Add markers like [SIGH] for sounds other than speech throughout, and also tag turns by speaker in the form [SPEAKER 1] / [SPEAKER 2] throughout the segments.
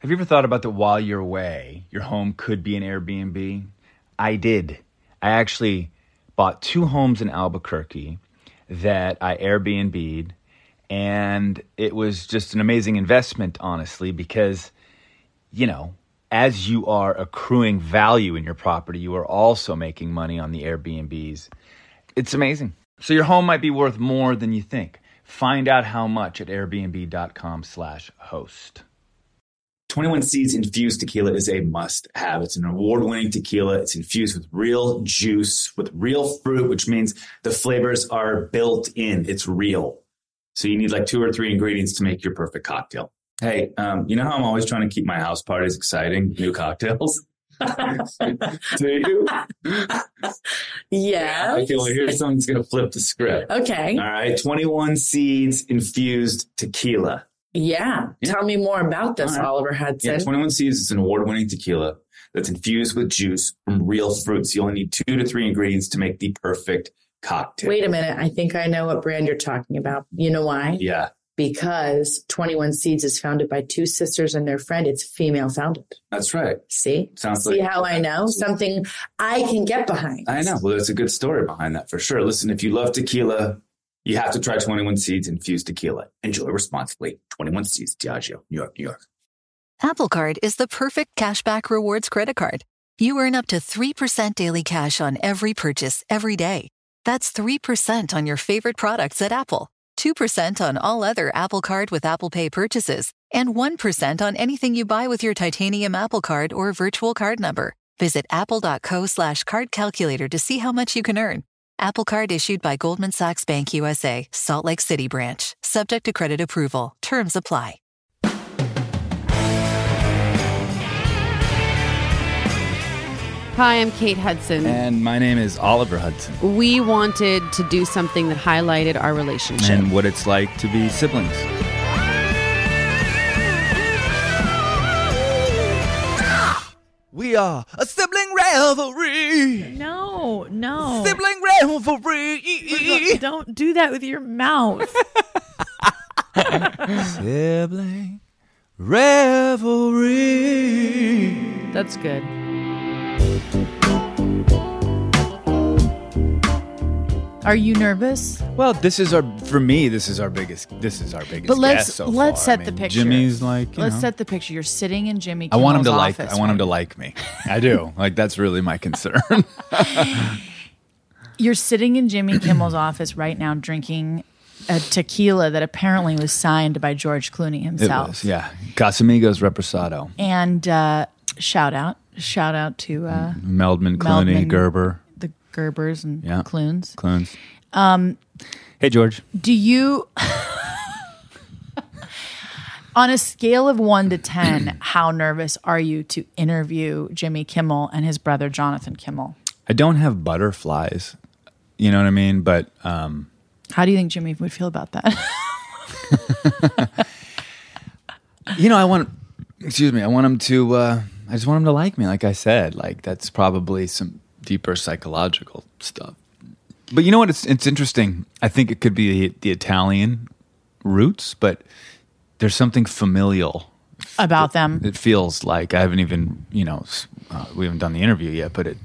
[SPEAKER 1] Have you ever thought about that while you're away, your home could be an Airbnb? I did. I actually bought two homes in Albuquerque that I Airbnb'd, and it was just an amazing investment, honestly, because, you know, as you are accruing value in your property, you are also making money on the Airbnbs. It's amazing. So your home might be worth more than you think. Find out how much at airbnb.com slash host.
[SPEAKER 2] 21 Seeds infused tequila is a must have. It's an award winning tequila. It's infused with real juice, with real fruit, which means the flavors are built in. It's real. So you need like two or three ingredients to make your perfect cocktail. Hey, um, you know how I'm always trying to keep my house parties exciting? New
[SPEAKER 3] [LAUGHS]
[SPEAKER 2] cocktails. [LAUGHS] Do you?
[SPEAKER 3] Yeah.
[SPEAKER 2] I feel like here's something's going to flip the script.
[SPEAKER 3] Okay.
[SPEAKER 2] All right. 21 Seeds infused tequila.
[SPEAKER 3] Yeah.
[SPEAKER 2] Yeah.
[SPEAKER 3] Tell me more about this,
[SPEAKER 2] All right.
[SPEAKER 3] Oliver Hudson.
[SPEAKER 2] Yeah, 21 Seeds is an award winning tequila that's infused with juice from real fruits. You only need two to three ingredients to make the perfect cocktail.
[SPEAKER 3] Wait a minute. I think I know what brand you're talking about. You know why?
[SPEAKER 2] Yeah,
[SPEAKER 3] Because 21 Seeds is founded by two sisters and their friend. It's female founded.
[SPEAKER 2] that's right.
[SPEAKER 3] See?
[SPEAKER 2] Sounds
[SPEAKER 3] See
[SPEAKER 2] like.
[SPEAKER 3] how I know? Something I can get behind.
[SPEAKER 2] I know. Well, there's a good story behind that for sure. Listen, if you love tequila, you have to try 21 Seeds infused tequila. Enjoy responsibly. 21 Seeds, Diageo, New York, New York.
[SPEAKER 4] Apple Card is the perfect cashback rewards credit card. You earn up to 3% daily cash on every purchase every day. That's 3% on your favorite products at Apple, 2% on all other Apple Card with Apple Pay purchases, and 1% on anything you buy with your titanium Apple Card or virtual card number. Visit apple.co slash card calculator to see how much you can earn. Apple Card issued by Goldman Sachs Bank USA, Salt Lake City branch, subject to credit approval. Terms apply.
[SPEAKER 5] Hi, I'm Kate Hudson.
[SPEAKER 1] And my name is Oliver Hudson.
[SPEAKER 5] We wanted to do something that highlighted our relationship.
[SPEAKER 1] and what it's like to be siblings. We are a sibling rivalry.
[SPEAKER 6] No, no.
[SPEAKER 1] Sibling rivalry.
[SPEAKER 6] Don't do that with your mouth.
[SPEAKER 1] sibling rivalry.
[SPEAKER 5] That's good.
[SPEAKER 6] [LAUGHS] Are you nervous?
[SPEAKER 1] Well, this is our for me. This is our biggest. This is our biggest.
[SPEAKER 6] But let's-
[SPEAKER 1] guest so
[SPEAKER 6] let's
[SPEAKER 1] far. I
[SPEAKER 6] set
[SPEAKER 1] mean,
[SPEAKER 6] the picture.
[SPEAKER 1] Jimmy's like. You
[SPEAKER 6] Let's
[SPEAKER 1] know,
[SPEAKER 6] set the picture. You're sitting in Jimmy.
[SPEAKER 1] I want him to
[SPEAKER 6] Kimmel's
[SPEAKER 1] like.
[SPEAKER 6] office,
[SPEAKER 1] I want him
[SPEAKER 6] right?
[SPEAKER 1] to like me. I
[SPEAKER 6] [LAUGHS]
[SPEAKER 1] do. like that's really my concern.
[SPEAKER 6] You're sitting in
[SPEAKER 1] [CLEARS THROAT]
[SPEAKER 6] Jimmy Kimmel's office right now, drinking a tequila that apparently was signed by George Clooney
[SPEAKER 1] it
[SPEAKER 6] himself.
[SPEAKER 1] was, yeah. Casamigos Reposado.
[SPEAKER 6] And uh, shout out, shout out to uh,
[SPEAKER 1] Meldman, Clooney,
[SPEAKER 6] Meldman.
[SPEAKER 1] Gerber,
[SPEAKER 6] the Gerbers and
[SPEAKER 1] Mm-hmm. Yeah.
[SPEAKER 6] Clunes.
[SPEAKER 1] Clunes. Um. Hey, George.
[SPEAKER 6] Do you, on a scale of one to 10,
[SPEAKER 1] [CLEARS THROAT]
[SPEAKER 6] how nervous are you to interview Jimmy Kimmel and his brother Jonathan Kimmel?
[SPEAKER 1] I don't have butterflies. You know what I mean? But um,
[SPEAKER 6] How do you think Jimmy would feel about that? [LAUGHS]
[SPEAKER 1] you know, I want. Excuse me. I want him to. Uh, I just want him to like me. Like I said, like that's probably some deeper psychological stuff. But you know what? It's it's interesting. I think it could be the, the Italian roots, but there's something familial.
[SPEAKER 6] about them?
[SPEAKER 1] It feels like I haven't even you know s- uh, we haven't done the interview yet, but it.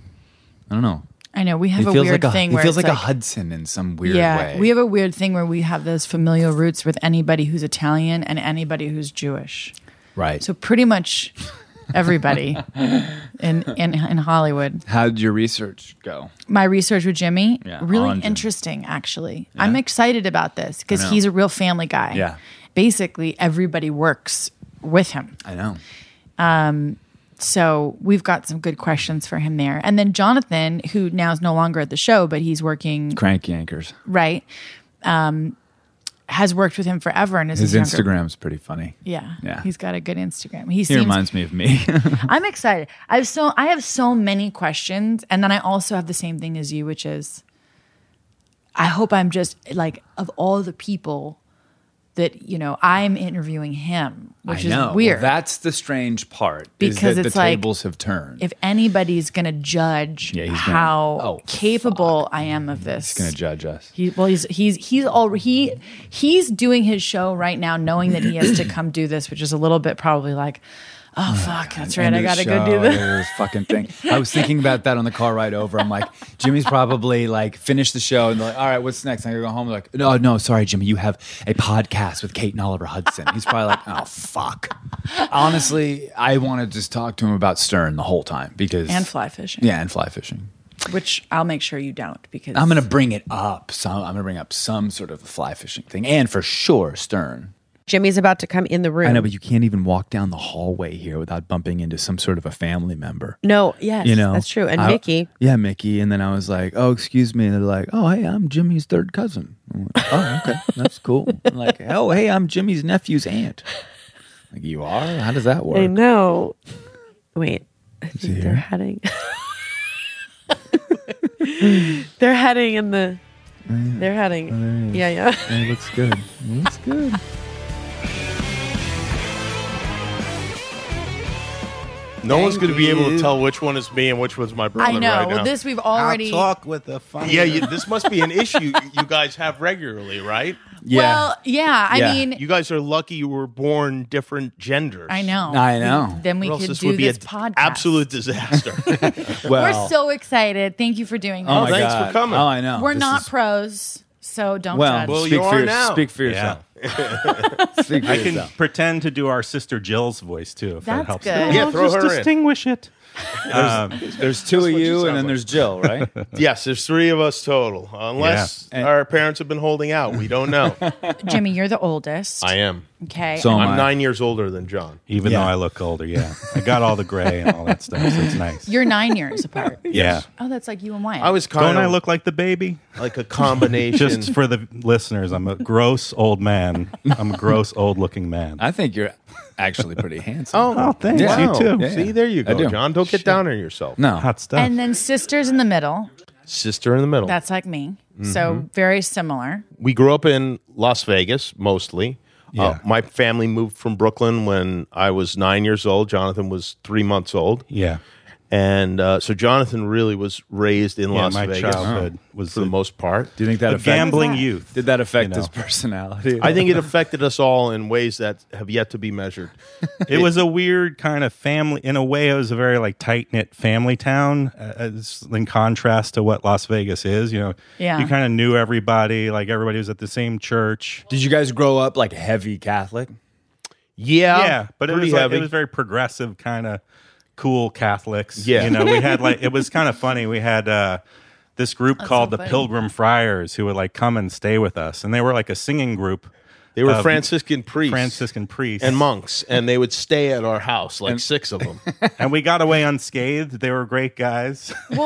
[SPEAKER 1] I don't know.
[SPEAKER 6] I know we have
[SPEAKER 1] It
[SPEAKER 6] a
[SPEAKER 1] feels
[SPEAKER 6] weird
[SPEAKER 1] like a
[SPEAKER 6] thing
[SPEAKER 1] it
[SPEAKER 6] where
[SPEAKER 1] feels
[SPEAKER 6] it's
[SPEAKER 1] like, a Hudson in some weird
[SPEAKER 6] yeah,
[SPEAKER 1] way.
[SPEAKER 6] we have a weird thing where we have those familial roots with anybody who's Italian and anybody who's Jewish.
[SPEAKER 1] right.
[SPEAKER 6] So pretty much
[SPEAKER 1] [LAUGHS]
[SPEAKER 6] everybody in, in in Hollywood.
[SPEAKER 1] How'd your research go?
[SPEAKER 6] my research with Jimmy.
[SPEAKER 1] Yeah,
[SPEAKER 6] really
[SPEAKER 1] on Jimmy.
[SPEAKER 6] interesting, actually. I'm excited about this because he's a real family guy.
[SPEAKER 1] Yeah.
[SPEAKER 6] Basically, everybody works with him.
[SPEAKER 1] I know.
[SPEAKER 6] So we've got some good questions for him there. And then Jonathan, who now is no longer at the show, but he's working
[SPEAKER 1] Crank Yankers.
[SPEAKER 6] right, um, has worked with him forever and is
[SPEAKER 1] His
[SPEAKER 6] younger-
[SPEAKER 1] Instagram's pretty funny.
[SPEAKER 6] Yeah,
[SPEAKER 1] Yeah.
[SPEAKER 6] he's got a good Instagram. He,
[SPEAKER 1] He
[SPEAKER 6] seems.
[SPEAKER 1] reminds me of me.
[SPEAKER 6] I'm excited. I have so I have so many questions, and then I also have the same thing as you, which is, I hope I'm just like of all the people that you know I'm interviewing him, which is weird.
[SPEAKER 1] That's the strange part.
[SPEAKER 6] Because
[SPEAKER 1] is that
[SPEAKER 6] it's
[SPEAKER 1] the
[SPEAKER 6] like-
[SPEAKER 1] tables have turned.
[SPEAKER 6] if anybody's gonna judge
[SPEAKER 1] Yeah, he's gonna-
[SPEAKER 6] how
[SPEAKER 1] oh, Mm-hmm.
[SPEAKER 6] capable I am of this,
[SPEAKER 1] He's gonna judge us.
[SPEAKER 6] He, well, he's he's he's all he
[SPEAKER 1] [CLEARS THROAT]
[SPEAKER 6] he's doing his show right now, knowing that he has to come do this, which is a little bit probably like, oh, fuck, that's right.
[SPEAKER 1] end
[SPEAKER 6] I
[SPEAKER 1] of
[SPEAKER 6] got
[SPEAKER 1] the
[SPEAKER 6] to go
[SPEAKER 1] show,
[SPEAKER 6] do this.
[SPEAKER 1] there's this fucking thing. I was thinking about that on the car ride over. I'm like, Jimmy's probably like finished the show and they're like, all right, what's next? I'm gonna go home. They're like, no, no, sorry, Jimmy, you have a podcast with Kate and Oliver Hudson. He's probably like, oh fuck. Honestly, I want to just talk to him about Stern the whole time because
[SPEAKER 6] And fly fishing.
[SPEAKER 1] Yeah, and fly fishing.
[SPEAKER 6] Which I'll make sure you don't because
[SPEAKER 1] I'm gonna bring it up. So I'm gonna bring up some sort of fly fishing thing, and for sure Stern.
[SPEAKER 7] Jimmy's about to come in the room.
[SPEAKER 1] I know, but you can't even walk down the hallway here without bumping into some sort of a family member.
[SPEAKER 7] no, yes,
[SPEAKER 1] you know
[SPEAKER 7] that's true. And
[SPEAKER 1] I-
[SPEAKER 7] Mickey,
[SPEAKER 1] yeah mickey and then i was like oh excuse me and they're like oh hey i'm jimmy's third cousin I'm like, oh okay that's cool I'm like oh hey i'm jimmy's nephew's aunt like you are how does that work
[SPEAKER 7] I know. Wait, I
[SPEAKER 1] he
[SPEAKER 7] think they're
[SPEAKER 1] here? [LAUGHS]
[SPEAKER 7] heading. they're heading in the.
[SPEAKER 1] Mm.
[SPEAKER 7] They're heading. yeah, yeah.
[SPEAKER 8] [LAUGHS]
[SPEAKER 1] Hey, looks good looks good
[SPEAKER 9] No one's going to be able to tell which one is me and which one's my brother
[SPEAKER 6] I know.
[SPEAKER 9] right
[SPEAKER 6] well,
[SPEAKER 9] now.
[SPEAKER 6] this we've already.
[SPEAKER 8] with a fun.
[SPEAKER 9] yeah, you, this must be an issue you guys have regularly, right?
[SPEAKER 6] Well, yeah. I
[SPEAKER 1] Yeah.
[SPEAKER 6] mean,
[SPEAKER 9] You guys are lucky you were born different genders.
[SPEAKER 6] I know.
[SPEAKER 1] I know.
[SPEAKER 6] Then we
[SPEAKER 9] Or else
[SPEAKER 6] could
[SPEAKER 9] this
[SPEAKER 6] do
[SPEAKER 9] would be
[SPEAKER 6] this
[SPEAKER 9] an
[SPEAKER 6] podcast.
[SPEAKER 9] absolute disaster.
[SPEAKER 1] well
[SPEAKER 6] [LAUGHS] We're so excited. Thank you for doing this.
[SPEAKER 1] oh my
[SPEAKER 9] thanks for
[SPEAKER 1] God.
[SPEAKER 9] coming.
[SPEAKER 1] oh i know
[SPEAKER 6] We're
[SPEAKER 1] This
[SPEAKER 6] not
[SPEAKER 1] is-
[SPEAKER 6] pros, so don't
[SPEAKER 1] well,
[SPEAKER 6] judge.
[SPEAKER 9] Well,
[SPEAKER 1] speak,
[SPEAKER 9] you
[SPEAKER 1] for
[SPEAKER 9] are
[SPEAKER 1] your-
[SPEAKER 9] now.
[SPEAKER 1] speak for
[SPEAKER 8] Yeah.
[SPEAKER 1] yourself
[SPEAKER 9] [LAUGHS]
[SPEAKER 1] speak for
[SPEAKER 8] I can
[SPEAKER 1] yourself
[SPEAKER 8] pretend to do our sister Jill's voice too, if
[SPEAKER 6] That's
[SPEAKER 8] that helps.
[SPEAKER 6] good.
[SPEAKER 9] yeah, throw her in.
[SPEAKER 8] distinguish it.
[SPEAKER 1] there's two of
[SPEAKER 9] what you
[SPEAKER 1] you
[SPEAKER 9] sound
[SPEAKER 1] and then
[SPEAKER 9] like.
[SPEAKER 1] there's jill
[SPEAKER 9] [LAUGHS]
[SPEAKER 1] right
[SPEAKER 9] Yes, there's three of us total. Unless
[SPEAKER 1] Yeah. And-
[SPEAKER 9] our parents have been holding out, we
[SPEAKER 8] [LAUGHS]
[SPEAKER 9] don't know.
[SPEAKER 6] Jimmy, you're the oldest.
[SPEAKER 9] I am.
[SPEAKER 6] okay.
[SPEAKER 1] So-
[SPEAKER 9] I'm
[SPEAKER 1] Am I?
[SPEAKER 9] nine years older than John.
[SPEAKER 1] Oh,
[SPEAKER 8] Even
[SPEAKER 1] Yeah.
[SPEAKER 8] though I look older, yeah, I got all the gray and all that
[SPEAKER 9] [LAUGHS]
[SPEAKER 8] stuff, so it's nice.
[SPEAKER 6] you're nine years apart.
[SPEAKER 8] yeah,
[SPEAKER 6] Oh, that's like you and Wyatt.
[SPEAKER 9] I was kind
[SPEAKER 8] don't
[SPEAKER 9] of
[SPEAKER 8] I look like the baby?
[SPEAKER 9] like a combination.
[SPEAKER 8] [LAUGHS] Just for the listeners, I'm a gross old man. I'm a gross old looking man.
[SPEAKER 1] i think you're actually pretty handsome
[SPEAKER 9] oh,
[SPEAKER 8] Oh, thanks.
[SPEAKER 1] Yeah.
[SPEAKER 8] You too.
[SPEAKER 1] Yeah.
[SPEAKER 9] See, there you
[SPEAKER 1] I
[SPEAKER 9] go,
[SPEAKER 1] do.
[SPEAKER 9] John. Don't get down on yourself.
[SPEAKER 1] no
[SPEAKER 8] Hot stuff.
[SPEAKER 6] and then sisters in the middle.
[SPEAKER 9] Sister in the middle.
[SPEAKER 6] That's like me. So very similar.
[SPEAKER 9] we grew up in Las Vegas mostly. Uh,
[SPEAKER 8] Yeah.
[SPEAKER 9] my family moved from Brooklyn when I was nine years old. Jonathan was three months old,
[SPEAKER 8] yeah,
[SPEAKER 9] and uh, so Jonathan really was raised in
[SPEAKER 8] yeah.
[SPEAKER 9] Las
[SPEAKER 8] My
[SPEAKER 9] Vegas
[SPEAKER 8] childhood was
[SPEAKER 9] for the
[SPEAKER 8] the,
[SPEAKER 9] most part.
[SPEAKER 1] do you think that
[SPEAKER 8] the
[SPEAKER 1] affects
[SPEAKER 8] gambling youth.
[SPEAKER 1] did that affect
[SPEAKER 8] know.
[SPEAKER 1] his personality
[SPEAKER 9] I think it affected us all in ways that have yet to be measured.
[SPEAKER 8] it was a weird kind of family in a way it was a very like tight knit family town uh, as in contrast to what las vegas is you know
[SPEAKER 6] Yeah.
[SPEAKER 8] you kind of knew everybody like everybody was at the same church
[SPEAKER 1] Did you guys grow up like heavy Catholic?
[SPEAKER 9] Yeah,
[SPEAKER 8] yeah but it
[SPEAKER 9] pretty
[SPEAKER 8] was like,
[SPEAKER 9] heavy.
[SPEAKER 8] it was very progressive kind of cool catholics
[SPEAKER 9] Yeah.
[SPEAKER 8] you
[SPEAKER 9] [LAUGHS]
[SPEAKER 8] know we had like it was kind of funny we had uh [LAUGHS] this group
[SPEAKER 6] [LAUGHS]
[SPEAKER 8] called the
[SPEAKER 6] funny.
[SPEAKER 8] pilgrim friars who would like come and stay with us and they were like a singing group
[SPEAKER 9] they were
[SPEAKER 8] of
[SPEAKER 9] Franciscan priests,
[SPEAKER 8] franciscan priests
[SPEAKER 9] and monks, and they would stay at our house, like six of them.
[SPEAKER 8] and we got away unscathed. They were great guys. [LAUGHS] They'd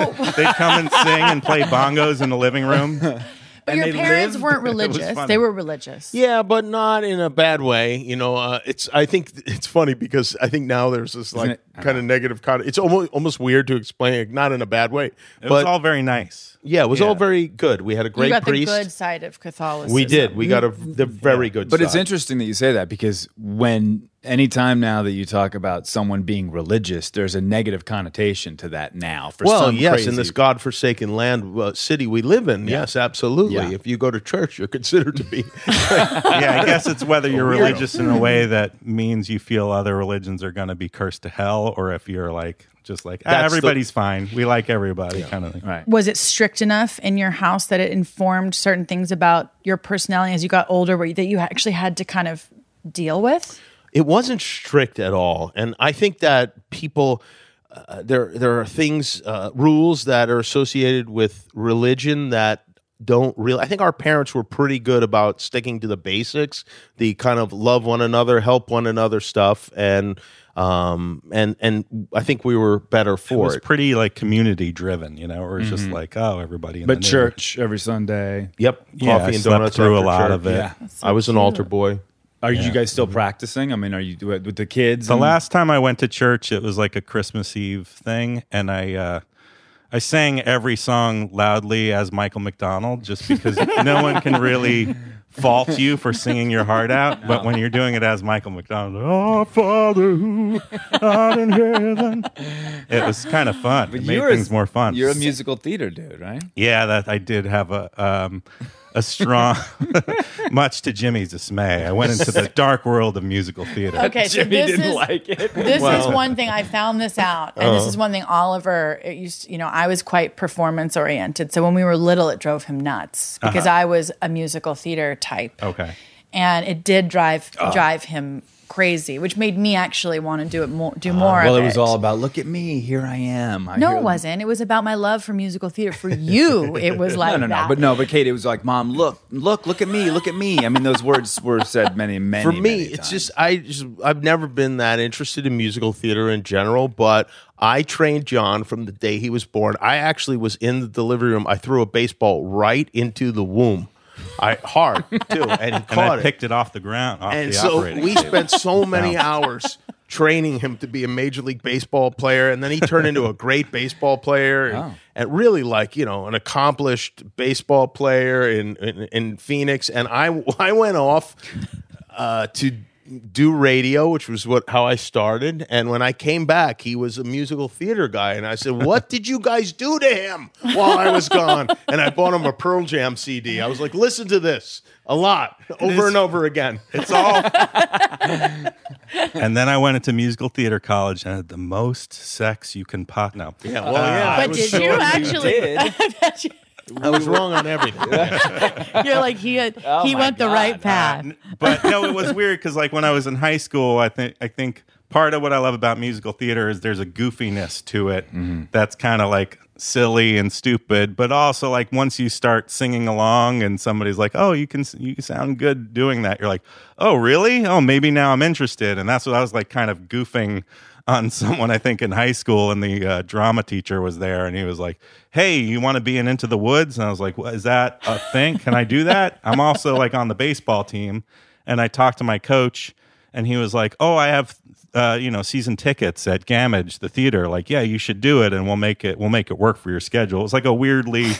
[SPEAKER 8] come and sing and play bongos in the living room.
[SPEAKER 6] [LAUGHS] But your
[SPEAKER 8] they
[SPEAKER 6] parents
[SPEAKER 8] lived-
[SPEAKER 6] weren't
[SPEAKER 8] it was
[SPEAKER 6] religious.
[SPEAKER 8] funny.
[SPEAKER 6] They were religious.
[SPEAKER 9] yeah, but not in a bad way. You know, uh, it's. I think it's funny because I think now there's this like kind of negative. Con- it's almost almost weird to explain, like, not in a bad way.
[SPEAKER 8] It
[SPEAKER 9] but
[SPEAKER 8] was all very nice.
[SPEAKER 9] yeah, it was all
[SPEAKER 8] yeah.
[SPEAKER 9] very good. We had a
[SPEAKER 6] You
[SPEAKER 9] great
[SPEAKER 6] got
[SPEAKER 9] priest.
[SPEAKER 6] the good side of Catholicism.
[SPEAKER 9] we did. We got a the very good.
[SPEAKER 1] But it's
[SPEAKER 9] side.
[SPEAKER 1] interesting that you say that because when anytime now that you talk about someone being religious, there's a negative connotation to that now. For
[SPEAKER 9] Well,
[SPEAKER 1] some
[SPEAKER 9] yes,
[SPEAKER 1] crazy,
[SPEAKER 9] in this godforsaken land uh, city we live in, yes, absolutely.
[SPEAKER 1] Yeah.
[SPEAKER 9] If you go to church, you're considered
[SPEAKER 1] [LAUGHS]
[SPEAKER 9] to be.
[SPEAKER 8] Yeah, I guess it's whether
[SPEAKER 9] Oh,
[SPEAKER 8] you're religious in a way that means you feel other religions are going to be cursed to hell, or if you're like just like "Ah,
[SPEAKER 9] That's the-
[SPEAKER 8] everybody's fine, we like everybody kind of thing.
[SPEAKER 1] right?
[SPEAKER 6] was it strict enough in your house that it informed certain things about your personality as you got older where you, that you actually had to kind of deal with
[SPEAKER 9] it wasn't strict at all, and I think that people. Uh, there, there are things, uh, rules that are associated with religion that don't really. I think our parents were pretty good about sticking to the basics, the kind of love one another, help one another stuff, and um, and and I think we were better
[SPEAKER 8] It
[SPEAKER 9] for
[SPEAKER 8] was
[SPEAKER 9] it.
[SPEAKER 8] pretty like community driven, you know, or it's
[SPEAKER 9] Mm-hmm.
[SPEAKER 8] just like oh, everybody. In
[SPEAKER 1] But
[SPEAKER 8] the
[SPEAKER 1] church every Sunday.
[SPEAKER 9] yep, coffee
[SPEAKER 8] Yeah, I
[SPEAKER 9] and
[SPEAKER 8] slept
[SPEAKER 9] donuts
[SPEAKER 8] through a
[SPEAKER 9] after
[SPEAKER 8] lot
[SPEAKER 9] church.
[SPEAKER 8] of it.
[SPEAKER 1] Yeah.
[SPEAKER 9] I was an altar boy.
[SPEAKER 1] Are you guys
[SPEAKER 9] Mm-hmm.
[SPEAKER 1] still practicing? I mean, are you with the kids?
[SPEAKER 8] The
[SPEAKER 1] and-
[SPEAKER 8] last time I went to church, it was like a Christmas Eve thing, and I uh, I sang every song loudly as Michael McDonald,
[SPEAKER 1] [LAUGHS]
[SPEAKER 8] just because no one can really fault you for singing your heart out. But when you're doing it as Michael McDonald, oh Father who art in heaven, it was kind of fun. it made
[SPEAKER 1] you're a-
[SPEAKER 8] things more fun.
[SPEAKER 1] You're a musical theater dude, right?
[SPEAKER 8] yeah, that I did have a. Um, a strong,
[SPEAKER 1] [LAUGHS]
[SPEAKER 8] [LAUGHS] much to Jimmy's dismay. I went into the dark world of musical theater.
[SPEAKER 6] Okay, so
[SPEAKER 1] [LAUGHS] Jimmy
[SPEAKER 6] this
[SPEAKER 1] didn't
[SPEAKER 6] is
[SPEAKER 1] like it. Uh-huh.
[SPEAKER 6] this is
[SPEAKER 8] Well-
[SPEAKER 6] one thing I found this out, and this is one thing Oliver. It used, you know, I was quite performance oriented, so when we were little, it drove him nuts
[SPEAKER 1] Uh-huh.
[SPEAKER 6] because I was a musical theater type.
[SPEAKER 8] Okay.
[SPEAKER 6] and it did drive
[SPEAKER 1] Ah.
[SPEAKER 6] drive him crazy, which made me actually want to do it more, do more.
[SPEAKER 1] Ah. Well,
[SPEAKER 6] of
[SPEAKER 1] it was all about look at me, here I am. I
[SPEAKER 6] No,
[SPEAKER 1] hear-
[SPEAKER 6] it wasn't. It was about my love for musical theater. For you, it was like
[SPEAKER 1] [LAUGHS] No, no, no.
[SPEAKER 6] that.
[SPEAKER 1] But no, but Kate, it was like, Mom, look, look, look at me, look at me. I mean, those words were said many, many.
[SPEAKER 9] for me
[SPEAKER 1] many
[SPEAKER 9] it's
[SPEAKER 1] times.
[SPEAKER 9] just i just i've never been that interested in musical theater in general but i trained john from the day he was born i actually was in the delivery room i threw a baseball right into the womb i hard too and he
[SPEAKER 8] [LAUGHS] And
[SPEAKER 9] caught
[SPEAKER 8] I
[SPEAKER 9] it
[SPEAKER 8] picked it off the ground, off
[SPEAKER 9] and
[SPEAKER 8] the
[SPEAKER 9] so
[SPEAKER 8] operating
[SPEAKER 9] we [LAUGHS]
[SPEAKER 8] table.
[SPEAKER 9] spent so many hours training him to be a major league baseball player and then he turned into a great baseball player and,
[SPEAKER 8] Oh.
[SPEAKER 9] and really like you know an accomplished baseball player in in, in phoenix and i [LAUGHS] i went off uh to do radio which was what how i started and when i came back he was a musical theater guy and i said what did you guys do to him while i was gone and i bought him a pearl jam cd i was like listen to this a lot over and over again
[SPEAKER 8] It's all. and then I went into musical theater college and had the most sex you can pot. No.
[SPEAKER 9] Yeah, well, yeah. I
[SPEAKER 6] But
[SPEAKER 9] was
[SPEAKER 6] did
[SPEAKER 8] [LAUGHS]
[SPEAKER 9] sure
[SPEAKER 6] you actually?
[SPEAKER 7] [LAUGHS]
[SPEAKER 9] I was wrong on everything.
[SPEAKER 6] You're like he had,
[SPEAKER 1] oh
[SPEAKER 6] he went the right path.
[SPEAKER 8] N- but no, it was weird because like when I was in high school, I think I think part of what I love about musical theater is there's a goofiness to it
[SPEAKER 9] Mm-hmm.
[SPEAKER 8] that's kind of like silly and stupid, but also like once you start singing along and somebody's like, "Oh, you can s- you sound good doing that," you're like, "Oh, really? Oh, maybe now I'm interested." And that's what I was like, kind of goofing. On [LAUGHS] someone, I think in high school, and the uh, drama teacher was there, and he was like, "Hey, you want to be in Into the Woods?" And I was like, "What is that a thing? Can I do that?" [LAUGHS] I'm also like on the baseball team, and I talked to my coach, and he was like, "Oh, I have uh, you know season tickets at Gamage, the theater. Like, yeah, you should do it, and we'll make it we'll make it work for your schedule." It's like a [LAUGHS] weirdly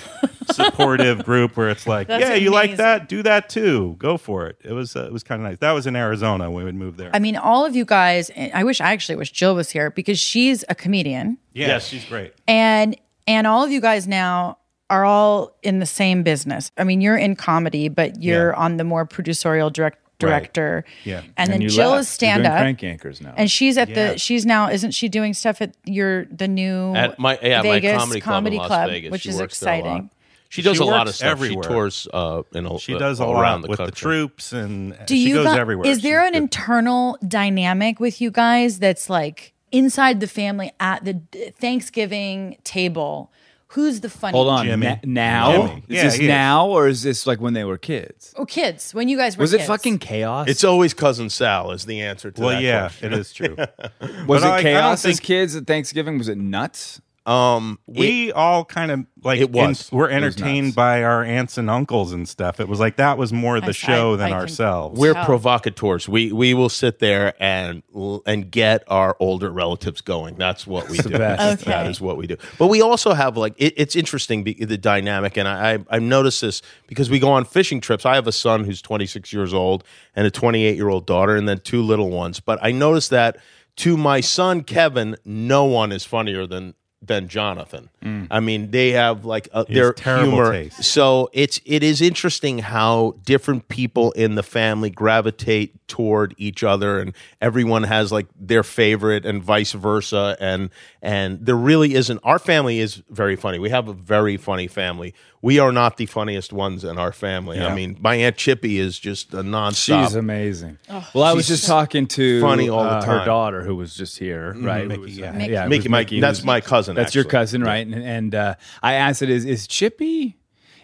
[SPEAKER 8] supportive group where it's like, "Yeah, you like
[SPEAKER 6] amazing.
[SPEAKER 8] that? Do that too. Go for it." It was uh, it was kind of nice. That was in Arizona. when We would move there.
[SPEAKER 6] I mean, all of you guys. and I wish I actually wish Jill was here because she's a comedian,
[SPEAKER 8] yeah, she's great.
[SPEAKER 6] and and all of you guys now are all in the same business. I mean, you're in comedy, but you're on the more producerial direct director.
[SPEAKER 8] Yeah.
[SPEAKER 6] and, then Jill is stand up.
[SPEAKER 1] Crank anchors now.
[SPEAKER 6] And she's at
[SPEAKER 8] Yeah.
[SPEAKER 6] the she's now isn't she doing stuff at your the new
[SPEAKER 9] At my yeah,
[SPEAKER 6] Vegas
[SPEAKER 9] my comedy, club, in Las Vegas.
[SPEAKER 6] which
[SPEAKER 9] She
[SPEAKER 6] is
[SPEAKER 9] works there a lot.
[SPEAKER 6] exciting.
[SPEAKER 9] She does
[SPEAKER 8] She
[SPEAKER 9] a lot
[SPEAKER 8] works
[SPEAKER 9] of stuff.
[SPEAKER 8] everywhere.
[SPEAKER 9] She tours uh, in a,
[SPEAKER 8] She does a
[SPEAKER 9] all
[SPEAKER 8] lot
[SPEAKER 9] around the
[SPEAKER 8] with the
[SPEAKER 9] country.
[SPEAKER 8] troops, and
[SPEAKER 6] Do
[SPEAKER 8] she
[SPEAKER 6] you
[SPEAKER 8] goes
[SPEAKER 6] guy-
[SPEAKER 8] everywhere.
[SPEAKER 6] Is there
[SPEAKER 8] She's
[SPEAKER 6] an
[SPEAKER 8] good.
[SPEAKER 6] internal dynamic with you guys that's like inside the family at the d- Thanksgiving table? Who's the funny?
[SPEAKER 1] Hold on,
[SPEAKER 8] Jimmy.
[SPEAKER 1] na- now
[SPEAKER 8] Jimmy.
[SPEAKER 1] is
[SPEAKER 8] Yeah,
[SPEAKER 1] this
[SPEAKER 8] he is.
[SPEAKER 1] now or is this like when they were kids?
[SPEAKER 6] Oh, kids! When you guys were
[SPEAKER 1] Was it
[SPEAKER 6] kids. Oh
[SPEAKER 1] fucking chaos?
[SPEAKER 9] It's always cousin Sal is the answer to
[SPEAKER 8] Well,
[SPEAKER 9] that.
[SPEAKER 8] yeah,
[SPEAKER 9] question.
[SPEAKER 8] it is [LAUGHS] true.
[SPEAKER 1] was
[SPEAKER 8] but
[SPEAKER 1] it
[SPEAKER 8] I- I don't
[SPEAKER 1] chaos as
[SPEAKER 8] think-
[SPEAKER 1] kids at Thanksgiving? Was it nuts?
[SPEAKER 9] Um, it-
[SPEAKER 8] we all kind of like
[SPEAKER 9] It was.
[SPEAKER 8] we're
[SPEAKER 1] was
[SPEAKER 8] entertained
[SPEAKER 1] nuts.
[SPEAKER 8] by our aunts and uncles and stuff. It was like that was more the
[SPEAKER 6] I-
[SPEAKER 8] show
[SPEAKER 6] I-
[SPEAKER 8] than
[SPEAKER 6] I can-
[SPEAKER 8] ourselves.
[SPEAKER 9] we're
[SPEAKER 6] Sal.
[SPEAKER 9] provocateurs. We we will sit there and and get our older relatives going. That's what we do.
[SPEAKER 1] best.
[SPEAKER 6] Okay.
[SPEAKER 9] That is what we do. But we also have like it, it's interesting be, the dynamic, and I, I I noticed this because we go on fishing trips. I have a son who's 26 years old and a 28 year old daughter, and then two little ones. But I noticed that to my son Kevin, no one is funnier than than Jonathan. I mean, they have like a,
[SPEAKER 8] Mm. He has
[SPEAKER 9] their
[SPEAKER 8] terrible
[SPEAKER 9] humor.
[SPEAKER 8] taste.
[SPEAKER 9] So it's it is interesting how different people in the family gravitate toward each other, and everyone has like their favorite, and vice versa. And and there really isn't. Our family is very funny. We have a very funny family. We are not the funniest ones in our family. I
[SPEAKER 8] Yeah.
[SPEAKER 9] mean, my aunt Chippy is just a nonstop.
[SPEAKER 1] She's amazing. well, I was just talking to
[SPEAKER 9] funny all the
[SPEAKER 1] uh, her
[SPEAKER 9] time. Mm-hmm.
[SPEAKER 1] daughter who was just here, right? Who was, uh, yeah, it was
[SPEAKER 9] Mickey, Mickey,
[SPEAKER 1] who
[SPEAKER 9] that's
[SPEAKER 1] was-
[SPEAKER 9] my cousin.
[SPEAKER 1] That's your
[SPEAKER 9] actually.
[SPEAKER 1] cousin, right? And, and uh, I asked it is is Chippy?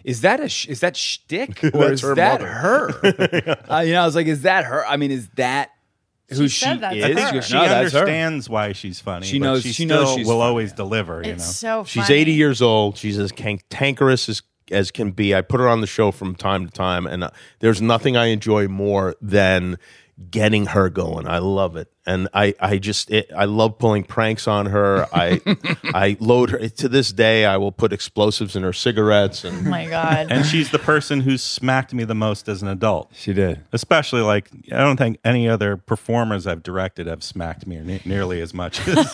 [SPEAKER 1] Is that a sh- is that shtick
[SPEAKER 9] [LAUGHS]
[SPEAKER 1] or is
[SPEAKER 9] That's her
[SPEAKER 1] that
[SPEAKER 9] mother. [LAUGHS]
[SPEAKER 1] her? uh, you know, I was like, is that her? I mean, is that who she,
[SPEAKER 6] said that's
[SPEAKER 1] is?
[SPEAKER 8] I think
[SPEAKER 1] She goes,
[SPEAKER 8] she
[SPEAKER 1] "No, that's her."
[SPEAKER 8] understands why she's funny.
[SPEAKER 1] She
[SPEAKER 8] but
[SPEAKER 1] knows-
[SPEAKER 8] She,
[SPEAKER 1] she knows
[SPEAKER 8] still
[SPEAKER 1] she's
[SPEAKER 8] will
[SPEAKER 1] funny.
[SPEAKER 8] always deliver. You know.
[SPEAKER 6] It's so.
[SPEAKER 9] She's
[SPEAKER 6] funny.
[SPEAKER 9] 80 years old. She's as cantankerous as, as can be. I put her on the show from time to time, and uh, there's nothing I enjoy more than getting her going. I love it, and I I just it, I love pulling pranks on her. I I load her to this day. I will put explosives in her cigarettes,
[SPEAKER 6] Oh
[SPEAKER 9] and
[SPEAKER 6] [LAUGHS] my
[SPEAKER 1] [LAUGHS]
[SPEAKER 6] god!
[SPEAKER 8] and she's the person who smacked me the most as an adult.
[SPEAKER 1] She did.
[SPEAKER 8] Especially like I don't think any other performers I've directed have smacked me ne- nearly as
[SPEAKER 6] [LAUGHS]
[SPEAKER 8] much as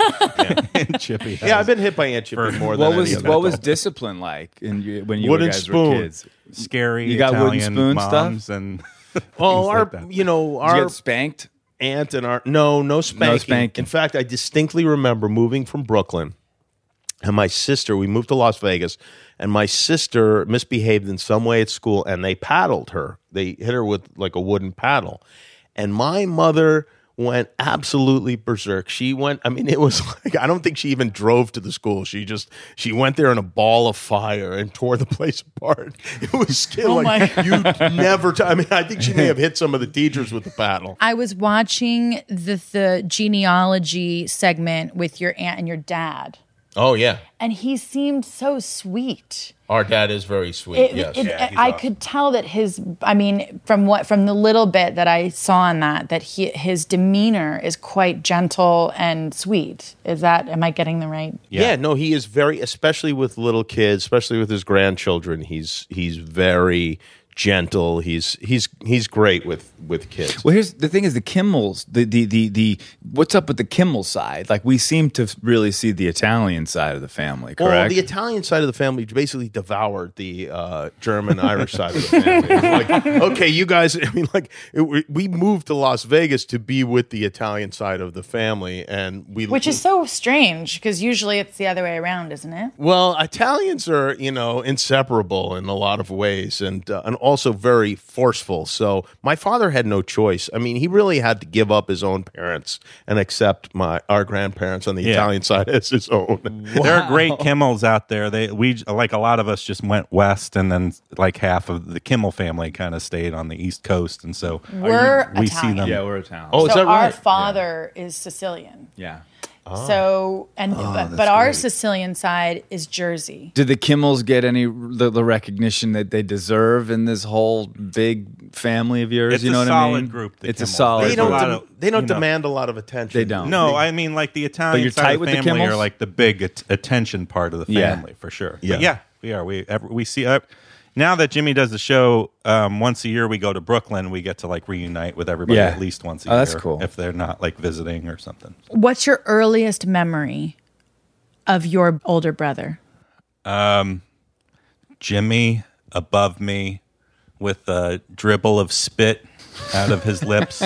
[SPEAKER 8] [LAUGHS] Chippy. Has.
[SPEAKER 9] yeah, I've been hit by Aunt Chippy
[SPEAKER 8] For-
[SPEAKER 9] more than
[SPEAKER 1] What was
[SPEAKER 9] any
[SPEAKER 1] what
[SPEAKER 9] other
[SPEAKER 1] was
[SPEAKER 9] adult.
[SPEAKER 1] discipline like in, you- when you
[SPEAKER 9] Wooden
[SPEAKER 1] guys
[SPEAKER 9] spoon.
[SPEAKER 1] were kids?
[SPEAKER 8] scary
[SPEAKER 1] You got wooden
[SPEAKER 8] Italian
[SPEAKER 1] spoon
[SPEAKER 8] moms and [LAUGHS]
[SPEAKER 9] Well,
[SPEAKER 8] things
[SPEAKER 9] our,
[SPEAKER 8] like that.
[SPEAKER 9] you know,
[SPEAKER 1] Did you
[SPEAKER 9] our
[SPEAKER 1] get spanked?
[SPEAKER 9] aunt and our no, no spanking.
[SPEAKER 1] spanking.
[SPEAKER 9] In fact, I distinctly remember moving from Brooklyn, and my sister. We moved to Las Vegas, and my sister misbehaved in some way at school, and they paddled her. They hit her with like a wooden paddle, and my mother went absolutely berserk. She went. I mean, [LAUGHS] it was like I don't think she even drove to the school. She just she went there in a ball of fire and tore the [LAUGHS] place apart. It was scary. like
[SPEAKER 6] my-
[SPEAKER 9] you never. T- I mean, I think she may have hit some of the teachers with the paddle.
[SPEAKER 6] I was watching the the genealogy segment with your aunt and your dad,
[SPEAKER 9] Oh yeah,
[SPEAKER 6] and he seemed so sweet.
[SPEAKER 9] our dad is very sweet.
[SPEAKER 6] It,
[SPEAKER 9] yes,
[SPEAKER 6] it- I could tell that his, I mean, from what from the little bit that I saw on that, that he his demeanor is quite gentle and sweet. Is that am I getting the right?
[SPEAKER 9] yeah. No, he is very, especially with little kids, especially with his grandchildren. He's he's very gentle. He's he's he's great with with kids.
[SPEAKER 1] Well, here's the thing: is the Kimmels, the the the the what's up with the Kimmel side? Like we seem to really see the Italian side of the family,
[SPEAKER 9] Well,
[SPEAKER 1] correct?
[SPEAKER 9] the Italian side of the family basically devoured the uh, German Irish side of the family. It was like, okay, you guys, I mean, like, it, we- we moved to Las Vegas to be with the Italian side of the family, and we
[SPEAKER 6] Which is so strange because usually it's the other way around, isn't it?
[SPEAKER 9] Well, Italians are, you know, inseparable in a lot of ways and uh, and also very forceful. So, my father had no choice. I mean, he really had to give up his own parents and accept my our grandparents on the
[SPEAKER 8] Yeah.
[SPEAKER 9] Italian side [LAUGHS] as his own.
[SPEAKER 8] There are great Kimmels out there. They we like a lot of us just went west, and then like half of the Kimmel family kind of stayed on the East Coast, and so
[SPEAKER 6] We're
[SPEAKER 8] we see
[SPEAKER 6] Italian.
[SPEAKER 8] them.
[SPEAKER 1] yeah, we're Italian.
[SPEAKER 9] Oh, is
[SPEAKER 6] so
[SPEAKER 9] that
[SPEAKER 6] our
[SPEAKER 9] right? Ah.
[SPEAKER 6] father is Sicilian.
[SPEAKER 1] yeah.
[SPEAKER 6] So
[SPEAKER 1] Ah,
[SPEAKER 6] and but, but our Sicilian side is Jersey.
[SPEAKER 1] Did the Kimmels get any the, the recognition that they deserve in this whole big family of yours?
[SPEAKER 8] It's
[SPEAKER 1] you
[SPEAKER 8] a
[SPEAKER 1] know what I
[SPEAKER 8] solid
[SPEAKER 1] mean?
[SPEAKER 8] group, the
[SPEAKER 1] Oh, It's a
[SPEAKER 8] Kimmels.
[SPEAKER 1] solid.
[SPEAKER 9] They don't
[SPEAKER 1] group.
[SPEAKER 8] lot
[SPEAKER 9] dem-
[SPEAKER 8] of-
[SPEAKER 9] they don't
[SPEAKER 8] you know.
[SPEAKER 9] demand a lot of attention.
[SPEAKER 1] They don't.
[SPEAKER 8] No, I mean like the Italian
[SPEAKER 1] you're
[SPEAKER 8] side
[SPEAKER 1] tight
[SPEAKER 8] of the
[SPEAKER 1] with the
[SPEAKER 8] family
[SPEAKER 1] Kimmels?
[SPEAKER 8] are like the big at- attention part of the
[SPEAKER 1] Yeah.
[SPEAKER 8] family for sure. But
[SPEAKER 9] Yeah.
[SPEAKER 8] yeah, we are. We ev- we see. Uh, now that Jimmy does the show um, once a year, we go to Brooklyn. We get to like reunite with everybody
[SPEAKER 1] Yeah.
[SPEAKER 8] at least once a
[SPEAKER 1] Oh,
[SPEAKER 8] year.
[SPEAKER 1] that's cool.
[SPEAKER 8] If they're not like visiting or something.
[SPEAKER 6] What's your earliest memory of your older brother?
[SPEAKER 8] Jimmy above me with a dribble of spit out of his
[SPEAKER 1] [LAUGHS]
[SPEAKER 8] lips,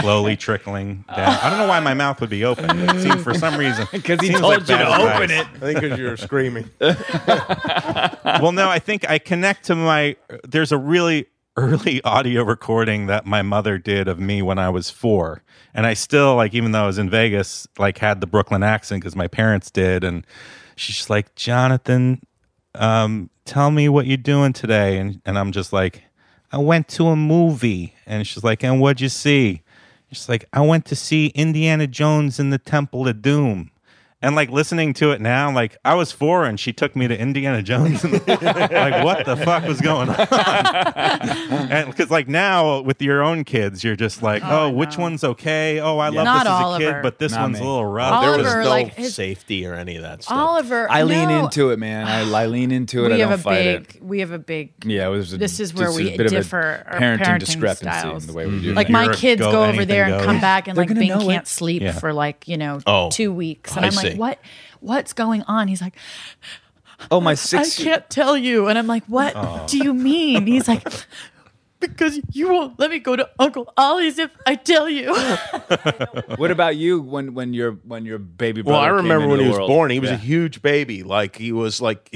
[SPEAKER 8] slowly trickling down. I don't know why my mouth would be open. It seems for some reason because
[SPEAKER 1] he told you to open it.
[SPEAKER 9] I think because you're screaming.
[SPEAKER 8] well, no, I think I connect to my. There's a really early [LAUGHS] audio recording that my mother did of me when I was four, and I still like, even though I was in Vegas, like had the Brooklyn accent because my parents did, and she's just like, Jonathan, um, tell me what you're doing today, and and I'm just like, I went to a movie, and she's like, and what'd you see? She's like, I went to see Indiana Jones in the Temple of Doom. And like listening to it now, like I was four and she took me to Indiana Jones. [LAUGHS] And, like, what the fuck was going on? [LAUGHS] and because like now with your own kids, you're just like, oh, which one's okay? Oh, I love
[SPEAKER 6] Not
[SPEAKER 8] this as a
[SPEAKER 6] Oliver.
[SPEAKER 8] kid, but this
[SPEAKER 1] Not
[SPEAKER 8] one's
[SPEAKER 1] me.
[SPEAKER 8] a little rough.
[SPEAKER 9] there was
[SPEAKER 6] Oliver,
[SPEAKER 9] no
[SPEAKER 6] like, his-
[SPEAKER 9] safety or any of that stuff.
[SPEAKER 6] Oliver,
[SPEAKER 1] I lean
[SPEAKER 6] no.
[SPEAKER 1] into it, man. I, I lean into it.
[SPEAKER 6] We
[SPEAKER 1] I don't
[SPEAKER 6] have a
[SPEAKER 1] fight
[SPEAKER 6] big.
[SPEAKER 1] it.
[SPEAKER 6] We have a big.
[SPEAKER 1] Yeah, it was a,
[SPEAKER 6] This is where
[SPEAKER 1] it's
[SPEAKER 6] we
[SPEAKER 1] a bit
[SPEAKER 6] differ,
[SPEAKER 1] of a
[SPEAKER 6] our
[SPEAKER 1] parenting,
[SPEAKER 6] parenting
[SPEAKER 1] discrepancy
[SPEAKER 6] styles. Mm-hmm.
[SPEAKER 1] in the way we do.
[SPEAKER 6] Like
[SPEAKER 1] things.
[SPEAKER 6] my
[SPEAKER 8] Europe,
[SPEAKER 6] kids
[SPEAKER 8] go-
[SPEAKER 6] go, over
[SPEAKER 8] anything
[SPEAKER 6] there and
[SPEAKER 8] goes.
[SPEAKER 6] come back and
[SPEAKER 1] They're
[SPEAKER 6] like
[SPEAKER 1] gonna
[SPEAKER 6] Bing
[SPEAKER 1] know
[SPEAKER 6] can't
[SPEAKER 1] it.
[SPEAKER 6] sleep
[SPEAKER 8] Yeah.
[SPEAKER 6] for like you know
[SPEAKER 9] Oh,
[SPEAKER 6] two weeks, and
[SPEAKER 9] I
[SPEAKER 6] I'm like,
[SPEAKER 9] see.
[SPEAKER 6] what, what's going on? He's like,
[SPEAKER 1] oh my
[SPEAKER 6] [LAUGHS] I
[SPEAKER 1] six.
[SPEAKER 6] can't tell you, and I'm like, what do you mean? He's like. Because you won't let me go to Uncle Ollie's if I tell you. [LAUGHS]
[SPEAKER 1] What about you when when your when your baby?
[SPEAKER 9] Well, I
[SPEAKER 1] brother came
[SPEAKER 9] remember
[SPEAKER 1] into
[SPEAKER 9] when
[SPEAKER 1] the
[SPEAKER 9] he was
[SPEAKER 1] world?
[SPEAKER 9] born. He was
[SPEAKER 1] Yeah.
[SPEAKER 9] a huge baby. Like he was like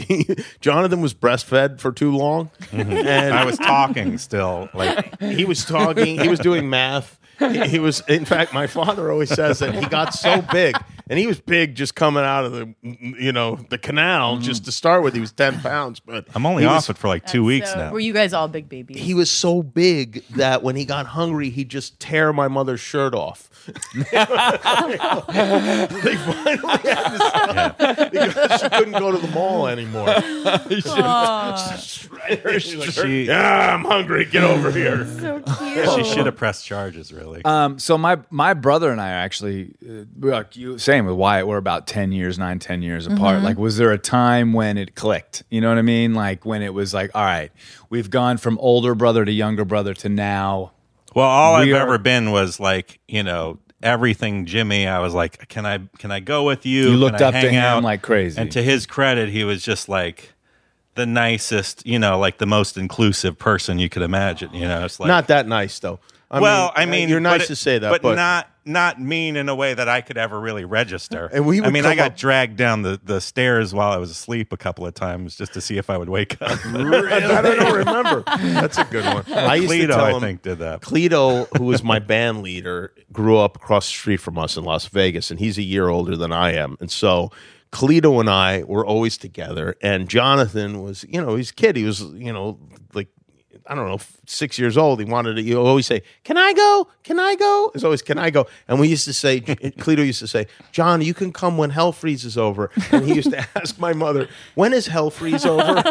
[SPEAKER 9] [LAUGHS] Jonathan was breastfed for too long,
[SPEAKER 1] Mm-hmm.
[SPEAKER 9] and
[SPEAKER 8] I was talking still. Like
[SPEAKER 9] he was talking. He was doing math. He, he was. In fact, my father always says that he got so big, and he was big just coming out of the you know the canal
[SPEAKER 1] Mm.
[SPEAKER 9] just to start with. He was ten pounds, but
[SPEAKER 8] I'm only
[SPEAKER 9] he
[SPEAKER 8] off
[SPEAKER 9] Was,
[SPEAKER 8] it for like two weeks
[SPEAKER 6] So,
[SPEAKER 8] now.
[SPEAKER 6] Were you guys all big babies?
[SPEAKER 9] he was so big that when he got hungry, he'd just tear my mother's shirt off. [LAUGHS] they finally had to stop because she couldn't go to the
[SPEAKER 8] [LAUGHS]
[SPEAKER 9] mall anymore.
[SPEAKER 8] she
[SPEAKER 9] yeah, I'm hungry. Get over here.
[SPEAKER 8] [LAUGHS] she
[SPEAKER 9] Oh.
[SPEAKER 8] should have pressed charges. Really,
[SPEAKER 9] Uh,
[SPEAKER 1] Um, so my my brother and I are actually uh, we're like you same with Wyatt. We're about ten years, nine, ten years apart.
[SPEAKER 6] Mm-hmm.
[SPEAKER 1] Like, was there a time when it clicked? You know what I mean? Like when it was like, all right, we've gone from older brother to younger brother to now. [LAUGHS]
[SPEAKER 8] Well, all
[SPEAKER 1] We
[SPEAKER 8] I've
[SPEAKER 1] are-
[SPEAKER 8] ever been was like, you know, everything Jimmy. I was like, can I can I go with you?
[SPEAKER 1] You
[SPEAKER 8] Can
[SPEAKER 1] looked
[SPEAKER 8] I
[SPEAKER 1] up to
[SPEAKER 8] hang
[SPEAKER 1] him
[SPEAKER 8] out?
[SPEAKER 1] like crazy.
[SPEAKER 8] And to his credit, he was just like, the nicest, you know, like the most inclusive person you could imagine. You know, it's like
[SPEAKER 9] not that nice though. I uh,
[SPEAKER 8] well, I mean,
[SPEAKER 9] you're
[SPEAKER 8] but
[SPEAKER 9] nice
[SPEAKER 8] it-
[SPEAKER 9] to say that,
[SPEAKER 8] but,
[SPEAKER 9] but,
[SPEAKER 8] not not mean in a way that I could ever really register.
[SPEAKER 9] And we
[SPEAKER 8] I
[SPEAKER 9] would
[SPEAKER 8] mean, I
[SPEAKER 9] come
[SPEAKER 8] got
[SPEAKER 9] up-
[SPEAKER 8] dragged down the, the stairs while I was asleep a couple of times just to see if I would wake up.
[SPEAKER 9] [LAUGHS] I don't remember. That's a good one. I used to
[SPEAKER 8] Cleto,
[SPEAKER 9] tell
[SPEAKER 8] I
[SPEAKER 9] him-
[SPEAKER 8] think, did that.
[SPEAKER 9] Cleto, who was my [LAUGHS] band leader, grew up across the street from us in Las Vegas, and he's a year older than I am. And so Cleto and I were always together. And Jonathan was, you know, he's a kid. He was, you know, like, I don't know, f- six years old. He wanted to, you always say, Can I go? Can I go? It's always, Can I go? And we used to say, [LAUGHS] Cleto used to say, John, you can come when hell freezes over. And he used to [LAUGHS] ask my mother, When is hell freeze over?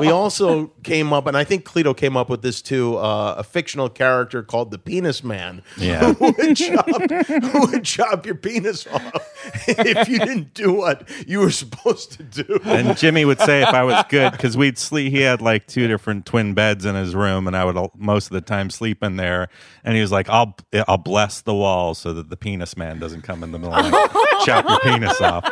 [SPEAKER 9] we also came up, and I think Cleto came up with this too. Uh, a fictional character called the Penis Man,
[SPEAKER 8] Yeah.
[SPEAKER 9] [LAUGHS] who would chop, who would chop your penis off if you didn't do what you were supposed to do.
[SPEAKER 8] and Jimmy would say if I was good because we'd sleep. He had like two different twin beds in his room, and I would al- most of the time sleep in there. And he was like, "I'll I'll bless the wall so that the penis man doesn't come in the middle and
[SPEAKER 6] [LAUGHS]
[SPEAKER 8] chop your penis off."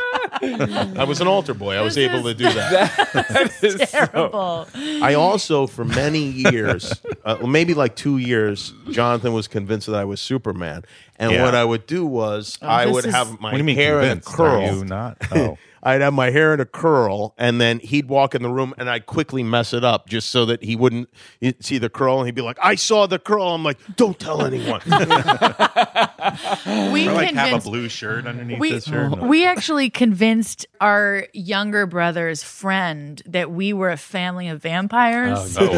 [SPEAKER 9] I was an altar boy. I was able to do that.
[SPEAKER 1] [LAUGHS]
[SPEAKER 6] Terrible.
[SPEAKER 9] I also, for many years, uh, maybe like two years, Jonathan was convinced that I was Superman. And
[SPEAKER 8] Yeah.
[SPEAKER 9] what I would do was I
[SPEAKER 6] Oh, this
[SPEAKER 9] would
[SPEAKER 6] is-
[SPEAKER 9] have my
[SPEAKER 8] what do you mean
[SPEAKER 9] hair
[SPEAKER 8] convinced?
[SPEAKER 9] in a curl.
[SPEAKER 8] Are you [LAUGHS] not? Oh.
[SPEAKER 9] [LAUGHS] I'd have my hair in a curl, and then he'd walk in the room, and I'd quickly mess it up just so that he wouldn't he'd see the curl, and he'd be like, "I saw the curl." I'm like, "Don't tell anyone." [LAUGHS]
[SPEAKER 6] We
[SPEAKER 8] Or like have a
[SPEAKER 6] convinced
[SPEAKER 8] blue shirt underneath
[SPEAKER 6] we,
[SPEAKER 8] this shirt.
[SPEAKER 6] we actually convinced our younger brother's friend that we were a family of vampires.
[SPEAKER 8] oh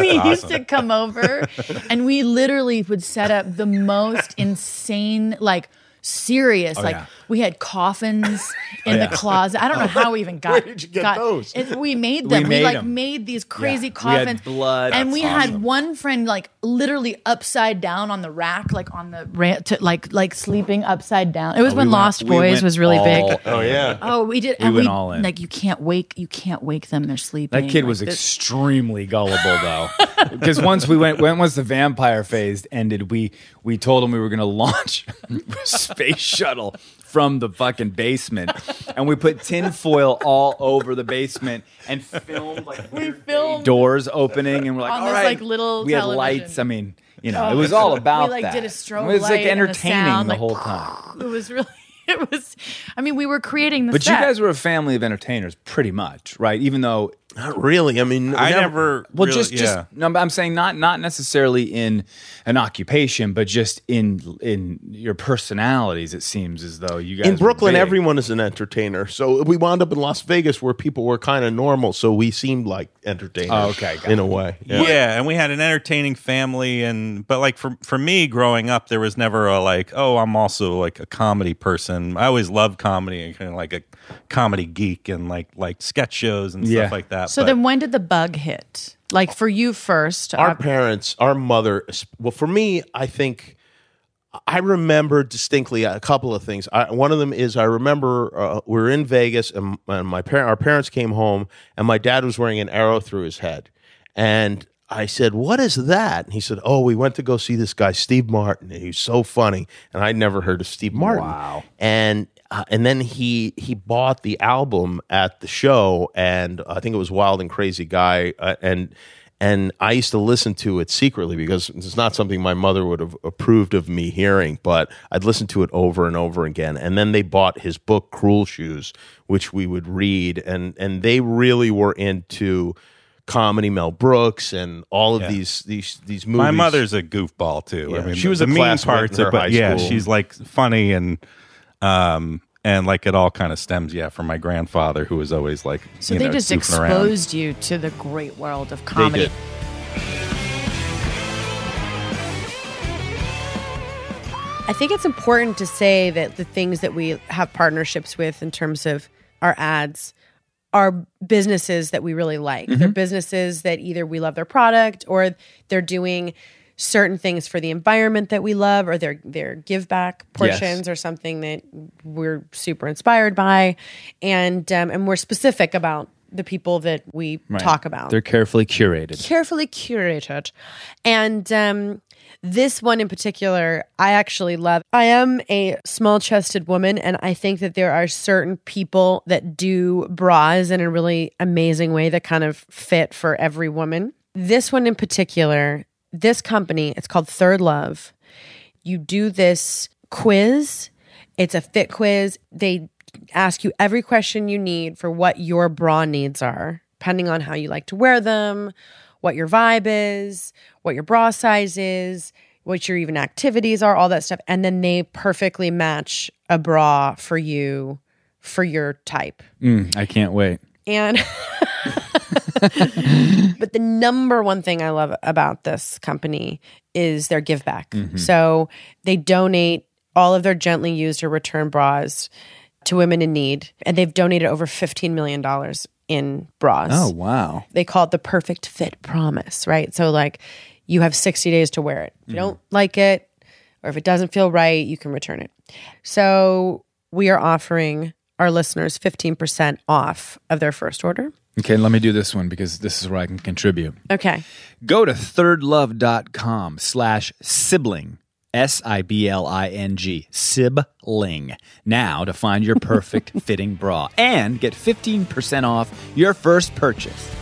[SPEAKER 6] [LAUGHS] we used to come over and we literally would set up the
[SPEAKER 1] [LAUGHS]
[SPEAKER 6] most insane, like serious.
[SPEAKER 1] Oh,
[SPEAKER 6] like
[SPEAKER 8] yeah.
[SPEAKER 6] we had coffins
[SPEAKER 1] [LAUGHS]
[SPEAKER 6] in the closet. I don't know how we even got,
[SPEAKER 9] did you get
[SPEAKER 6] got-
[SPEAKER 9] those?
[SPEAKER 6] it- we made them. We,
[SPEAKER 1] made
[SPEAKER 6] like
[SPEAKER 1] them.
[SPEAKER 6] made these crazy
[SPEAKER 1] We had
[SPEAKER 6] coffins.
[SPEAKER 1] blood.
[SPEAKER 6] And
[SPEAKER 1] That's
[SPEAKER 6] we
[SPEAKER 1] awesome.
[SPEAKER 6] had one friend like literally upside down on the rack, like on the ra- to, like like sleeping upside down. It was when
[SPEAKER 1] Oh, We went-
[SPEAKER 6] Lost
[SPEAKER 1] we
[SPEAKER 6] Boys
[SPEAKER 1] went
[SPEAKER 6] was really
[SPEAKER 1] all
[SPEAKER 6] big.
[SPEAKER 1] in.
[SPEAKER 9] yeah,
[SPEAKER 6] Oh, we did.
[SPEAKER 1] We
[SPEAKER 6] and
[SPEAKER 1] went all in.
[SPEAKER 6] Like you can't wake, you can't wake them. They're sleeping.
[SPEAKER 1] That kid
[SPEAKER 6] Like,
[SPEAKER 1] was
[SPEAKER 6] this- [LAUGHS]
[SPEAKER 1] extremely gullible though, because once we went, when once the vampire phase ended, we we told him we were going to [LAUGHS] launch a space shuttle from the fucking basement, and we put tin foil all over the basement and filmed like
[SPEAKER 6] We
[SPEAKER 1] weird
[SPEAKER 6] filmed
[SPEAKER 1] doors opening, and we're like,
[SPEAKER 6] on
[SPEAKER 1] all
[SPEAKER 6] this,
[SPEAKER 1] right,
[SPEAKER 6] like, little
[SPEAKER 1] we had
[SPEAKER 6] television. Oh,
[SPEAKER 1] lights. I mean, you know, it was all about
[SPEAKER 6] like,
[SPEAKER 1] that.
[SPEAKER 6] did a strobe
[SPEAKER 1] It was like
[SPEAKER 6] light and a
[SPEAKER 1] entertaining
[SPEAKER 6] sound,
[SPEAKER 1] the
[SPEAKER 6] like, [LAUGHS]
[SPEAKER 1] whole time.
[SPEAKER 6] It was really. It was. I mean, we were creating the.
[SPEAKER 1] But
[SPEAKER 6] set.
[SPEAKER 1] you guys were a family of entertainers, pretty much, right? Even though
[SPEAKER 9] not really. I mean,
[SPEAKER 8] I never.
[SPEAKER 1] Well,
[SPEAKER 8] really-
[SPEAKER 1] just just
[SPEAKER 8] yeah.
[SPEAKER 1] no, I'm saying not not necessarily in an occupation, but just in in your personalities. It seems as though you guys
[SPEAKER 9] in
[SPEAKER 1] were
[SPEAKER 9] Brooklyn,
[SPEAKER 1] big.
[SPEAKER 9] everyone is an entertainer. So we wound up in Las Vegas where people were kind of normal. So we seemed like entertainers.
[SPEAKER 1] Oh, okay, got
[SPEAKER 9] in
[SPEAKER 1] it.
[SPEAKER 9] a way.
[SPEAKER 8] Yeah. and we had an entertaining family, and but like for for me growing up, there was never a like, oh, I'm also like a comedy person. I always loved comedy and kind of like a comedy geek and like like sketch shows and
[SPEAKER 1] Yeah.
[SPEAKER 8] stuff like that.
[SPEAKER 5] So
[SPEAKER 8] but
[SPEAKER 5] then when did the bug hit? Like for you
[SPEAKER 6] uh,
[SPEAKER 5] first.
[SPEAKER 9] our
[SPEAKER 5] ob-
[SPEAKER 9] parents, our mother. Well, for me, I think I remember distinctly a couple of things. I, one of them is I remember uh, we were in Vegas, and, and my par- our parents came home, and my dad was wearing an arrow through his head, and. I said, "What is that?" And he said, "Oh, we went to go see this guy, Steve Martin, and he's so funny." And I'd never heard of Steve Martin.
[SPEAKER 1] Wow.
[SPEAKER 9] And uh, and then he he bought the album at the show, and I think it was Wild and Crazy Guy, uh, and and I used to listen to it secretly because it's not something my mother would have approved of me hearing, but I'd listen to it over and over again. And then they bought his book Cruel Shoes, which we would read, and and they really were into comedy Mel Brooks and all of these these these movies.
[SPEAKER 8] my mother's a goofball too.
[SPEAKER 9] Yeah.
[SPEAKER 8] I mean,
[SPEAKER 9] She
[SPEAKER 8] the-
[SPEAKER 9] was
[SPEAKER 8] the
[SPEAKER 9] a
[SPEAKER 8] mean
[SPEAKER 9] classmate
[SPEAKER 8] parts,
[SPEAKER 9] in
[SPEAKER 8] are
[SPEAKER 9] her
[SPEAKER 8] but
[SPEAKER 9] high
[SPEAKER 8] yeah,
[SPEAKER 9] school.
[SPEAKER 8] she's like funny and um and like it all kind of stems yeah from my grandfather who was always like
[SPEAKER 5] so
[SPEAKER 8] you
[SPEAKER 5] they
[SPEAKER 8] know,
[SPEAKER 5] just
[SPEAKER 8] goofing around.
[SPEAKER 5] exposed you to the great world of
[SPEAKER 9] they
[SPEAKER 5] comedy.
[SPEAKER 9] did.
[SPEAKER 7] I think it's important to say that the things that we have partnerships with in terms of our ads are businesses that we really like. They're businesses that either we love their product or they're doing certain things for the environment that we love or their their give back portions or something that we're super inspired by and um, and we're specific about the people that we talk about
[SPEAKER 1] They're carefully curated.
[SPEAKER 7] carefully curated and um, This one in particular, I actually love. I am a small chested woman, and I think that there are certain people that do bras in a really amazing way that kind of fit for every woman. This one in particular, this company, it's called Third Love. You do this quiz, it's a fit quiz. They ask you every question you need for what your bra needs are, depending on how you like to wear them, what your vibe is, what your bra size is, what your even activities are, all that stuff. And then they perfectly match a bra for you for your type.
[SPEAKER 1] Mm, I can't wait.
[SPEAKER 7] And [LAUGHS] but the number one thing I love about this company is their give back.
[SPEAKER 1] Mm-hmm.
[SPEAKER 7] So they donate all of their gently used or returned bras to women in need, and they've donated over fifteen million dollars in bras
[SPEAKER 1] Oh wow.
[SPEAKER 7] they call it the perfect fit promise, right? So like you have 60 days to wear it. If
[SPEAKER 1] Mm-hmm.
[SPEAKER 7] you don't like it or if it doesn't feel right, you can return it. So we are offering our listeners 15% off of their first order.
[SPEAKER 1] Okay, let me do this one because this is where I can contribute.
[SPEAKER 7] Okay.
[SPEAKER 1] Go to thirdlove.com slash sibling. S I B L I N G, sibling. Now to find your [LAUGHS] perfect fitting bra and get 15% off your first purchase.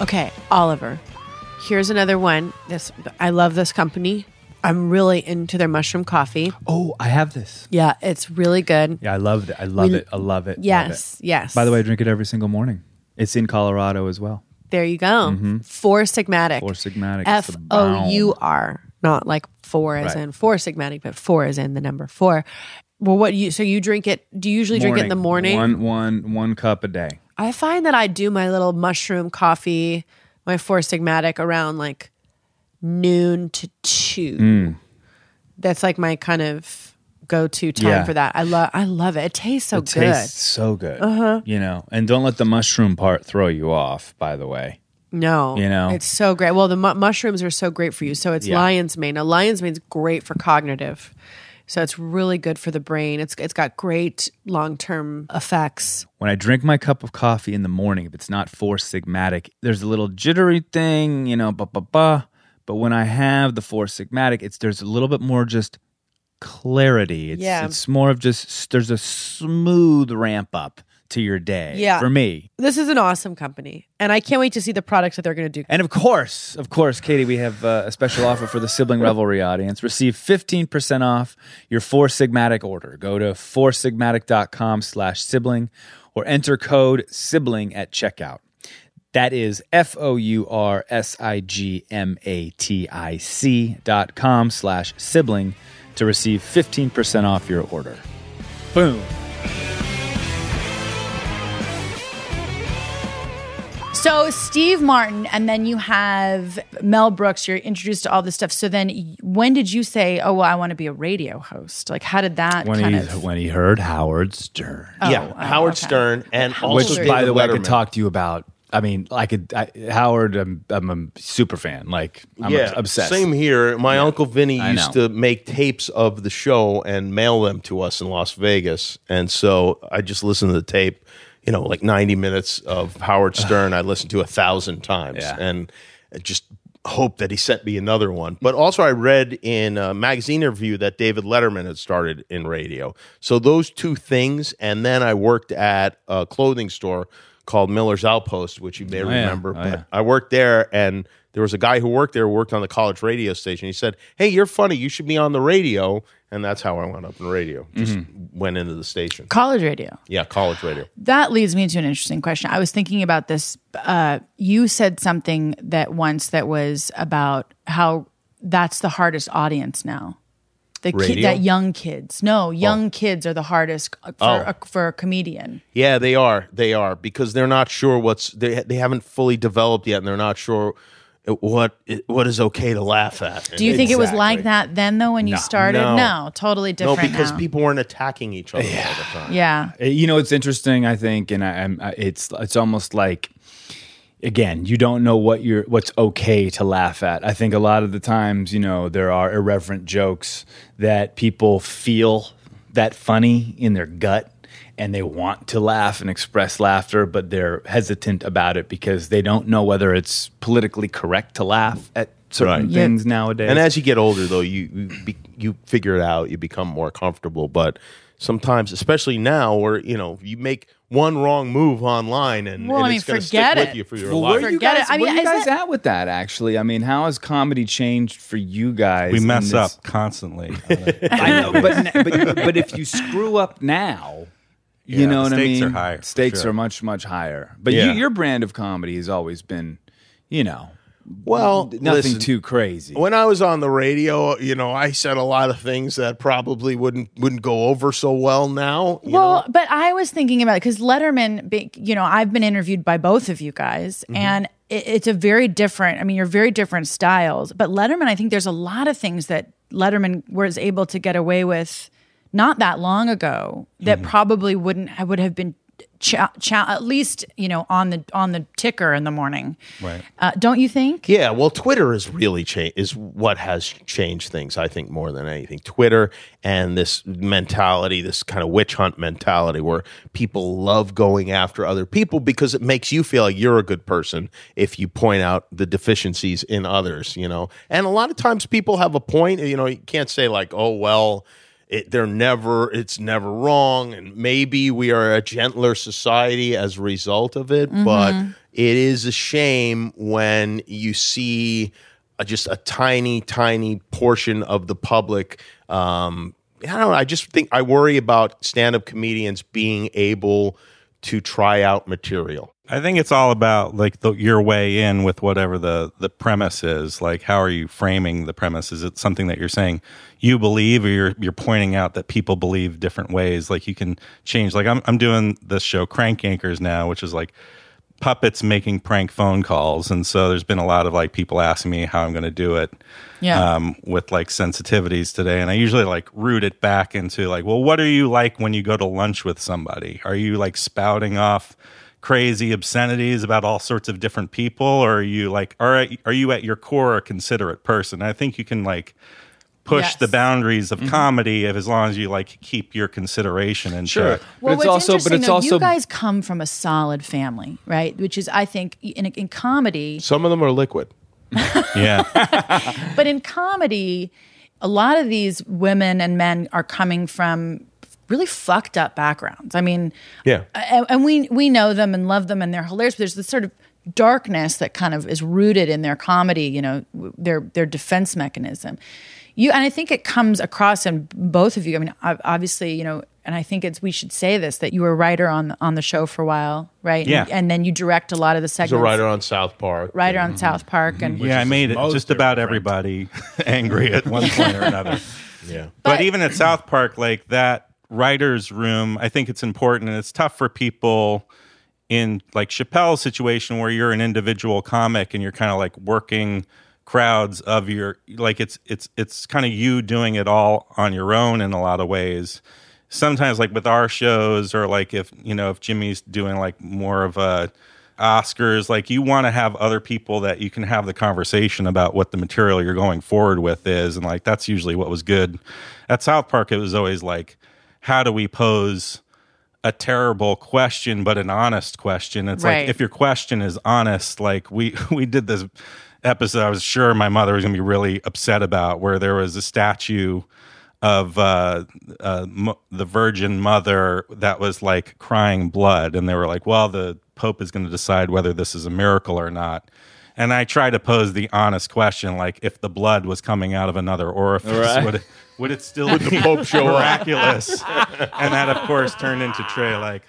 [SPEAKER 7] Okay, Oliver. Here's another one. This I love this company. I'm really into their mushroom coffee.
[SPEAKER 1] Oh, I have this.
[SPEAKER 7] Yeah, it's really good.
[SPEAKER 1] Yeah, I love it. I love
[SPEAKER 7] We-
[SPEAKER 1] it. I love it.
[SPEAKER 7] Yes,
[SPEAKER 1] Love it.
[SPEAKER 7] yes.
[SPEAKER 1] By the way, I drink it every single morning. It's in Colorado as well.
[SPEAKER 7] There you go. Four sigmatic.
[SPEAKER 1] Mm-hmm. Four sigmatic. It's
[SPEAKER 7] F
[SPEAKER 1] the
[SPEAKER 7] O U
[SPEAKER 1] bomb.
[SPEAKER 7] R, not like four as
[SPEAKER 1] Right.
[SPEAKER 7] in four sigmatic, but four as in the number four. Well, what you so you drink it? Do you usually drink it in the morning?
[SPEAKER 1] One, one, one cup a day.
[SPEAKER 7] I find that I do my little mushroom coffee, my four sigmatic around like noon to two.
[SPEAKER 1] Mm.
[SPEAKER 7] That's like my kind of go-to time
[SPEAKER 1] Yeah.
[SPEAKER 7] for that. I love, I love it. It tastes so
[SPEAKER 1] It
[SPEAKER 7] good.
[SPEAKER 1] tastes so good. Uh-huh. You know, and don't let the mushroom part throw you off, by the way.
[SPEAKER 7] No,
[SPEAKER 1] You know?
[SPEAKER 7] it's so great. Well, the mu- mushrooms are so great for you. So it's
[SPEAKER 1] Yeah.
[SPEAKER 7] lion's mane. Now, lion's mane's great for cognitive. So it's really good for the brain. It's it's got great long term effects.
[SPEAKER 1] When I drink my cup of coffee in the morning, if it's not four sigmatic, there's a little jittery thing, you know, ba ba ba. But when I have the four sigmatic, it's there's a little bit more just clarity. It's
[SPEAKER 7] Yeah.
[SPEAKER 1] it's more of just there's a smooth ramp up to your day.
[SPEAKER 7] Yeah.
[SPEAKER 1] For me.
[SPEAKER 7] This is an awesome company, and I can't wait to see the products that they're going to do.
[SPEAKER 1] And of course, of course, Katie, we have uh, a special offer for the Sibling Revelry audience. Receive 15% off your Four Sigmatic order. Go to foursigmatic.com slash sibling or enter code sibling at checkout. That is F-O-U-R-S-I-G-M-A-T-I-C dot com slash sibling to receive 15% off your order. Boom.
[SPEAKER 6] So Steve Martin, and then you have Mel Brooks. You're introduced to all this stuff. So then, y- when did you say, "Oh, well, I want to be a radio host"? Like, how did that
[SPEAKER 1] When
[SPEAKER 6] kind
[SPEAKER 1] he,
[SPEAKER 6] of?
[SPEAKER 1] when he heard Howard Stern.
[SPEAKER 9] yeah, Oh, Howard Stern and also
[SPEAKER 1] which
[SPEAKER 9] David
[SPEAKER 1] by the way i could
[SPEAKER 9] Letterman.
[SPEAKER 1] talk to you about i mean i could I, howard I'm, I'm a super fan like i'm obs- obsessed
[SPEAKER 9] Same here. My uncle Vinny
[SPEAKER 1] I
[SPEAKER 9] used
[SPEAKER 1] know.
[SPEAKER 9] to make tapes of the show and mail them to us in Las Vegas, and so I just listened to the tape. You know, like ninety minutes of Howard Stern, I listened to a thousand times,
[SPEAKER 1] Yeah.
[SPEAKER 9] and just hope that he sent me another one. But also, I read in a magazine review that David Letterman had started in radio. So those two things, and then I worked at a clothing store called Miller's Outpost, which you may
[SPEAKER 1] yeah.
[SPEAKER 9] remember.
[SPEAKER 1] Oh,
[SPEAKER 9] but
[SPEAKER 1] yeah.
[SPEAKER 9] I worked there, and there was a guy who worked there, who worked on the college radio station. He said, "Hey, you're funny. You should be on the radio." And that's how I wound up in radio. Just
[SPEAKER 1] Mm-hmm.
[SPEAKER 9] went into the station.
[SPEAKER 6] College radio.
[SPEAKER 9] Yeah, college radio.
[SPEAKER 6] That leads me to an interesting question. I was thinking about this. Uh, you said something that once that was about how that's the hardest audience now. The ki-
[SPEAKER 9] Radio?
[SPEAKER 6] that young kids. No, young kids are the hardest c- for,
[SPEAKER 9] Oh.
[SPEAKER 6] a, for a comedian.
[SPEAKER 9] Yeah, they are. They are because they're not sure what's they they haven't fully developed yet, and they're not sure what what is okay to laugh at.
[SPEAKER 6] Do you think it was like
[SPEAKER 1] Exactly.
[SPEAKER 6] that then though when you started?
[SPEAKER 9] No.
[SPEAKER 6] No, totally
[SPEAKER 9] no,
[SPEAKER 6] different.
[SPEAKER 9] because
[SPEAKER 6] now.
[SPEAKER 9] people weren't attacking each other all the time.
[SPEAKER 6] Yeah.
[SPEAKER 1] Uh, you know it's interesting i think and I, I'm, I, it's it's almost like again you don't know what you're what's okay to laugh at i think a lot of the times you know there are irreverent jokes that people feel that funny in their gut and they want to laugh and express laughter, but they're hesitant about it because they don't know whether it's politically correct to laugh at certain
[SPEAKER 9] Right.
[SPEAKER 1] things nowadays.
[SPEAKER 9] And as you get older, though, you you, be, you figure it out. You become more comfortable. But sometimes, especially now, where you know you make one wrong move online, and,
[SPEAKER 6] Well,
[SPEAKER 9] and
[SPEAKER 6] I mean,
[SPEAKER 9] it's gonna
[SPEAKER 6] forget
[SPEAKER 9] stick
[SPEAKER 6] it.
[SPEAKER 9] with you for your
[SPEAKER 1] well, where
[SPEAKER 9] life.
[SPEAKER 1] are you
[SPEAKER 6] Forget
[SPEAKER 1] guys,
[SPEAKER 6] it. I
[SPEAKER 1] where
[SPEAKER 6] mean,
[SPEAKER 1] you
[SPEAKER 6] is
[SPEAKER 1] guys
[SPEAKER 6] that-
[SPEAKER 1] at with that? Actually, I mean, how has comedy changed for you guys?
[SPEAKER 8] We
[SPEAKER 1] in
[SPEAKER 8] mess
[SPEAKER 1] this-
[SPEAKER 8] up constantly.
[SPEAKER 9] [LAUGHS]
[SPEAKER 1] I know, but, n- but but if you screw up now, you
[SPEAKER 8] Yeah,
[SPEAKER 1] know
[SPEAKER 8] the
[SPEAKER 1] what I mean.
[SPEAKER 8] stakes are higher, for
[SPEAKER 1] Stakes
[SPEAKER 8] sure.
[SPEAKER 1] are much much higher. But
[SPEAKER 9] Yeah.
[SPEAKER 1] you, your brand of comedy has always been, you know,
[SPEAKER 9] well,
[SPEAKER 1] nothing
[SPEAKER 9] listen,
[SPEAKER 1] too crazy.
[SPEAKER 9] When I was on the radio, you know, I said a lot of things that probably wouldn't wouldn't go over so well now. you
[SPEAKER 6] Well,
[SPEAKER 9] know?
[SPEAKER 6] but I was thinking about it because Letterman, be- you know, I've been interviewed by both of you guys,
[SPEAKER 1] Mm-hmm.
[SPEAKER 6] and it, it's a very different. I mean, you're very different styles. But Letterman, I think there's a lot of things that Letterman was able to get away with not that long ago that
[SPEAKER 1] Mm-hmm.
[SPEAKER 6] probably wouldn't I would have been. Cha- cha- at least you know on the on the ticker in the morning, right? Uh, don't you think?
[SPEAKER 9] Yeah, well, Twitter is really cha- is what has changed things. I think more than anything, Twitter and this mentality, this kind of witch hunt mentality, where people love going after other people because it makes you feel like you're a good person if you point out the deficiencies in others. You know, and a lot of times people have a point. You know, you can't say like, oh well. It, they're never it's never wrong and maybe we are a gentler society as a result of it
[SPEAKER 1] Mm-hmm.
[SPEAKER 9] but it is a shame when you see a, just a tiny tiny portion of the public um i don't know i just think i worry about stand-up comedians being able to try out material
[SPEAKER 8] I think it's all about like the, your way in with whatever the the premise is. Like, how are you framing the premise? Is it something that you're saying you believe, or you're you're pointing out that people believe different ways? Like, you can change. Like, I'm I'm doing this show Crank Anchors now, which is like puppets making prank phone calls, and so there's been a lot of like people asking me how I'm going to do it
[SPEAKER 6] Yeah.
[SPEAKER 8] um, with like sensitivities today. And I usually like root it back into like, well, what are you like when you go to lunch with somebody? Are you like spouting off crazy obscenities about all sorts of different people? Or are you like, all right, are you at your core a considerate person? I think you can like push
[SPEAKER 6] Yes. Mm-hmm.
[SPEAKER 8] the boundaries of comedy if, as long as you like keep your consideration and
[SPEAKER 1] sure,
[SPEAKER 6] Well,
[SPEAKER 1] but it's
[SPEAKER 6] what's
[SPEAKER 1] also but
[SPEAKER 6] interesting,
[SPEAKER 1] it's
[SPEAKER 6] though,
[SPEAKER 1] also
[SPEAKER 6] you guys come from a solid family, right? Which is, I think, in, in comedy,
[SPEAKER 9] some of them are liquid
[SPEAKER 8] yeah.
[SPEAKER 6] but in comedy, a lot of these women and men are coming from really fucked up backgrounds. I mean,
[SPEAKER 9] Yeah.
[SPEAKER 6] and, and we we know them and love them and they're hilarious. But there's this sort of darkness that kind of is rooted in their comedy. You know, w- their their defense mechanism. You and I think it comes across in both of you. I mean, ob- obviously, you know, and I think it's we should say this that you were a writer on on the show for a while, right?
[SPEAKER 8] Yeah.
[SPEAKER 6] and, and then you direct a lot of the segments.
[SPEAKER 9] there's a writer on south park
[SPEAKER 6] writer on South Park, and
[SPEAKER 8] yeah, I made it
[SPEAKER 10] most
[SPEAKER 8] just about
[SPEAKER 10] different.
[SPEAKER 8] everybody [LAUGHS] angry at one
[SPEAKER 10] [LAUGHS]
[SPEAKER 8] point or another.
[SPEAKER 9] yeah
[SPEAKER 8] but,
[SPEAKER 6] But-
[SPEAKER 8] even at South Park, like that writer's room, I think it's important and it's tough for people in like Chappelle's situation where you're an individual comic and you're kind of like working crowds of your like it's it's it's kind of you doing it all on your own in a lot of ways. Sometimes like with our shows or like if you know if Jimmy's doing like more of a Oscars, like you want to have other people that you can have the conversation about what the material you're going forward with is. And like that's usually what was good. At South Park, it was always like, how do we pose a terrible question, but an honest question? It's
[SPEAKER 6] Right.
[SPEAKER 8] like if your question is honest, like we [LAUGHS] we did this episode I was sure my mother was gonna be really upset about where there was a statue of uh, uh, m- the Virgin Mother that was like crying blood, and they were like, "Well, the Pope is going to decide whether this is a miracle or not." And I try to pose the honest question, like if the blood was coming out of another orifice, would it, would it still would be the [LAUGHS] Pope show miraculous? and that, of course, turned into Trey like.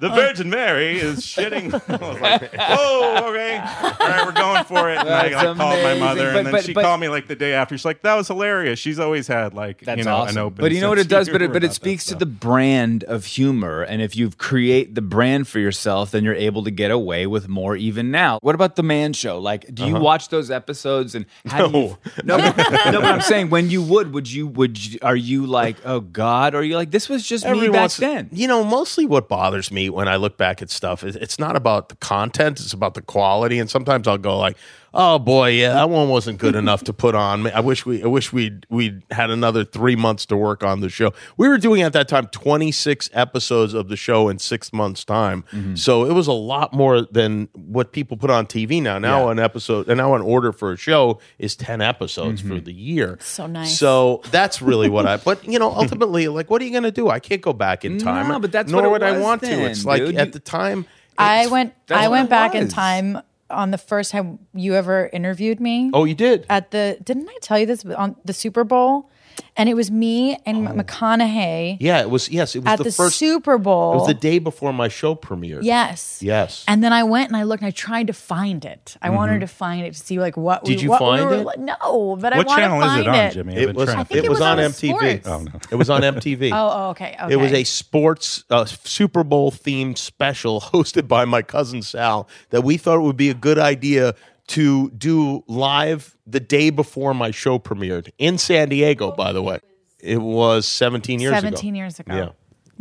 [SPEAKER 8] The Virgin Mary is shitting. [LAUGHS] I was like, "Oh, okay, all right, we're going for it." And I,
[SPEAKER 1] That's
[SPEAKER 8] like, called my
[SPEAKER 1] amazing.
[SPEAKER 8] mother,
[SPEAKER 1] But-
[SPEAKER 8] and then
[SPEAKER 1] but-
[SPEAKER 8] she
[SPEAKER 1] but-
[SPEAKER 8] called me like the day after. She's like, "That was hilarious." She's always had like
[SPEAKER 1] That's
[SPEAKER 8] you know,
[SPEAKER 1] awesome.
[SPEAKER 8] an open.
[SPEAKER 1] but you know what
[SPEAKER 8] sense
[SPEAKER 1] it does, but
[SPEAKER 8] of
[SPEAKER 1] it, but it
[SPEAKER 8] humor about that
[SPEAKER 1] speaks to
[SPEAKER 8] stuff.
[SPEAKER 1] the brand of humor, and if you create the brand for yourself, then you're able to get away with more even now. What about the Man Show? Like, do
[SPEAKER 8] Uh-huh.
[SPEAKER 1] you watch those episodes? And how do you, [LAUGHS] no, but, no, but I'm saying when you would, would you would you, are you like oh God? Or are you like this was just me back
[SPEAKER 9] once-
[SPEAKER 1] then?
[SPEAKER 9] You know, mostly what bothers me when I look back at stuff is it's not about the content, it's about the quality. And sometimes I'll go like, oh boy, yeah, that one wasn't good enough to put on. I wish we, I wish we, we had another three months to work on the show. We were doing at that time twenty six episodes of the show in six months' time, so it was a lot more than what people put on TV now. Now an episode, and now an order for a show is ten episodes for the year.
[SPEAKER 6] So nice.
[SPEAKER 9] So that's really what I. But you know, ultimately, like, what are you going to do? I can't go back in time.
[SPEAKER 1] No, but that's
[SPEAKER 9] nor
[SPEAKER 1] what it
[SPEAKER 9] would I
[SPEAKER 1] was
[SPEAKER 9] want to.
[SPEAKER 1] then,
[SPEAKER 9] It's like
[SPEAKER 1] dude.
[SPEAKER 9] at
[SPEAKER 1] You-
[SPEAKER 9] the time.
[SPEAKER 6] I
[SPEAKER 9] it's-
[SPEAKER 6] went.
[SPEAKER 1] that's
[SPEAKER 6] I
[SPEAKER 1] what
[SPEAKER 6] went
[SPEAKER 1] it
[SPEAKER 6] back in
[SPEAKER 1] was.
[SPEAKER 6] time on the first time you ever interviewed me.
[SPEAKER 9] Oh, you did.
[SPEAKER 6] at the didn't I tell you this on the Super Bowl? And it was me and McConaughey
[SPEAKER 9] Oh. Yeah, it was. Yes, it was
[SPEAKER 6] at
[SPEAKER 9] the,
[SPEAKER 6] the,
[SPEAKER 9] first.
[SPEAKER 6] Super Bowl.
[SPEAKER 9] It was the day before my show premiered.
[SPEAKER 6] yes.
[SPEAKER 9] Yes.
[SPEAKER 6] And then I went and I looked and I tried to find it.
[SPEAKER 9] Mm-hmm.
[SPEAKER 6] I wanted to find it to see like what
[SPEAKER 9] Did
[SPEAKER 6] we,
[SPEAKER 9] you
[SPEAKER 6] what
[SPEAKER 9] find
[SPEAKER 6] we were,
[SPEAKER 9] it?
[SPEAKER 6] like- No, but I
[SPEAKER 8] What
[SPEAKER 6] want
[SPEAKER 8] channel
[SPEAKER 6] to
[SPEAKER 8] is
[SPEAKER 6] find
[SPEAKER 8] it on, Jimmy? I've
[SPEAKER 9] it
[SPEAKER 8] been
[SPEAKER 9] was.
[SPEAKER 8] trying to
[SPEAKER 9] It,
[SPEAKER 8] figure
[SPEAKER 9] was,
[SPEAKER 6] was
[SPEAKER 9] on,
[SPEAKER 6] on
[SPEAKER 9] MTV.
[SPEAKER 6] sports. Oh,
[SPEAKER 8] no.
[SPEAKER 9] It was on MTV.
[SPEAKER 6] [LAUGHS] Oh, okay, okay.
[SPEAKER 9] It was a sports uh, Super Bowl themed special [LAUGHS] hosted by my cousin Sal that we thought would be a good idea to do live the day before my show premiered in San Diego. By the way, it was 17 years ago.
[SPEAKER 6] 17 years ago.
[SPEAKER 9] Yeah,
[SPEAKER 6] Isn't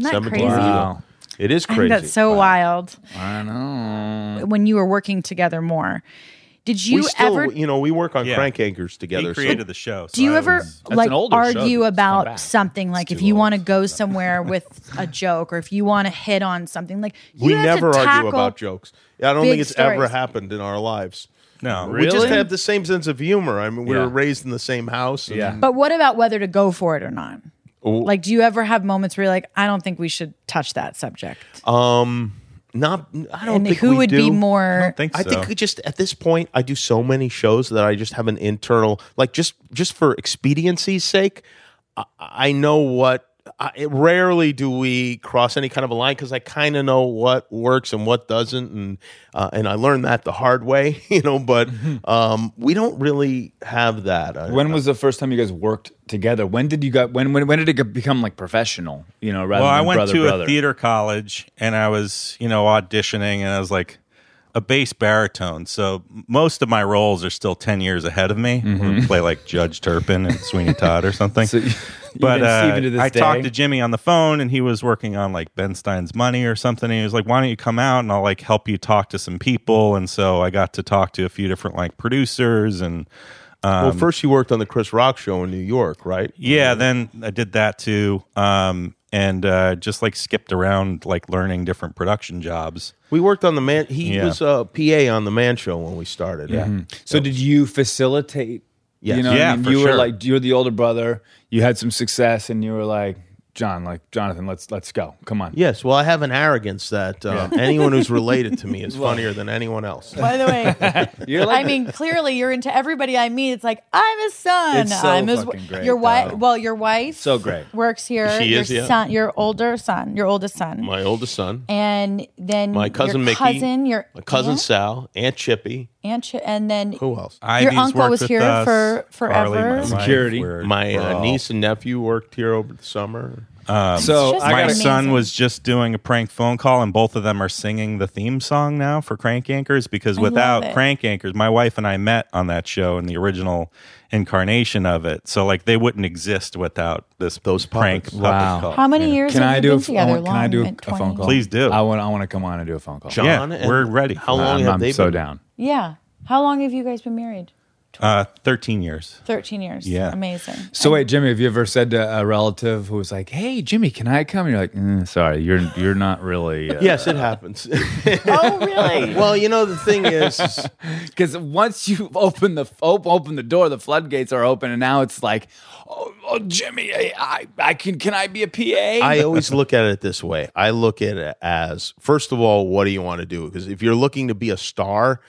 [SPEAKER 6] that
[SPEAKER 9] 17
[SPEAKER 6] crazy?
[SPEAKER 9] years ago.
[SPEAKER 1] Wow.
[SPEAKER 9] It is
[SPEAKER 6] I
[SPEAKER 9] crazy.
[SPEAKER 6] think that's so wild
[SPEAKER 1] I know.
[SPEAKER 6] when you were working together more. Did
[SPEAKER 9] we
[SPEAKER 6] you
[SPEAKER 9] still,
[SPEAKER 6] ever
[SPEAKER 9] you know, we work on
[SPEAKER 8] Yeah.
[SPEAKER 9] crank anchors together.
[SPEAKER 8] He
[SPEAKER 9] so-
[SPEAKER 8] created the show. so
[SPEAKER 6] do you
[SPEAKER 8] I
[SPEAKER 6] ever
[SPEAKER 8] was-
[SPEAKER 1] an
[SPEAKER 6] like
[SPEAKER 1] older show that's
[SPEAKER 6] argue
[SPEAKER 1] come
[SPEAKER 6] about
[SPEAKER 1] back.
[SPEAKER 6] something like
[SPEAKER 1] It's
[SPEAKER 6] if
[SPEAKER 1] too
[SPEAKER 6] you
[SPEAKER 1] old.
[SPEAKER 6] want to go
[SPEAKER 1] [LAUGHS]
[SPEAKER 6] somewhere with a joke or if you want to hit on something like you
[SPEAKER 9] we
[SPEAKER 6] have
[SPEAKER 9] never
[SPEAKER 6] to
[SPEAKER 9] argue
[SPEAKER 6] tackle,
[SPEAKER 9] about jokes. I don't
[SPEAKER 6] big
[SPEAKER 9] think it's ever
[SPEAKER 6] stories.
[SPEAKER 9] happened in our lives.
[SPEAKER 8] No,
[SPEAKER 9] We just
[SPEAKER 1] Really?
[SPEAKER 9] have the same sense of humor. I mean, we
[SPEAKER 1] Yeah.
[SPEAKER 9] were raised in the same house. and-
[SPEAKER 1] Yeah.
[SPEAKER 6] But what about whether to go for it or not?
[SPEAKER 9] Oh.
[SPEAKER 6] Like, do you ever have moments where you're like, I don't think we should touch that subject?
[SPEAKER 9] Um, not. I don't
[SPEAKER 6] and
[SPEAKER 9] think
[SPEAKER 6] who
[SPEAKER 9] we
[SPEAKER 6] would be
[SPEAKER 9] do.
[SPEAKER 6] more?
[SPEAKER 8] I think so.
[SPEAKER 9] I think we just at this point, I do so many shows that I just have an internal like just just for expediency's sake. I, I know what. I, rarely do we cross any kind of a line because I kind of know what works and what doesn't, and uh, and I learned that the hard way, [LAUGHS] you know. But um, we don't really have that. Uh, I-
[SPEAKER 1] When was the first time you guys worked together? When did you got when when, when did it become like professional? You know, rather
[SPEAKER 8] Well,
[SPEAKER 1] than
[SPEAKER 8] I went
[SPEAKER 1] brother,
[SPEAKER 8] to
[SPEAKER 1] brother.
[SPEAKER 8] a theater college and I was, you know, auditioning and I was like a bass baritone. So m- most of my roles are still 10 years ahead of me. I [LAUGHS] Play like Judge Turpin and Sweeney Todd or something.
[SPEAKER 1] Mm-hmm. So, [LAUGHS] even-
[SPEAKER 8] but uh,
[SPEAKER 1] even to this
[SPEAKER 8] I
[SPEAKER 1] day?
[SPEAKER 8] talked to Jimmy on the phone and he was working on like Ben Stein's Money or something. And he was like, why don't you come out and I'll like help you talk to some people. And so I got to talk to a few different like producers and
[SPEAKER 9] well, first you worked on the Chris Rock show in New York, right?
[SPEAKER 8] Yeah, then I did that too. Um, and uh, just like skipped around, like learning different production jobs.
[SPEAKER 9] We worked on the man. He
[SPEAKER 8] Yeah.
[SPEAKER 9] was uh, a PA on the Man Show when we started. Yeah.
[SPEAKER 1] So did you facilitate?
[SPEAKER 9] Yes.
[SPEAKER 1] You know, what
[SPEAKER 8] Yeah,
[SPEAKER 1] I mean?
[SPEAKER 8] for
[SPEAKER 1] you were
[SPEAKER 8] sure.
[SPEAKER 1] like you were the older brother. You had some success, and you were like John, like Jonathan, let's let's go. Come on.
[SPEAKER 9] Yes. Well, I have an arrogance that uh, anyone who's related to [LAUGHS] me is funnier than anyone [LAUGHS] else.
[SPEAKER 6] By the way,
[SPEAKER 1] You're like
[SPEAKER 6] I mean, clearly you're into everybody I meet. It's like I'm his son.
[SPEAKER 1] It's so
[SPEAKER 6] I'm his
[SPEAKER 1] fucking great,
[SPEAKER 6] your wife.
[SPEAKER 1] though.
[SPEAKER 6] Well, your wife
[SPEAKER 1] So great.
[SPEAKER 6] works here.
[SPEAKER 9] She
[SPEAKER 6] your
[SPEAKER 9] is, yeah.
[SPEAKER 6] son, your older son, your oldest son,
[SPEAKER 9] My oldest son,
[SPEAKER 6] and then
[SPEAKER 9] my cousin
[SPEAKER 6] your
[SPEAKER 9] Mickey,
[SPEAKER 6] cousin, your
[SPEAKER 9] my cousin
[SPEAKER 6] aunt,
[SPEAKER 9] Sal, Aunt Chippy.
[SPEAKER 6] aunt, Chi- and then
[SPEAKER 9] Who else?
[SPEAKER 8] Ivy's
[SPEAKER 6] uncle
[SPEAKER 8] worked
[SPEAKER 6] was
[SPEAKER 8] with
[SPEAKER 6] here
[SPEAKER 8] us.
[SPEAKER 6] for-
[SPEAKER 8] Carly, my
[SPEAKER 6] forever.
[SPEAKER 8] wife,
[SPEAKER 1] Security.
[SPEAKER 8] we're-
[SPEAKER 9] My
[SPEAKER 8] we're
[SPEAKER 9] uh,
[SPEAKER 8] all-
[SPEAKER 9] niece and nephew worked here over the summer.
[SPEAKER 1] so
[SPEAKER 6] just
[SPEAKER 1] I
[SPEAKER 8] My
[SPEAKER 1] got
[SPEAKER 6] amazing.
[SPEAKER 8] son was just doing a prank phone call, and both of them are singing the theme song now for Crank Anchors. Because without
[SPEAKER 6] it.
[SPEAKER 8] Crank Anchors, my wife and I met on that show in the original incarnation of it. So like they wouldn't exist without this those prank
[SPEAKER 9] puppets.
[SPEAKER 8] puppet
[SPEAKER 1] Wow.
[SPEAKER 8] call.
[SPEAKER 6] how many years
[SPEAKER 1] Can
[SPEAKER 6] have
[SPEAKER 1] I
[SPEAKER 6] you
[SPEAKER 1] do? A,
[SPEAKER 6] been
[SPEAKER 1] f- I
[SPEAKER 6] together?
[SPEAKER 1] want- can I
[SPEAKER 6] Long? At
[SPEAKER 1] do a, a
[SPEAKER 6] 20?
[SPEAKER 1] phone call?
[SPEAKER 8] Please do.
[SPEAKER 1] I want. I want to come on and do a phone call.
[SPEAKER 9] John,
[SPEAKER 8] Yeah,
[SPEAKER 9] and-
[SPEAKER 8] we're ready.
[SPEAKER 9] How long
[SPEAKER 1] I'm,
[SPEAKER 9] have
[SPEAKER 1] I'm
[SPEAKER 9] they
[SPEAKER 1] so
[SPEAKER 9] been?
[SPEAKER 1] down.
[SPEAKER 6] Yeah. How long have you guys been married?
[SPEAKER 8] Uh, Thirteen years.
[SPEAKER 6] 13 years.
[SPEAKER 8] Yeah.
[SPEAKER 6] Amazing.
[SPEAKER 1] So wait, Jimmy, have you ever said to a relative who was like, "Hey, Jimmy, can I come?" And you're like, "Mm, "Sorry, you're you're not really." Uh,
[SPEAKER 9] Yes, it happens.
[SPEAKER 6] oh, really?
[SPEAKER 9] [LAUGHS] well, you know the thing is, [LAUGHS] is
[SPEAKER 1] Because once you [LAUGHS] open the op- open the door, the floodgates are open, and now it's like, oh, oh, Jimmy, I, I, I can can I be a
[SPEAKER 6] [LAUGHS]
[SPEAKER 1] PA?
[SPEAKER 9] I always look at it this way. I look at it as first of all, what do you want to do? Because if you're looking to be a star,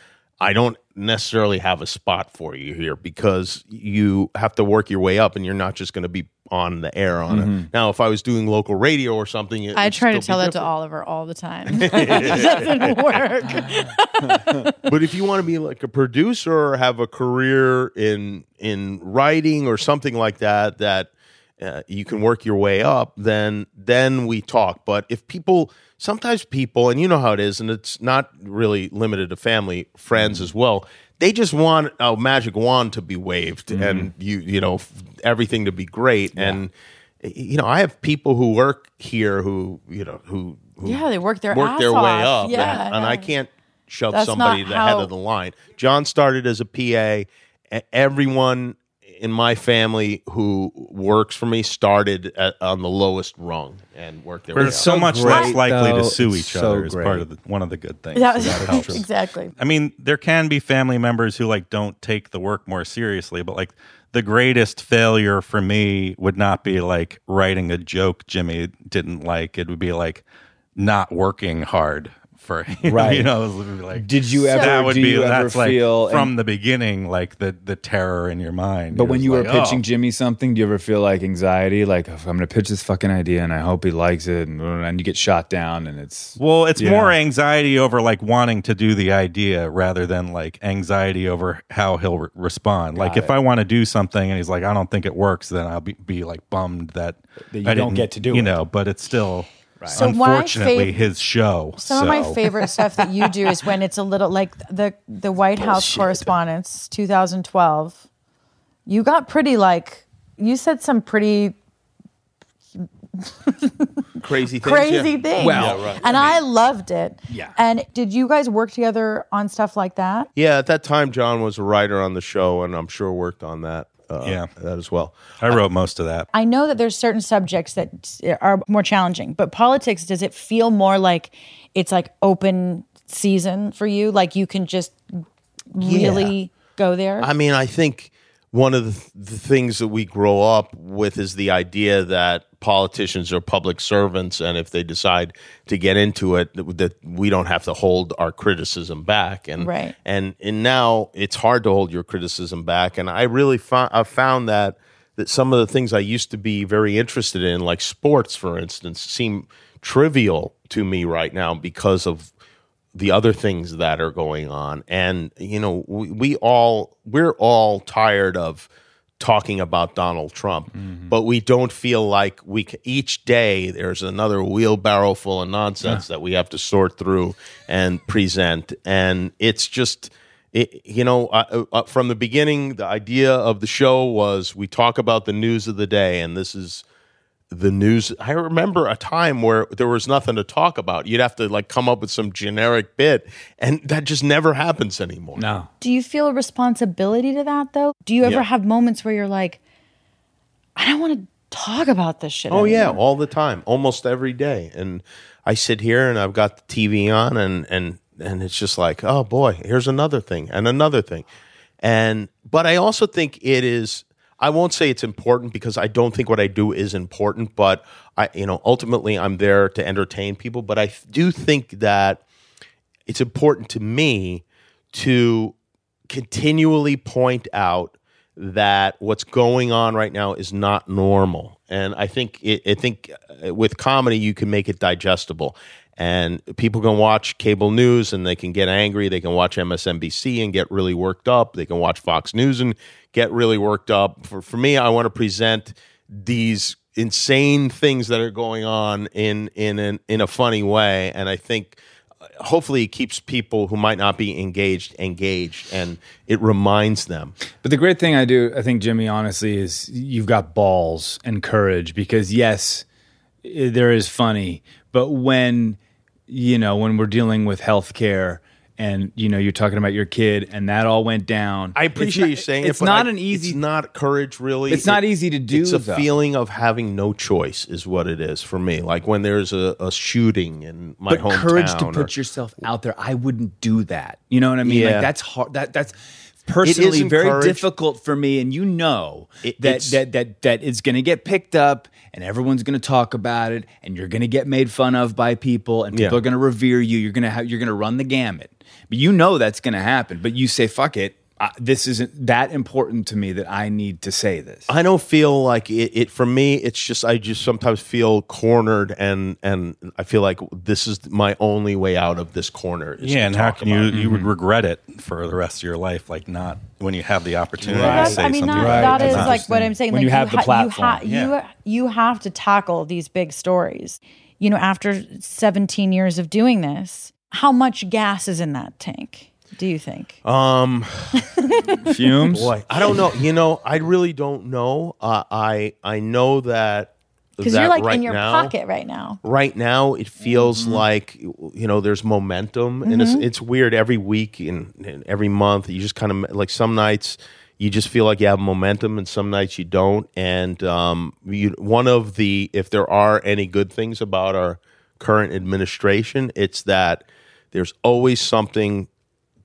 [SPEAKER 9] I don't necessarily have a spot for you here because you have to work your way up, and you're not just going to be on the air on it. Now, if I was doing local radio or something, it
[SPEAKER 6] Mm-hmm. I
[SPEAKER 9] would
[SPEAKER 6] try to
[SPEAKER 9] still
[SPEAKER 6] tell
[SPEAKER 9] be
[SPEAKER 6] that to Oliver all the
[SPEAKER 1] [LAUGHS]
[SPEAKER 6] time. [LAUGHS] it doesn't work.
[SPEAKER 9] different. But if you want to be like a producer or have a career in in writing or something like that, that uh, you can work your way up, then then we talk. But if people, sometimes people, and you know how it is, and it's not really limited to family,
[SPEAKER 6] Mm.
[SPEAKER 9] friends as well. They just want a magic wand to be waved,
[SPEAKER 6] Mm-hmm.
[SPEAKER 9] and you you know f- everything to be great. And y- you know, I have people who work here who you know who, who
[SPEAKER 6] Yeah, they work their
[SPEAKER 9] work
[SPEAKER 6] ass
[SPEAKER 9] their way
[SPEAKER 6] off.
[SPEAKER 9] up,
[SPEAKER 6] Yeah,
[SPEAKER 9] and, and I
[SPEAKER 6] yeah.
[SPEAKER 9] can't shove
[SPEAKER 6] That's
[SPEAKER 9] somebody to
[SPEAKER 6] not
[SPEAKER 9] the head
[SPEAKER 6] how-
[SPEAKER 9] of the line. John started as a PA. E- Everyone in my family who works for me started at, on the lowest rung and worked their way
[SPEAKER 8] We're
[SPEAKER 9] up.
[SPEAKER 8] so, much
[SPEAKER 1] great,
[SPEAKER 8] less likely
[SPEAKER 1] though.
[SPEAKER 8] to sue
[SPEAKER 1] It's
[SPEAKER 8] each
[SPEAKER 1] so
[SPEAKER 8] other is
[SPEAKER 1] great.
[SPEAKER 8] part of the, one of the good things.
[SPEAKER 6] That
[SPEAKER 8] so
[SPEAKER 6] was [LAUGHS]
[SPEAKER 8] that helps.
[SPEAKER 6] exactly.
[SPEAKER 8] I mean, there can be family members who like don't take the work more seriously, but like the greatest failure for me would not be like writing a joke Jimmy didn't like. It would be like not working hard for [LAUGHS] you know,
[SPEAKER 1] Right.
[SPEAKER 8] You know, it would be like
[SPEAKER 1] Did you ever?
[SPEAKER 8] that would
[SPEAKER 1] do
[SPEAKER 8] be
[SPEAKER 1] you ever
[SPEAKER 8] that's like
[SPEAKER 1] feel
[SPEAKER 8] from the beginning, like the the terror in your mind.
[SPEAKER 1] But
[SPEAKER 8] You're
[SPEAKER 1] when
[SPEAKER 8] just
[SPEAKER 1] you were
[SPEAKER 8] like,
[SPEAKER 1] pitching
[SPEAKER 8] "Oh."
[SPEAKER 1] Jimmy something, do you ever feel like anxiety? Like "Oh, I'm going to pitch this fucking idea, and I hope he likes it, and, and you get shot down, and it's
[SPEAKER 8] Well, it's
[SPEAKER 1] Yeah.
[SPEAKER 8] more anxiety over like wanting to do the idea rather than like anxiety over how he'll re- respond. like if I want to do something and he's like, I don't think it works, then I'll be, be like bummed that,
[SPEAKER 1] That you
[SPEAKER 8] I
[SPEAKER 1] don't
[SPEAKER 8] didn't-
[SPEAKER 1] get to do
[SPEAKER 8] You
[SPEAKER 1] it.
[SPEAKER 8] know, but it's still
[SPEAKER 6] So my
[SPEAKER 8] unfortunately
[SPEAKER 6] fav-
[SPEAKER 8] his show.
[SPEAKER 6] Some of
[SPEAKER 8] so-
[SPEAKER 6] my favorite stuff that you do is when it's a little like the the White House correspondence 2012. You got pretty like you said some pretty
[SPEAKER 9] crazy things. yeah.
[SPEAKER 6] crazy things.
[SPEAKER 9] Well, Yeah, right.
[SPEAKER 6] and I loved it.
[SPEAKER 1] Yeah.
[SPEAKER 6] And did you guys work together on stuff like that?
[SPEAKER 9] Yeah, at that time, John was a writer on the show, and I'm sure worked on that. Uh,
[SPEAKER 8] Yeah.
[SPEAKER 9] that as well.
[SPEAKER 8] I wrote most of that.
[SPEAKER 6] I know that there's certain subjects that are more challenging, but politics does it feel more like it's like open season for you? Like you can just really go there?
[SPEAKER 9] I mean, I think one of the, th- the things that we grow up with is the idea that politicians are public servants, and if they decide to get into it, that, that we don't have to hold our criticism back. And
[SPEAKER 6] Right.
[SPEAKER 9] and and now it's hard to hold your criticism back. And I really found I found that that some of the things I used to be very interested in, like sports, for instance, seem trivial to me right now because of the other things that are going on and you know we, we all we're all tired of talking about Donald Trump but we don't feel like we c each day there's another wheelbarrow full of nonsense that we have to sort through and present and it's just it, you know, uh, uh, from the beginning, the idea of the show was we talk about the news of the day, and this is the news. I remember a time where there was nothing to talk about. You'd have to like come up with some generic bit, and that just never happens anymore.
[SPEAKER 1] no.
[SPEAKER 6] Do you feel a responsibility to that though? Do you ever
[SPEAKER 9] Yeah.
[SPEAKER 6] have moments where you're like, I don't want to talk about this shit?
[SPEAKER 9] Oh yeah,
[SPEAKER 6] anymore?
[SPEAKER 9] all the time, almost every day. And I sit here and I've got the TV on, and and and it's just like, oh boy, here's another thing and another thing, and but I also think it is. I won't say it's important because I don't think what I do is important, but I, you know, ultimately I'm there to entertain people. But I do think that it's important to me to continually point out that what's going on right now is not normal and i think it, i think uh, with comedy you can make it digestible and people can watch cable news and they can get angry they can watch msnbc and get really worked up they can watch fox news and get really worked up for, for me i want to present these insane things that are going on in in an, in a funny way and i think hopefully it keeps people who might not be engaged engaged and it reminds them
[SPEAKER 1] But the great thing I do, I think, Jimmy, honestly, is you've got balls and courage because, yes, i- there is funny, but when, you know, when we're dealing with healthcare and, you know, you're talking about your kid and that all went down.
[SPEAKER 9] i
[SPEAKER 1] it's
[SPEAKER 9] appreciate
[SPEAKER 1] not-
[SPEAKER 9] you saying
[SPEAKER 1] it's
[SPEAKER 9] it but
[SPEAKER 1] not
[SPEAKER 9] I-
[SPEAKER 1] an easy
[SPEAKER 9] it's not courage really
[SPEAKER 1] It's not easy to do,
[SPEAKER 9] it's a
[SPEAKER 1] though.
[SPEAKER 9] feeling of having no choice is what it is for me like when there's a, a shooting in my
[SPEAKER 1] but
[SPEAKER 9] hometown
[SPEAKER 1] courage to
[SPEAKER 9] or-
[SPEAKER 1] put yourself out there. I wouldn't do that. You know what I mean?
[SPEAKER 9] Yeah.
[SPEAKER 1] Like that's hard. That that's personally
[SPEAKER 9] isn't
[SPEAKER 1] very
[SPEAKER 9] courage.
[SPEAKER 1] difficult for me. And you know
[SPEAKER 9] It-
[SPEAKER 1] that
[SPEAKER 9] it's-
[SPEAKER 1] that that that it's going to get picked up, and everyone's going to talk about it, and you're going to get made fun of by people, and people
[SPEAKER 9] Yeah.
[SPEAKER 1] are going to revere you. You're going to have you're going to run the gamut. But you know that's going to happen. But you say fuck it. I, this isn't that important to me that I need to say this.
[SPEAKER 9] I don't feel like it, it. For me, it's just I just sometimes feel cornered, and and I feel like this is my only way out of this corner. is to
[SPEAKER 8] Yeah, and how
[SPEAKER 9] talk
[SPEAKER 8] can you
[SPEAKER 9] about it.
[SPEAKER 8] you would regret it for the rest of your life, like not when you have the opportunity to
[SPEAKER 6] That's,
[SPEAKER 8] say
[SPEAKER 6] I mean,
[SPEAKER 8] something
[SPEAKER 6] that,
[SPEAKER 8] like
[SPEAKER 6] that
[SPEAKER 8] that.
[SPEAKER 6] is like what I'm saying.
[SPEAKER 1] When
[SPEAKER 6] like
[SPEAKER 1] you have the platform.
[SPEAKER 6] you, ha- you, you have to tackle these big stories. You know, after 17 years of doing this, how much gas is in that tank? Do you think?
[SPEAKER 9] Um,
[SPEAKER 1] Fumes.
[SPEAKER 9] boy, I don't know. You know, I really don't know. Uh, I I know that that
[SPEAKER 6] you're like
[SPEAKER 9] right
[SPEAKER 6] in your
[SPEAKER 9] now,
[SPEAKER 6] pocket right now.
[SPEAKER 9] Right now, it feels like you know there's momentum, and
[SPEAKER 6] Mm-hmm.
[SPEAKER 9] it's it's weird. Every week and, and every month, you just kind of like some nights you just feel like you have momentum, and some nights you don't. And um, you, one of the if there are any good things about our current administration, it's that there's always something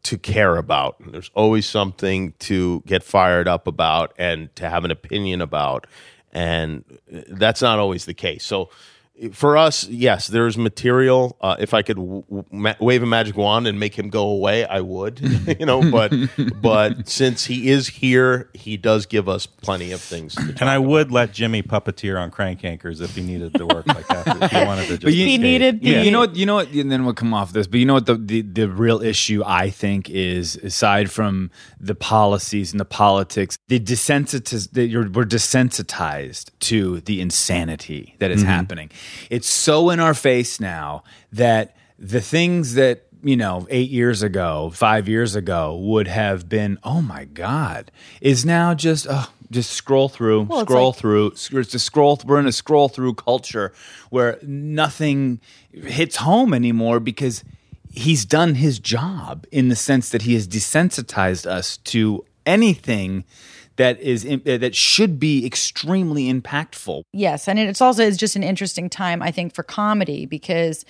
[SPEAKER 9] to care about. There's always something to get fired up about and to have an opinion about. And uh, that's not always the case. So uh, for us, yes, there's material. Uh, if I could w- w- ma- wave a magic wand and make him go away, I would, [LAUGHS] you know, but, but since he is here, he does give us plenty of things. To
[SPEAKER 8] And I would let Jimmy puppeteer on crank anchors if he needed to work like that. If he wanted to just
[SPEAKER 1] you- He
[SPEAKER 8] escape.
[SPEAKER 6] needed
[SPEAKER 1] Yeah.
[SPEAKER 6] the-
[SPEAKER 1] You know what? You know what? And then we'll come off this. But you know what? The, the the real issue I think is aside from the policies and the politics, the desensitiz that you're we're desensitized to the insanity that is happening. It's so in our face now that the things that you know eight years ago, five years ago would have been oh my god is now just oh. Just scroll through, scroll through. sc- It's a scroll. th- We're in a scroll through culture where nothing hits home anymore because he's done his job in the sense that he has desensitized us to anything that is im- uh, that should be extremely impactful.
[SPEAKER 6] Yes, and it's also it's just an interesting time I think for comedy because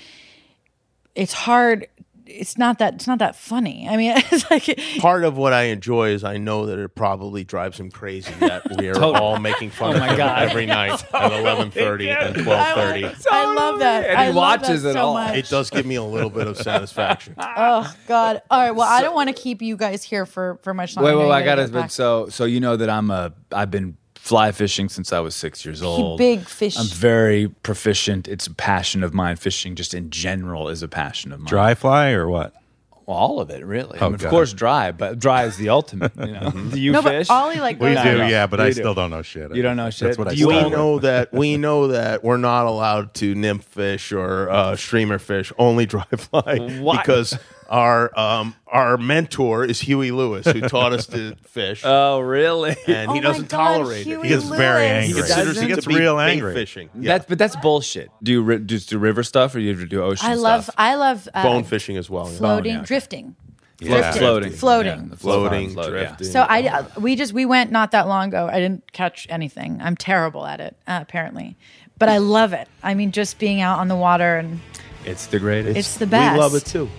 [SPEAKER 6] it's hard. It's not that it's not that funny. I mean, [LAUGHS] it's like
[SPEAKER 9] part of what I enjoy is I know that it probably drives him crazy that we are all making fun of
[SPEAKER 1] my
[SPEAKER 9] him
[SPEAKER 1] God.
[SPEAKER 9] every night at 11:30 and 12:30.
[SPEAKER 6] I love that.
[SPEAKER 1] And
[SPEAKER 6] I
[SPEAKER 1] he
[SPEAKER 6] love
[SPEAKER 1] watches
[SPEAKER 6] that
[SPEAKER 1] it
[SPEAKER 6] so
[SPEAKER 1] all.
[SPEAKER 6] much.
[SPEAKER 9] It does give me a little bit of satisfaction.
[SPEAKER 6] oh God! All right. Well, I don't want to keep you guys here for for much longer.
[SPEAKER 1] Wait, well,
[SPEAKER 6] You
[SPEAKER 1] I
[SPEAKER 6] gotta
[SPEAKER 1] gotta.
[SPEAKER 6] get
[SPEAKER 1] But
[SPEAKER 6] back.
[SPEAKER 1] so, so you know that I'm a. I've been fly fishing since I was six years old.
[SPEAKER 6] big fish.
[SPEAKER 1] I'm very proficient. It's a passion of mine. Fishing, just in general, is a passion of mine.
[SPEAKER 8] dry fly or what?
[SPEAKER 1] Well, all of it, really. I
[SPEAKER 8] Oh,
[SPEAKER 1] mean, of
[SPEAKER 8] God.
[SPEAKER 1] course, dry, but dry is the ultimate. You
[SPEAKER 8] [LAUGHS]
[SPEAKER 1] know? do you
[SPEAKER 6] no,
[SPEAKER 1] fish?
[SPEAKER 6] but Ollie like
[SPEAKER 8] We
[SPEAKER 6] goes
[SPEAKER 8] do,
[SPEAKER 1] no.
[SPEAKER 8] yeah, but
[SPEAKER 1] We
[SPEAKER 8] I
[SPEAKER 1] do.
[SPEAKER 8] still don't know shit.
[SPEAKER 1] You don't know shit?
[SPEAKER 8] That's what I
[SPEAKER 1] You
[SPEAKER 9] we
[SPEAKER 1] Well-
[SPEAKER 8] started with.
[SPEAKER 9] know that we know that we're not allowed to nymph fish or uh, streamer fish, only dry [LAUGHS] fly,
[SPEAKER 1] Why?
[SPEAKER 9] because our um, our mentor is Huey Lewis, who taught us to fish,
[SPEAKER 1] oh,
[SPEAKER 8] [LAUGHS]
[SPEAKER 1] really?
[SPEAKER 9] and
[SPEAKER 6] Oh my
[SPEAKER 9] he doesn't
[SPEAKER 6] God,
[SPEAKER 9] tolerate it.
[SPEAKER 6] Huey
[SPEAKER 9] He
[SPEAKER 8] He gets very
[SPEAKER 6] Lewis.
[SPEAKER 8] angry.
[SPEAKER 9] he considers
[SPEAKER 1] He
[SPEAKER 9] it
[SPEAKER 8] gets
[SPEAKER 9] to be
[SPEAKER 8] real
[SPEAKER 9] bait
[SPEAKER 8] angry.
[SPEAKER 9] fishing. Yeah.
[SPEAKER 1] That's but that's bullshit. Do you ri- just do river stuff or you do ocean
[SPEAKER 6] I love
[SPEAKER 1] stuff?
[SPEAKER 6] I love uh,
[SPEAKER 9] bone fishing as well. yeah.
[SPEAKER 6] floating,
[SPEAKER 1] Bone, yeah, okay.
[SPEAKER 6] drifting.
[SPEAKER 8] Yeah.
[SPEAKER 1] floating,
[SPEAKER 6] Floating.
[SPEAKER 1] the float-
[SPEAKER 9] Floating,
[SPEAKER 1] float, yeah.
[SPEAKER 9] drifting.
[SPEAKER 6] So I uh, we just we went not that long ago. I didn't catch anything. I'm terrible at it uh, apparently, but I love it. I mean, just being out on the water and
[SPEAKER 1] It's the greatest.
[SPEAKER 6] it's the best.
[SPEAKER 9] We love it too.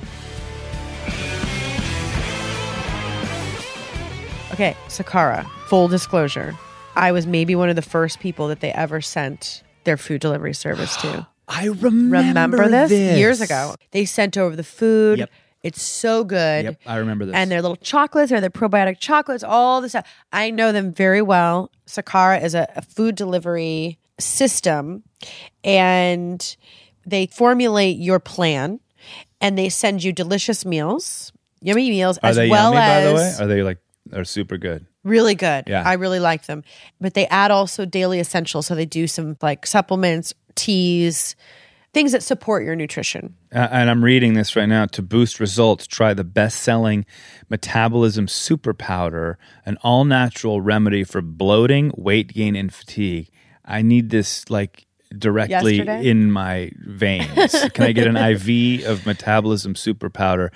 [SPEAKER 7] Okay, Sakara, full disclosure. I was maybe one of the first people that they ever sent their food delivery service to.
[SPEAKER 1] I [GASPS] remember,
[SPEAKER 7] Remember this? Years ago. They sent over the food.
[SPEAKER 1] Yep.
[SPEAKER 7] It's so good.
[SPEAKER 1] Yep, I remember this.
[SPEAKER 7] And their little chocolates or their probiotic chocolates, all this stuff. I know them very well. Sakara is a, a food delivery system, and they formulate your plan and they send you delicious meals, yummy meals, as well as
[SPEAKER 1] Are they like are super good?
[SPEAKER 7] Really good.
[SPEAKER 1] Yeah.
[SPEAKER 7] I really like them. But they add also daily essentials. So they do some like supplements, teas, things that support your nutrition.
[SPEAKER 1] Uh, and I'm reading this right now. To boost results, try the best selling metabolism super powder, an all natural remedy for bloating, weight gain, and fatigue. I need this like directly
[SPEAKER 7] Yesterday?
[SPEAKER 1] in my veins. Can I get an IV of metabolism super powder?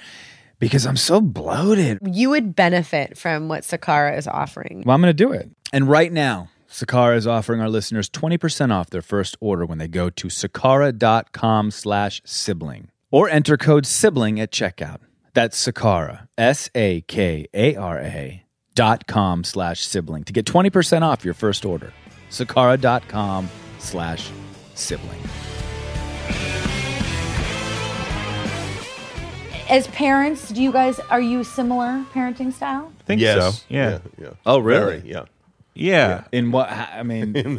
[SPEAKER 1] Because I'm so bloated.
[SPEAKER 7] You would benefit from what Sakara is offering.
[SPEAKER 1] Well, I'm going to do it. And right now, Sakara is offering our listeners 20% off their first order when they go to sakara.com slash sibling or enter code sibling at checkout. That's Sakara, S-A-K-A-R-A dot com slash sibling to get 20% off your first order. Sakara.com slash sibling.
[SPEAKER 6] As parents, do you guys are you similar parenting style?
[SPEAKER 8] I think
[SPEAKER 9] Yes.
[SPEAKER 8] so. Yeah.
[SPEAKER 9] yeah.
[SPEAKER 1] Oh, really?
[SPEAKER 9] Very, yeah. [LAUGHS]
[SPEAKER 8] Yeah.
[SPEAKER 1] In what, I mean, [LAUGHS] in
[SPEAKER 9] and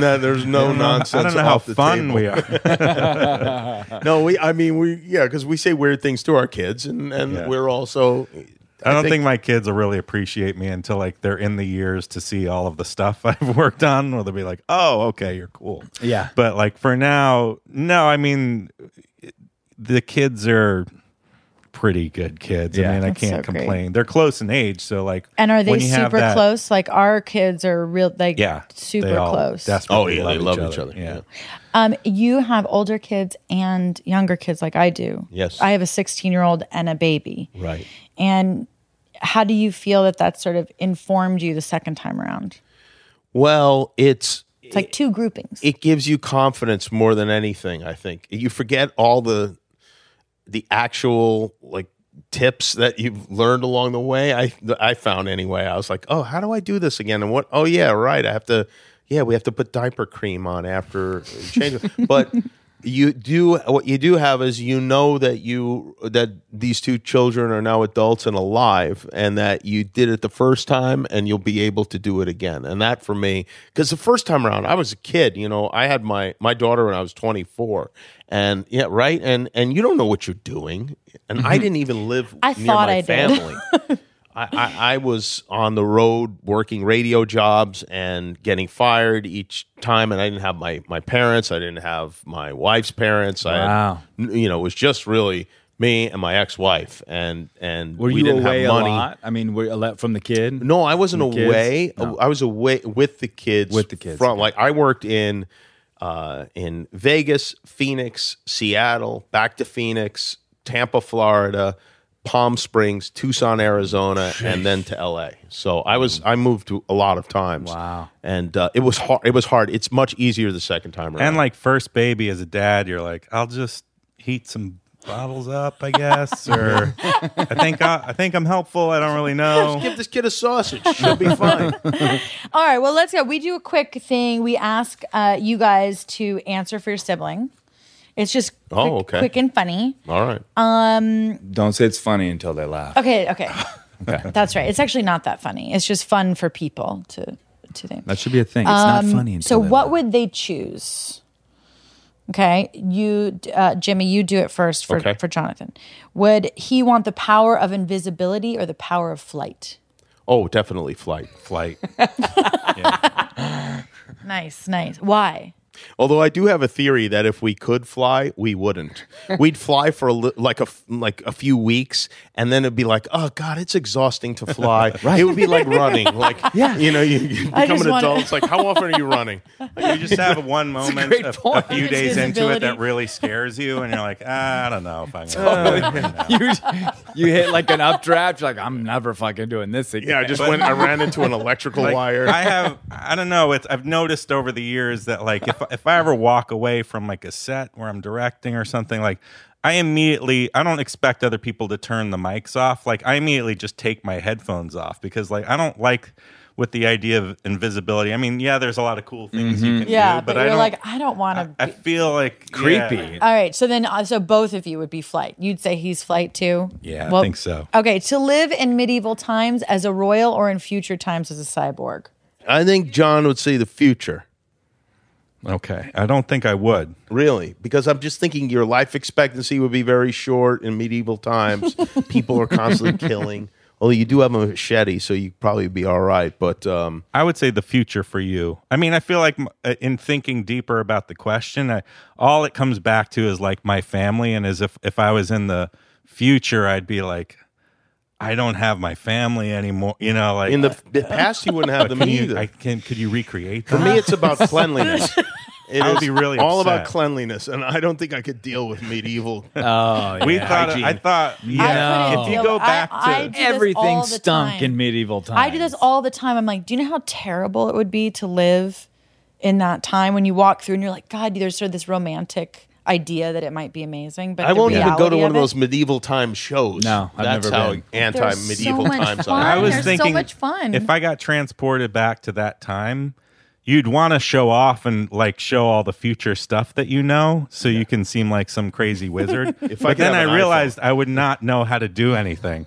[SPEAKER 9] that there's no nonsense.
[SPEAKER 8] I don't know how
[SPEAKER 9] off the
[SPEAKER 8] fun
[SPEAKER 1] [LAUGHS]
[SPEAKER 9] table.
[SPEAKER 8] we are.
[SPEAKER 9] [LAUGHS] No, we. I mean, we. Yeah, because we say weird things to our kids, and and
[SPEAKER 8] Yeah.
[SPEAKER 9] we're also.
[SPEAKER 8] I don't think, my kids will really appreciate me until like they're in the years to see all of the stuff [LAUGHS] I've worked on. Where they'll be like, "Oh, okay, you're cool."
[SPEAKER 1] Yeah.
[SPEAKER 8] But like for now, no. I mean, the kids are pretty good kids.
[SPEAKER 1] Yeah.
[SPEAKER 8] I mean, I
[SPEAKER 6] That's
[SPEAKER 8] can't
[SPEAKER 6] so great.
[SPEAKER 8] complain. They're close in age, so like,
[SPEAKER 6] And are they
[SPEAKER 8] when you have
[SPEAKER 6] super
[SPEAKER 8] that-
[SPEAKER 6] close? Like our kids are real, like
[SPEAKER 8] Yeah,
[SPEAKER 6] super
[SPEAKER 8] they all
[SPEAKER 6] close.
[SPEAKER 8] desperately
[SPEAKER 9] Oh, yeah, they love each other, yeah.
[SPEAKER 6] Um, you have older kids and younger kids, like I do.
[SPEAKER 9] Yes.
[SPEAKER 6] I have a 16 year old and a baby.
[SPEAKER 9] Right.
[SPEAKER 6] And how do you feel that that sort of informed you the second time around?
[SPEAKER 9] Well, it's
[SPEAKER 6] It's like two groupings.
[SPEAKER 9] it gives you confidence more than anything i think you forget all the the actual like tips that you've learned along the way i that i found anyway i was like oh how do i do this again and what oh yeah right i have to yeah we have to put diaper cream on after change but [LAUGHS] you do what you do have is you know that you that these two children are now adults and alive and that you did it the first time and you'll be able to do it again and that for me because the first time around i was a kid you know i had my my daughter when i was 24 and yeah right and and you don't know what you're doing and i didn't even live
[SPEAKER 6] Mm-hmm. I
[SPEAKER 9] near
[SPEAKER 6] thought
[SPEAKER 9] my
[SPEAKER 6] I did. [LAUGHS]
[SPEAKER 9] family I, I, I was on the road working radio jobs and getting fired each time, and I didn't have my, my parents. I didn't have my wife's parents.
[SPEAKER 1] Wow.
[SPEAKER 9] I, had- you know, it was just really me and my ex wife, and and
[SPEAKER 1] Were
[SPEAKER 9] we
[SPEAKER 1] you
[SPEAKER 9] didn't
[SPEAKER 1] away
[SPEAKER 9] have money.
[SPEAKER 1] a lot? I mean, were you a lot from the kid?
[SPEAKER 9] No, I wasn't
[SPEAKER 1] From the kids?
[SPEAKER 9] away.
[SPEAKER 1] No.
[SPEAKER 9] I was away with the kids.
[SPEAKER 1] With the kids,
[SPEAKER 9] From like I worked in uh, in Vegas, Phoenix, Seattle, back to Phoenix, Tampa, Florida, Palm Springs, Tucson, Arizona, and then to L.A. So I was I moved to a lot of times.
[SPEAKER 1] Wow.
[SPEAKER 9] And uh, it was hard. It was hard. It's much easier the second time around.
[SPEAKER 8] And like first baby as a dad, you're like, I'll just heat some bottles up, I guess, or I think I, I think I'm helpful. I don't really know.
[SPEAKER 9] give this kid a sausage. She'll
[SPEAKER 1] [LAUGHS]
[SPEAKER 9] be fine.
[SPEAKER 6] All right, well, let's go. We do a quick thing. We ask uh, you guys to answer for your sibling. It's just quick,
[SPEAKER 9] Oh, okay.
[SPEAKER 6] quick and funny.
[SPEAKER 9] All right.
[SPEAKER 1] Don't say it's funny until they laugh.
[SPEAKER 6] Okay,
[SPEAKER 8] [LAUGHS]
[SPEAKER 6] okay. That's right. It's actually not that funny. It's just fun for people to to think.
[SPEAKER 1] That should be a thing. It's not funny until
[SPEAKER 6] Um, So
[SPEAKER 1] they
[SPEAKER 6] what
[SPEAKER 1] laugh.
[SPEAKER 6] would they choose? Okay, you, uh, Jimmy, you do it first for
[SPEAKER 9] Okay.
[SPEAKER 6] for Jonathan. Would he want the power of invisibility or the power of flight?
[SPEAKER 9] oh, definitely flight.
[SPEAKER 8] Flight.
[SPEAKER 6] Nice, nice. Why?
[SPEAKER 9] Although I do have a theory that if we could fly, we wouldn't. We'd fly for a li- like a f- like a few weeks, and then it'd be like, oh god, it's exhausting to fly. It would be like running, like yeah. you know, you, you
[SPEAKER 6] I
[SPEAKER 9] become
[SPEAKER 6] just
[SPEAKER 9] an
[SPEAKER 6] wanna-
[SPEAKER 9] adult. It's like, how often are you running?
[SPEAKER 8] You just have one moment,
[SPEAKER 1] great
[SPEAKER 8] a, a
[SPEAKER 1] point.
[SPEAKER 8] few
[SPEAKER 6] It's
[SPEAKER 8] days into it, that
[SPEAKER 6] visibility.
[SPEAKER 8] really scares you, and you're like, ah, I don't know if I'm gonna. do it right now."
[SPEAKER 1] [LAUGHS] you, you hit like an updraft. You're like, I'm never fucking doing this again.
[SPEAKER 9] Yeah, I just went. I ran into an electrical
[SPEAKER 8] [LAUGHS] Like,
[SPEAKER 9] wire.
[SPEAKER 8] I have, I don't know. It's I've noticed over the years that like if if I ever walk away from like a set where I'm directing or something, like I immediately I don't expect other people to turn the mics off. Like I immediately just take my headphones off because like I don't like with the idea of invisibility. I mean, yeah, there's a lot of cool things you can
[SPEAKER 6] Yeah,
[SPEAKER 8] do,
[SPEAKER 6] but,
[SPEAKER 8] but, I
[SPEAKER 6] you're
[SPEAKER 8] don't.
[SPEAKER 6] like, I don't want to.
[SPEAKER 8] I feel like
[SPEAKER 1] creepy.
[SPEAKER 8] yeah.
[SPEAKER 6] All right, so then, uh, so both of you would be flight. You'd say he's flight too.
[SPEAKER 8] Yeah, I think so.
[SPEAKER 6] Okay, to live in medieval times as a royal or in future times as a cyborg.
[SPEAKER 9] I think John would see the future.
[SPEAKER 8] Okay, I don't think I would.
[SPEAKER 9] Really, because I'm just thinking your life expectancy would be very short in medieval times. People are constantly killing. Although you do have a machete, so you probably be all right. But um,
[SPEAKER 8] I would say the future for you. I mean, I feel like m- uh, in thinking deeper about the question, I, all it comes back to is like my family, and as if if I was in the future, I'd be like, I don't have my family anymore. You know, like
[SPEAKER 9] in the, the past, you
[SPEAKER 8] [LAUGHS]
[SPEAKER 9] wouldn't have them
[SPEAKER 8] can
[SPEAKER 9] either.
[SPEAKER 8] you, I can. Could you recreate
[SPEAKER 9] For
[SPEAKER 8] that?
[SPEAKER 9] me,
[SPEAKER 8] [LAUGHS]
[SPEAKER 9] it's about cleanliness. It
[SPEAKER 8] I would
[SPEAKER 9] is
[SPEAKER 8] be really
[SPEAKER 9] all
[SPEAKER 8] upset.
[SPEAKER 9] about cleanliness, and I don't think I could deal
[SPEAKER 6] [LAUGHS]
[SPEAKER 9] with medieval.
[SPEAKER 1] Oh, yeah.
[SPEAKER 8] [LAUGHS] we thought. I
[SPEAKER 1] Hygiene.
[SPEAKER 8] thought.
[SPEAKER 1] I
[SPEAKER 8] Yeah.
[SPEAKER 1] couldn't
[SPEAKER 8] If you
[SPEAKER 6] deal
[SPEAKER 8] go
[SPEAKER 6] with- I-
[SPEAKER 8] back
[SPEAKER 6] I
[SPEAKER 8] to
[SPEAKER 6] do this all
[SPEAKER 1] everything
[SPEAKER 6] the
[SPEAKER 1] stunk
[SPEAKER 6] time.
[SPEAKER 1] in medieval times.
[SPEAKER 6] I do this all the time. I'm like, do you know how terrible it would be to live in that time when you walk through and you're like, God, there's sort of this romantic idea that it might be amazing, but
[SPEAKER 9] I
[SPEAKER 6] the
[SPEAKER 9] won't even go to
[SPEAKER 6] reality
[SPEAKER 9] one of
[SPEAKER 6] it-
[SPEAKER 9] those medieval time shows.
[SPEAKER 1] No, I've
[SPEAKER 9] that's
[SPEAKER 1] never
[SPEAKER 9] how
[SPEAKER 1] been.
[SPEAKER 9] anti medieval
[SPEAKER 6] There's so much
[SPEAKER 9] times
[SPEAKER 6] fun.
[SPEAKER 9] are.
[SPEAKER 8] I was
[SPEAKER 6] There's so
[SPEAKER 8] thinking,
[SPEAKER 6] much fun.
[SPEAKER 8] If I got transported back to that time, you'd want to show off and like show all the future stuff that you know, so you can seem like some crazy
[SPEAKER 9] [LAUGHS]
[SPEAKER 8] wizard.
[SPEAKER 9] I
[SPEAKER 8] but
[SPEAKER 9] could
[SPEAKER 8] then
[SPEAKER 9] have
[SPEAKER 8] I
[SPEAKER 9] an
[SPEAKER 8] realized I would not know how to do anything.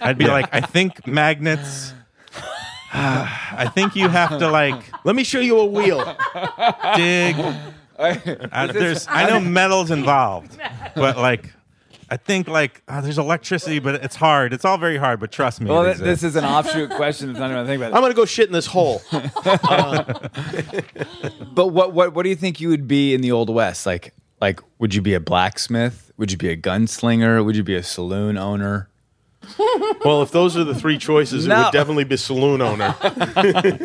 [SPEAKER 8] I'd be like, I think magnets. [SIGHS] I think you have to like
[SPEAKER 9] Let me show you a wheel.
[SPEAKER 8] dig. I, there's, I know metal's
[SPEAKER 9] [LAUGHS]
[SPEAKER 8] involved, but like, I think like oh, there's electricity, but it's hard. It's all very hard. But trust me,
[SPEAKER 1] Well,
[SPEAKER 8] it
[SPEAKER 1] th- this
[SPEAKER 8] exists.
[SPEAKER 1] is an offshoot question. That's not even think
[SPEAKER 9] I'm
[SPEAKER 1] about.
[SPEAKER 9] going to go shit in this
[SPEAKER 6] [LAUGHS]
[SPEAKER 9] hole. Uh,
[SPEAKER 1] It. But what, what, what do you think you would be in the old west? Like,
[SPEAKER 10] Like, would you be a blacksmith? Would you be a gunslinger? Would you be a saloon owner?
[SPEAKER 9] Well, if those are the three choices, it
[SPEAKER 10] No.
[SPEAKER 9] would definitely be
[SPEAKER 8] [LAUGHS]
[SPEAKER 9] saloon owner.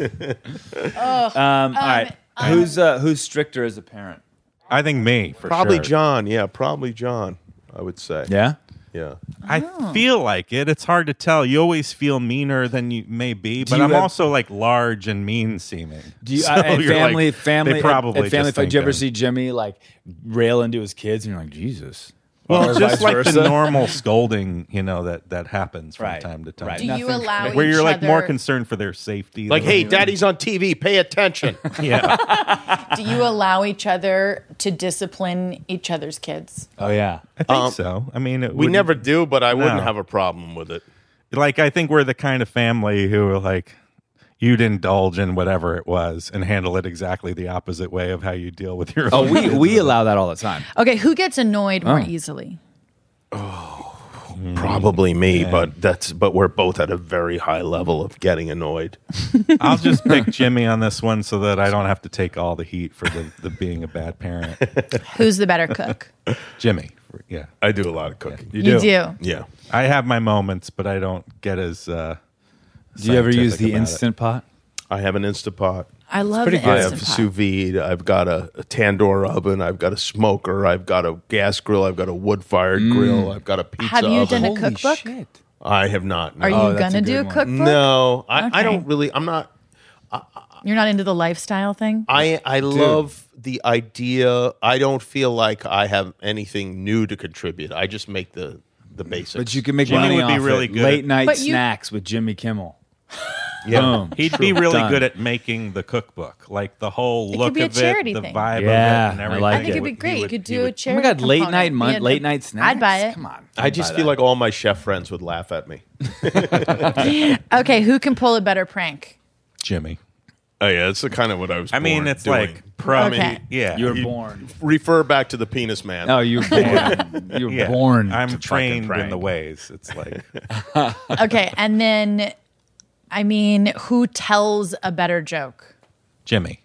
[SPEAKER 1] Um, all right. who's uh, who's stricter as a parent?
[SPEAKER 8] I think me for
[SPEAKER 9] probably
[SPEAKER 8] sure.
[SPEAKER 9] John. Yeah, probably John. I would say.
[SPEAKER 10] Yeah.
[SPEAKER 9] Yeah.
[SPEAKER 8] I
[SPEAKER 5] Oh.
[SPEAKER 8] feel like it. It's hard to tell. You always feel meaner than you may be, but
[SPEAKER 10] you
[SPEAKER 8] I'm
[SPEAKER 10] have-
[SPEAKER 8] also like large and mean seeming.
[SPEAKER 10] Do you
[SPEAKER 8] So
[SPEAKER 10] uh, and
[SPEAKER 8] you're like-
[SPEAKER 10] family family
[SPEAKER 8] They
[SPEAKER 10] at-
[SPEAKER 8] probably
[SPEAKER 10] at family
[SPEAKER 8] just
[SPEAKER 10] fight? Do you ever
[SPEAKER 8] think
[SPEAKER 10] see Jimmy like rail into his kids and you're like Jesus?
[SPEAKER 8] Well,
[SPEAKER 10] Or vice
[SPEAKER 8] just like
[SPEAKER 10] versa?
[SPEAKER 8] the normal scolding, you know that that happens from
[SPEAKER 10] Right.
[SPEAKER 8] time to time.
[SPEAKER 10] Right.
[SPEAKER 5] Do you
[SPEAKER 10] Nothing-
[SPEAKER 5] allow
[SPEAKER 8] Where you're
[SPEAKER 5] each
[SPEAKER 8] like more
[SPEAKER 5] other-
[SPEAKER 8] concerned for their safety.
[SPEAKER 9] Like,
[SPEAKER 8] than
[SPEAKER 9] hey,
[SPEAKER 8] you-
[SPEAKER 9] daddy's on TV. Pay attention.
[SPEAKER 8] [LAUGHS] Yeah.
[SPEAKER 6] Do you allow each other to discipline each other's kids?
[SPEAKER 10] Oh yeah.
[SPEAKER 8] I think so. I mean, it
[SPEAKER 9] we
[SPEAKER 8] wouldn't-
[SPEAKER 9] never do, but I wouldn't
[SPEAKER 8] No.
[SPEAKER 9] have a problem with it.
[SPEAKER 8] like. I think we're the kind of family who are like, you'd indulge in whatever it was and handle it exactly the opposite way of how you deal with your.
[SPEAKER 10] Oh,
[SPEAKER 8] own
[SPEAKER 10] we
[SPEAKER 8] kids.
[SPEAKER 10] we allow that all the time.
[SPEAKER 6] Okay, who gets annoyed more
[SPEAKER 10] Oh.
[SPEAKER 6] easily?
[SPEAKER 9] Probably me, but that's but we're both at a very high level of getting annoyed.
[SPEAKER 8] I'll just pick Jimmy on this one so that I don't have to take all the heat for the, the being a
[SPEAKER 10] [LAUGHS]
[SPEAKER 8] bad parent.
[SPEAKER 6] Who's the better cook?
[SPEAKER 8] Jimmy, yeah,
[SPEAKER 9] I do a lot of cooking.
[SPEAKER 6] you do.
[SPEAKER 9] Yeah.
[SPEAKER 8] I have my moments, but I don't get as. Uh,
[SPEAKER 10] Do you ever use
[SPEAKER 8] scientific
[SPEAKER 10] the
[SPEAKER 8] about it.
[SPEAKER 10] instant pot?
[SPEAKER 9] I have an Instapot.
[SPEAKER 6] I love
[SPEAKER 10] pretty
[SPEAKER 6] the
[SPEAKER 10] good.
[SPEAKER 9] I
[SPEAKER 6] Instant
[SPEAKER 9] have
[SPEAKER 6] Pot.
[SPEAKER 9] sous vide. I've got a, a tandoor oven. I've got a smoker. I've got a gas grill. I've got a wood fired grill. I've got a pizza.
[SPEAKER 6] Have you
[SPEAKER 9] oven.
[SPEAKER 6] done a cookbook?
[SPEAKER 10] Mm. shit.
[SPEAKER 9] I have not. No,
[SPEAKER 6] Are you
[SPEAKER 10] Oh, that's a
[SPEAKER 6] gonna do a
[SPEAKER 10] good one.
[SPEAKER 6] cookbook?
[SPEAKER 9] no I, I don't
[SPEAKER 6] Okay.
[SPEAKER 9] really. I'm not.
[SPEAKER 6] You're not into the lifestyle thing.
[SPEAKER 9] I I love the idea. I don't feel like I have anything new to contribute. I just make the the basics.
[SPEAKER 10] But you can make
[SPEAKER 8] Jimmy
[SPEAKER 10] money
[SPEAKER 8] would be
[SPEAKER 10] off
[SPEAKER 8] really
[SPEAKER 10] it.
[SPEAKER 8] good
[SPEAKER 10] Late
[SPEAKER 8] at-
[SPEAKER 10] night
[SPEAKER 6] But you-
[SPEAKER 10] snacks with Jimmy Kimmel.
[SPEAKER 9] Yeah.
[SPEAKER 10] Boom.
[SPEAKER 8] He'd be really
[SPEAKER 10] Done.
[SPEAKER 8] good at making the cookbook, like the whole
[SPEAKER 6] It could
[SPEAKER 8] look
[SPEAKER 6] be a
[SPEAKER 8] of
[SPEAKER 6] charity
[SPEAKER 8] it, the
[SPEAKER 6] thing.
[SPEAKER 8] vibe
[SPEAKER 10] Yeah,
[SPEAKER 8] of it, and
[SPEAKER 10] I
[SPEAKER 8] everything.
[SPEAKER 10] like
[SPEAKER 6] I think it'd be
[SPEAKER 8] He
[SPEAKER 6] great. you
[SPEAKER 8] would-
[SPEAKER 6] could do
[SPEAKER 8] he
[SPEAKER 6] a
[SPEAKER 10] Oh
[SPEAKER 8] would-
[SPEAKER 10] my
[SPEAKER 6] charity.
[SPEAKER 10] god, late
[SPEAKER 6] component.
[SPEAKER 10] night
[SPEAKER 6] Yeah,
[SPEAKER 10] mon-
[SPEAKER 6] no,
[SPEAKER 10] late night snacks.
[SPEAKER 6] I'd buy it.
[SPEAKER 10] Come on.
[SPEAKER 9] I just feel like all my chef friends would laugh at me.
[SPEAKER 6] Okay, who can pull a better prank?
[SPEAKER 8] Jimmy.
[SPEAKER 9] Oh yeah, that's the kind of what I was.
[SPEAKER 8] I mean,
[SPEAKER 9] born
[SPEAKER 8] it's
[SPEAKER 9] doing.
[SPEAKER 8] like pro. [LAUGHS] I mean,
[SPEAKER 6] Okay.
[SPEAKER 8] yeah,
[SPEAKER 10] you were born.
[SPEAKER 9] refer back to the penis man.
[SPEAKER 1] Oh.
[SPEAKER 10] No, [LAUGHS] you were born. You were
[SPEAKER 8] yeah.
[SPEAKER 10] born. to
[SPEAKER 8] I'm
[SPEAKER 10] fucking
[SPEAKER 8] trained in
[SPEAKER 10] prank.
[SPEAKER 8] the ways. It's like
[SPEAKER 6] Okay,
[SPEAKER 8] [LAUGHS]
[SPEAKER 6] and then, I mean, who tells a better joke?
[SPEAKER 8] Jimmy.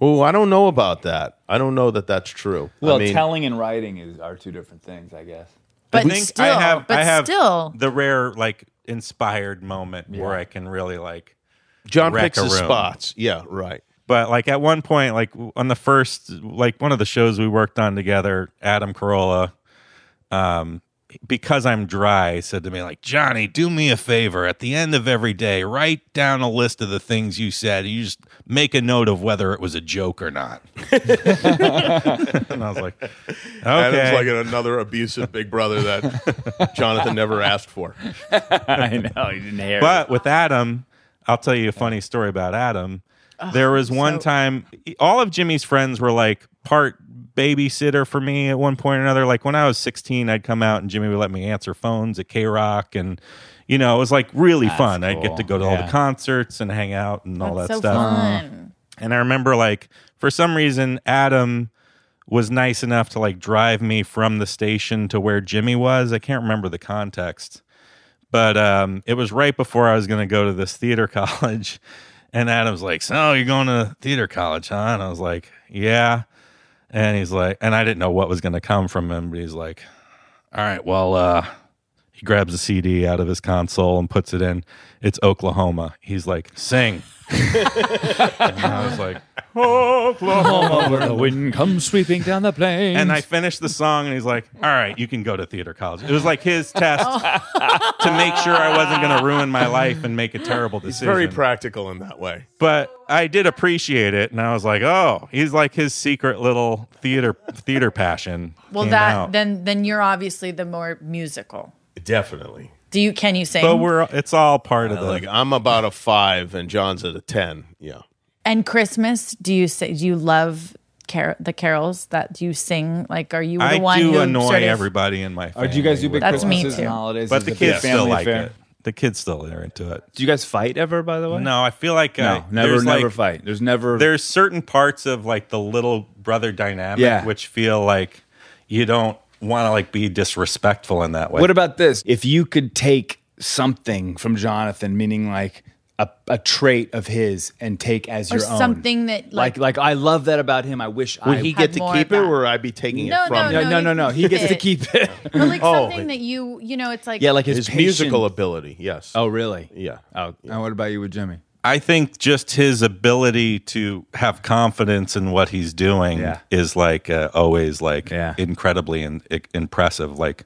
[SPEAKER 9] Oh, I don't know about that. I don't know that that's true.
[SPEAKER 10] Well,
[SPEAKER 9] I mean,
[SPEAKER 10] telling and writing is are two different things, I guess.
[SPEAKER 6] But
[SPEAKER 8] I think
[SPEAKER 6] still,
[SPEAKER 8] I have,
[SPEAKER 6] but
[SPEAKER 8] I have
[SPEAKER 6] still,
[SPEAKER 8] the rare like inspired moment where I can really like.
[SPEAKER 9] John
[SPEAKER 8] wreck
[SPEAKER 9] picks
[SPEAKER 8] a
[SPEAKER 9] his
[SPEAKER 8] room.
[SPEAKER 9] spots. Yeah, right.
[SPEAKER 8] But like at one point, like on the first, like one of the shows we worked on together, Adam Carolla, um, because I'm dry, said to me like, Johnny, do me a favor. At the end of every day, write down a list of the things you said. You just make a note of whether it was a joke or not. [LAUGHS] and I was like, okay.
[SPEAKER 9] Adam's like another abusive big brother [LAUGHS] that Jonathan never asked for.
[SPEAKER 10] [LAUGHS] I know you didn't hear.
[SPEAKER 8] But with Adam, I'll tell you a funny story about Adam.
[SPEAKER 6] Oh,
[SPEAKER 8] there was one time, all of Jimmy's friends were like part babysitter for me at one point or another. Like when I was 16, I'd come out and Jimmy would let me answer phones at K Rock. And, you know, it was like really fun. I'd get
[SPEAKER 10] cool.
[SPEAKER 8] to go to all
[SPEAKER 10] Yeah.
[SPEAKER 8] the concerts and hang out and all
[SPEAKER 6] that's
[SPEAKER 8] that
[SPEAKER 6] so
[SPEAKER 8] stuff. Uh-huh.
[SPEAKER 6] fun.
[SPEAKER 8] And I remember like for some reason Adam was nice enough to like drive me from the station to where Jimmy was. I can't remember the context. But um it was right before I was going to go to this theater [LAUGHS] college and Adam's like, "So, you're going to theater college, huh?" And I was like, "Yeah." And he's like, and I didn't know what was going to come from him, but he's like, "All right, well, uh he grabs a CD out of his console and puts it in. It's Oklahoma. He's like, "Sing." and I was like,
[SPEAKER 10] Oklahoma, where the wind comes sweeping down the plains.
[SPEAKER 6] [LAUGHS]
[SPEAKER 8] and I finished the song, and he's like, "All right, you can go to theater college." It was like his test
[SPEAKER 6] Oh.
[SPEAKER 8] [LAUGHS] to make sure I wasn't going to ruin my life and make a terrible decision.
[SPEAKER 9] Very practical in that way.
[SPEAKER 8] but I did appreciate it, and I was like, "Oh, he's like his secret little theater theater passion."
[SPEAKER 6] Well,
[SPEAKER 8] came
[SPEAKER 6] that
[SPEAKER 8] out.
[SPEAKER 6] then then you're obviously the more musical.
[SPEAKER 9] Definitely.
[SPEAKER 6] Do you can you sing?
[SPEAKER 8] But we're it's all part of the
[SPEAKER 9] Like I'm about a five and John's at a ten. Yeah.
[SPEAKER 6] and Christmas, do you say do you love car- the carols that do you sing? Like, are you the
[SPEAKER 8] I
[SPEAKER 6] one
[SPEAKER 8] do
[SPEAKER 6] who
[SPEAKER 8] annoy
[SPEAKER 6] sort of-
[SPEAKER 8] everybody in my
[SPEAKER 10] Or
[SPEAKER 8] family.
[SPEAKER 10] do Oh, you guys do big
[SPEAKER 6] That's me
[SPEAKER 10] Christmases and
[SPEAKER 6] too.
[SPEAKER 10] holidays?
[SPEAKER 8] But
[SPEAKER 10] Is
[SPEAKER 8] the
[SPEAKER 10] it a big
[SPEAKER 8] kids still
[SPEAKER 10] family
[SPEAKER 8] like
[SPEAKER 10] affair?
[SPEAKER 8] it. The kids still are into it.
[SPEAKER 10] Do you guys fight ever? By the way,
[SPEAKER 8] No, I feel like uh,
[SPEAKER 10] no, never,
[SPEAKER 8] there's,
[SPEAKER 10] never
[SPEAKER 8] like,
[SPEAKER 10] fight. There's never.
[SPEAKER 8] there's certain parts of like the little brother dynamic
[SPEAKER 10] Yeah.
[SPEAKER 8] which feel like you don't want to like be disrespectful in that way.
[SPEAKER 10] What about this? If you could take something from Jonathan, meaning like
[SPEAKER 1] a, a trait of his and take as
[SPEAKER 6] Or
[SPEAKER 1] your own.
[SPEAKER 6] something that, like-
[SPEAKER 1] like, like I love that about him. I wish
[SPEAKER 9] Would
[SPEAKER 1] I
[SPEAKER 9] he
[SPEAKER 6] had
[SPEAKER 9] get to
[SPEAKER 6] more
[SPEAKER 9] keep
[SPEAKER 6] of
[SPEAKER 9] it,
[SPEAKER 6] that.
[SPEAKER 9] or I'd be taking
[SPEAKER 6] No,
[SPEAKER 9] it from
[SPEAKER 6] no,
[SPEAKER 9] him?
[SPEAKER 1] no, no, no. He gets to
[SPEAKER 6] it.
[SPEAKER 1] keep it. [LAUGHS]
[SPEAKER 6] But
[SPEAKER 8] [LAUGHS]
[SPEAKER 6] like
[SPEAKER 9] Oh,
[SPEAKER 6] something that you, you know, it's like
[SPEAKER 1] yeah, like his,
[SPEAKER 9] His musical
[SPEAKER 1] patient-
[SPEAKER 9] ability, yes.
[SPEAKER 1] Oh, really?
[SPEAKER 9] yeah.
[SPEAKER 1] Oh, and what about you with Jimmy?
[SPEAKER 8] I think just his ability to have confidence in what he's doing
[SPEAKER 1] Yeah.
[SPEAKER 8] is like uh, always like
[SPEAKER 1] Yeah.
[SPEAKER 8] incredibly in, i- impressive. Like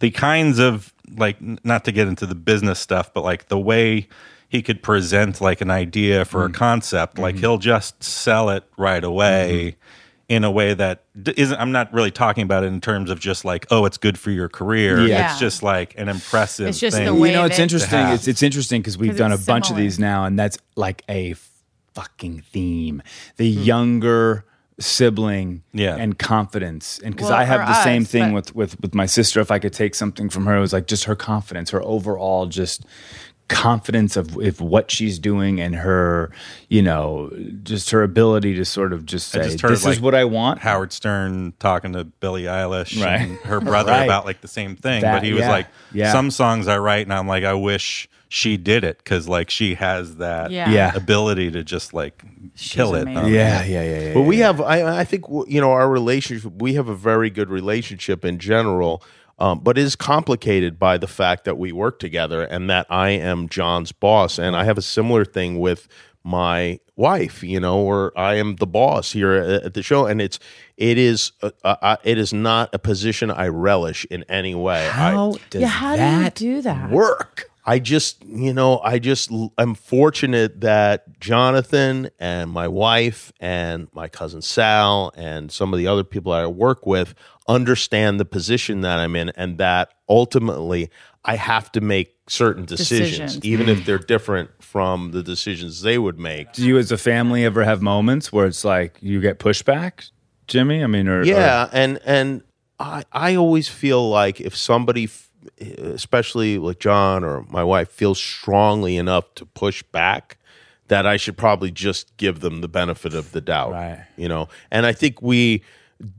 [SPEAKER 8] the kinds of like n- not to get into the business stuff, but like the way he could present like an idea for a
[SPEAKER 1] Mm.
[SPEAKER 8] concept,
[SPEAKER 1] Mm-hmm.
[SPEAKER 8] like he'll just sell it right away. In a way that d- isn't, I'm not really talking about it in terms of just like, oh, it's good for your career.
[SPEAKER 1] Yeah.
[SPEAKER 8] It's just like an impressive
[SPEAKER 11] It's just the
[SPEAKER 8] thing.
[SPEAKER 11] way-
[SPEAKER 1] you know,
[SPEAKER 11] wave
[SPEAKER 1] it's
[SPEAKER 11] it.
[SPEAKER 1] interesting.
[SPEAKER 8] Yeah.
[SPEAKER 1] It's, it's interesting because we've
[SPEAKER 6] 'Cause
[SPEAKER 1] done a
[SPEAKER 6] it's
[SPEAKER 1] bunch of
[SPEAKER 6] similar.
[SPEAKER 1] these now, and that's like a fucking theme: the younger sibling
[SPEAKER 8] Hmm. Yeah.
[SPEAKER 1] and confidence. And because
[SPEAKER 6] Well,
[SPEAKER 1] I have
[SPEAKER 6] or
[SPEAKER 1] the same
[SPEAKER 6] us,
[SPEAKER 1] thing
[SPEAKER 6] but-
[SPEAKER 1] with with with my sister. If I could take something from her, it was like just her confidence, her overall just confidence of if what she's doing and her you know just her ability to sort of just
[SPEAKER 8] I
[SPEAKER 1] say
[SPEAKER 8] just heard,
[SPEAKER 1] this is
[SPEAKER 8] like,
[SPEAKER 1] what i want
[SPEAKER 8] Howard Stern talking to Billie Eilish
[SPEAKER 1] Right.
[SPEAKER 8] and her [LAUGHS] brother
[SPEAKER 1] Right.
[SPEAKER 8] about like the same thing.
[SPEAKER 1] That-
[SPEAKER 8] but he was
[SPEAKER 1] yeah,
[SPEAKER 8] like,
[SPEAKER 1] yeah.
[SPEAKER 8] some songs I write and I'm like, I wish she did it because like she has that
[SPEAKER 11] Yeah.
[SPEAKER 1] Yeah.
[SPEAKER 8] ability to just like kill it.
[SPEAKER 11] amazing.
[SPEAKER 8] Um,
[SPEAKER 1] yeah yeah yeah, yeah
[SPEAKER 9] But we have, I, I think, you know, our relationship, we have a very good relationship in general, um, but is complicated by the fact that we work together and that I am John's boss. And I have a similar thing with my wife, you know, or I am the boss here at, at the show. And it's, it is, uh, uh, uh, it is not a position I relish in any way. I,
[SPEAKER 1] how does
[SPEAKER 6] yeah, how
[SPEAKER 1] that
[SPEAKER 6] do you do that?
[SPEAKER 9] work. I just, you know, I just, l- I'm fortunate that Jonathan and my wife and my cousin Sal and some of the other people I work with understand the position that I'm in and that ultimately I have to make certain decisions,
[SPEAKER 6] Decisions.
[SPEAKER 9] even if they're different from the decisions they would make.
[SPEAKER 1] Do you as a family ever have moments where it's like you get pushback, Jimmy? I mean, or
[SPEAKER 9] yeah and and i i always feel like if somebody f- especially like john or my wife feels strongly enough to push back that i should probably just give them the benefit of the doubt
[SPEAKER 1] Right.
[SPEAKER 9] you know and i think we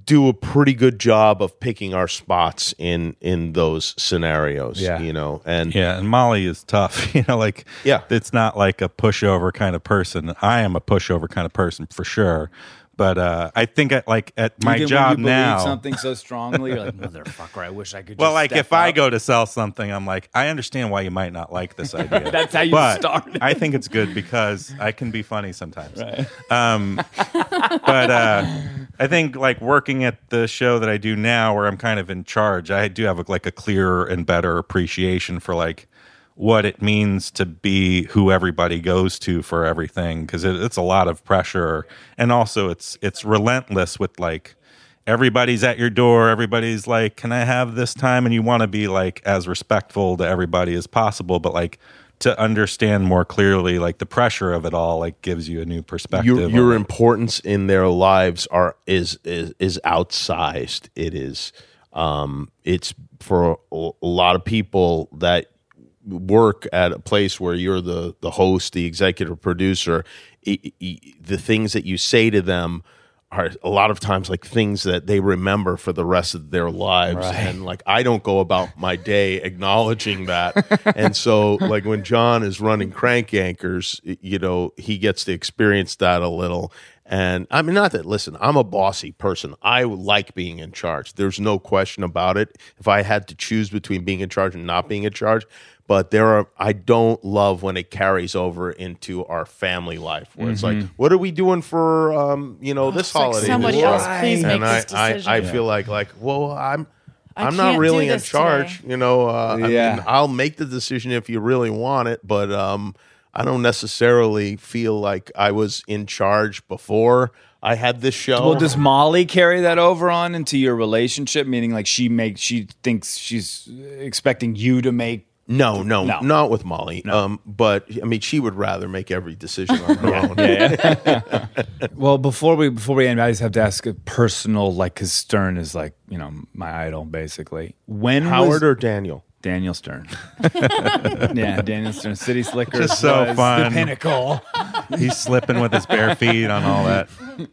[SPEAKER 9] do a pretty good job of picking our spots in in those scenarios
[SPEAKER 1] Yeah.
[SPEAKER 9] you know and
[SPEAKER 8] Yeah, and Molly is tough. [LAUGHS] You know, like
[SPEAKER 9] Yeah.
[SPEAKER 8] it's not like a pushover kind of person. I am a pushover kind of person for sure. But uh, I think at, like at my
[SPEAKER 1] Even when you
[SPEAKER 8] job
[SPEAKER 1] believe
[SPEAKER 8] now,
[SPEAKER 1] something
[SPEAKER 8] [LAUGHS]
[SPEAKER 1] so strongly, you're like, motherfucker, I wish I could.
[SPEAKER 8] Well,
[SPEAKER 1] just
[SPEAKER 8] like
[SPEAKER 1] step
[SPEAKER 8] if I
[SPEAKER 1] up."
[SPEAKER 8] go to sell something, I'm like, I understand why you might not like this
[SPEAKER 1] [LAUGHS]
[SPEAKER 8] idea.
[SPEAKER 1] That's how you
[SPEAKER 8] but
[SPEAKER 1] started.
[SPEAKER 8] I think it's good because I can be funny sometimes. Um, but uh, I think like working at the show that I do now, where I'm kind of in charge, I do have like a clearer and better appreciation for like what it means to be who everybody goes to for everything because it, it's a lot of pressure and also it's it's relentless with like everybody's at your door everybody's like can i have this time and you want to be like as respectful to everybody as possible but like to understand more clearly like the pressure of it all like gives you a new perspective
[SPEAKER 9] your,
[SPEAKER 8] on
[SPEAKER 9] your
[SPEAKER 8] it.
[SPEAKER 9] importance in their lives are is is is outsized. It is um it's for a a lot of people that work at a place where you're the the host, the executive producer, i i the things that you say to them are a lot of times like things that they remember for the rest of their lives and like I don't go about my day [LAUGHS] acknowledging that. and so like when John is running crank anchors, y- you know, he gets to experience that a little and I mean, not that, listen, I'm a bossy person. I like being in charge. There's no question about it. If I had to choose between being in charge and not being in charge, but there are, I don't love when it carries over into our family life where it's like, what are we doing for, um, you
[SPEAKER 11] Oh,
[SPEAKER 9] know, this holiday? this
[SPEAKER 11] somebody
[SPEAKER 9] year?"
[SPEAKER 11] else, please make
[SPEAKER 9] and
[SPEAKER 11] this
[SPEAKER 9] I,
[SPEAKER 11] decision.
[SPEAKER 9] I, I feel like, like, well, I'm,
[SPEAKER 6] I
[SPEAKER 9] I'm not
[SPEAKER 6] can't
[SPEAKER 9] really
[SPEAKER 6] do
[SPEAKER 9] in
[SPEAKER 6] this
[SPEAKER 9] charge, you know. Uh, I
[SPEAKER 1] Yeah.
[SPEAKER 9] mean, I'll make the decision if you really want it, but um, I don't necessarily feel like I was in charge before I had this show.
[SPEAKER 1] Well, does Molly carry that over on into your relationship? Meaning, like she makes, she thinks she's expecting you to make.
[SPEAKER 9] no, no,
[SPEAKER 1] No.
[SPEAKER 9] not with Molly. Um, but I mean, she would rather make every decision
[SPEAKER 1] [LAUGHS]
[SPEAKER 9] on her own.
[SPEAKER 1] Well, before we before we end, I just have to ask a personal, like, because Stern is like you know my idol basically. When was-
[SPEAKER 9] Howard or Daniel?
[SPEAKER 1] Daniel
[SPEAKER 8] [LAUGHS]
[SPEAKER 1] Stern. yeah, Daniel Stern. City Slickers
[SPEAKER 8] Just so
[SPEAKER 1] was the
[SPEAKER 8] fun.
[SPEAKER 1] pinnacle.
[SPEAKER 8] he's slipping with his bare feet on all that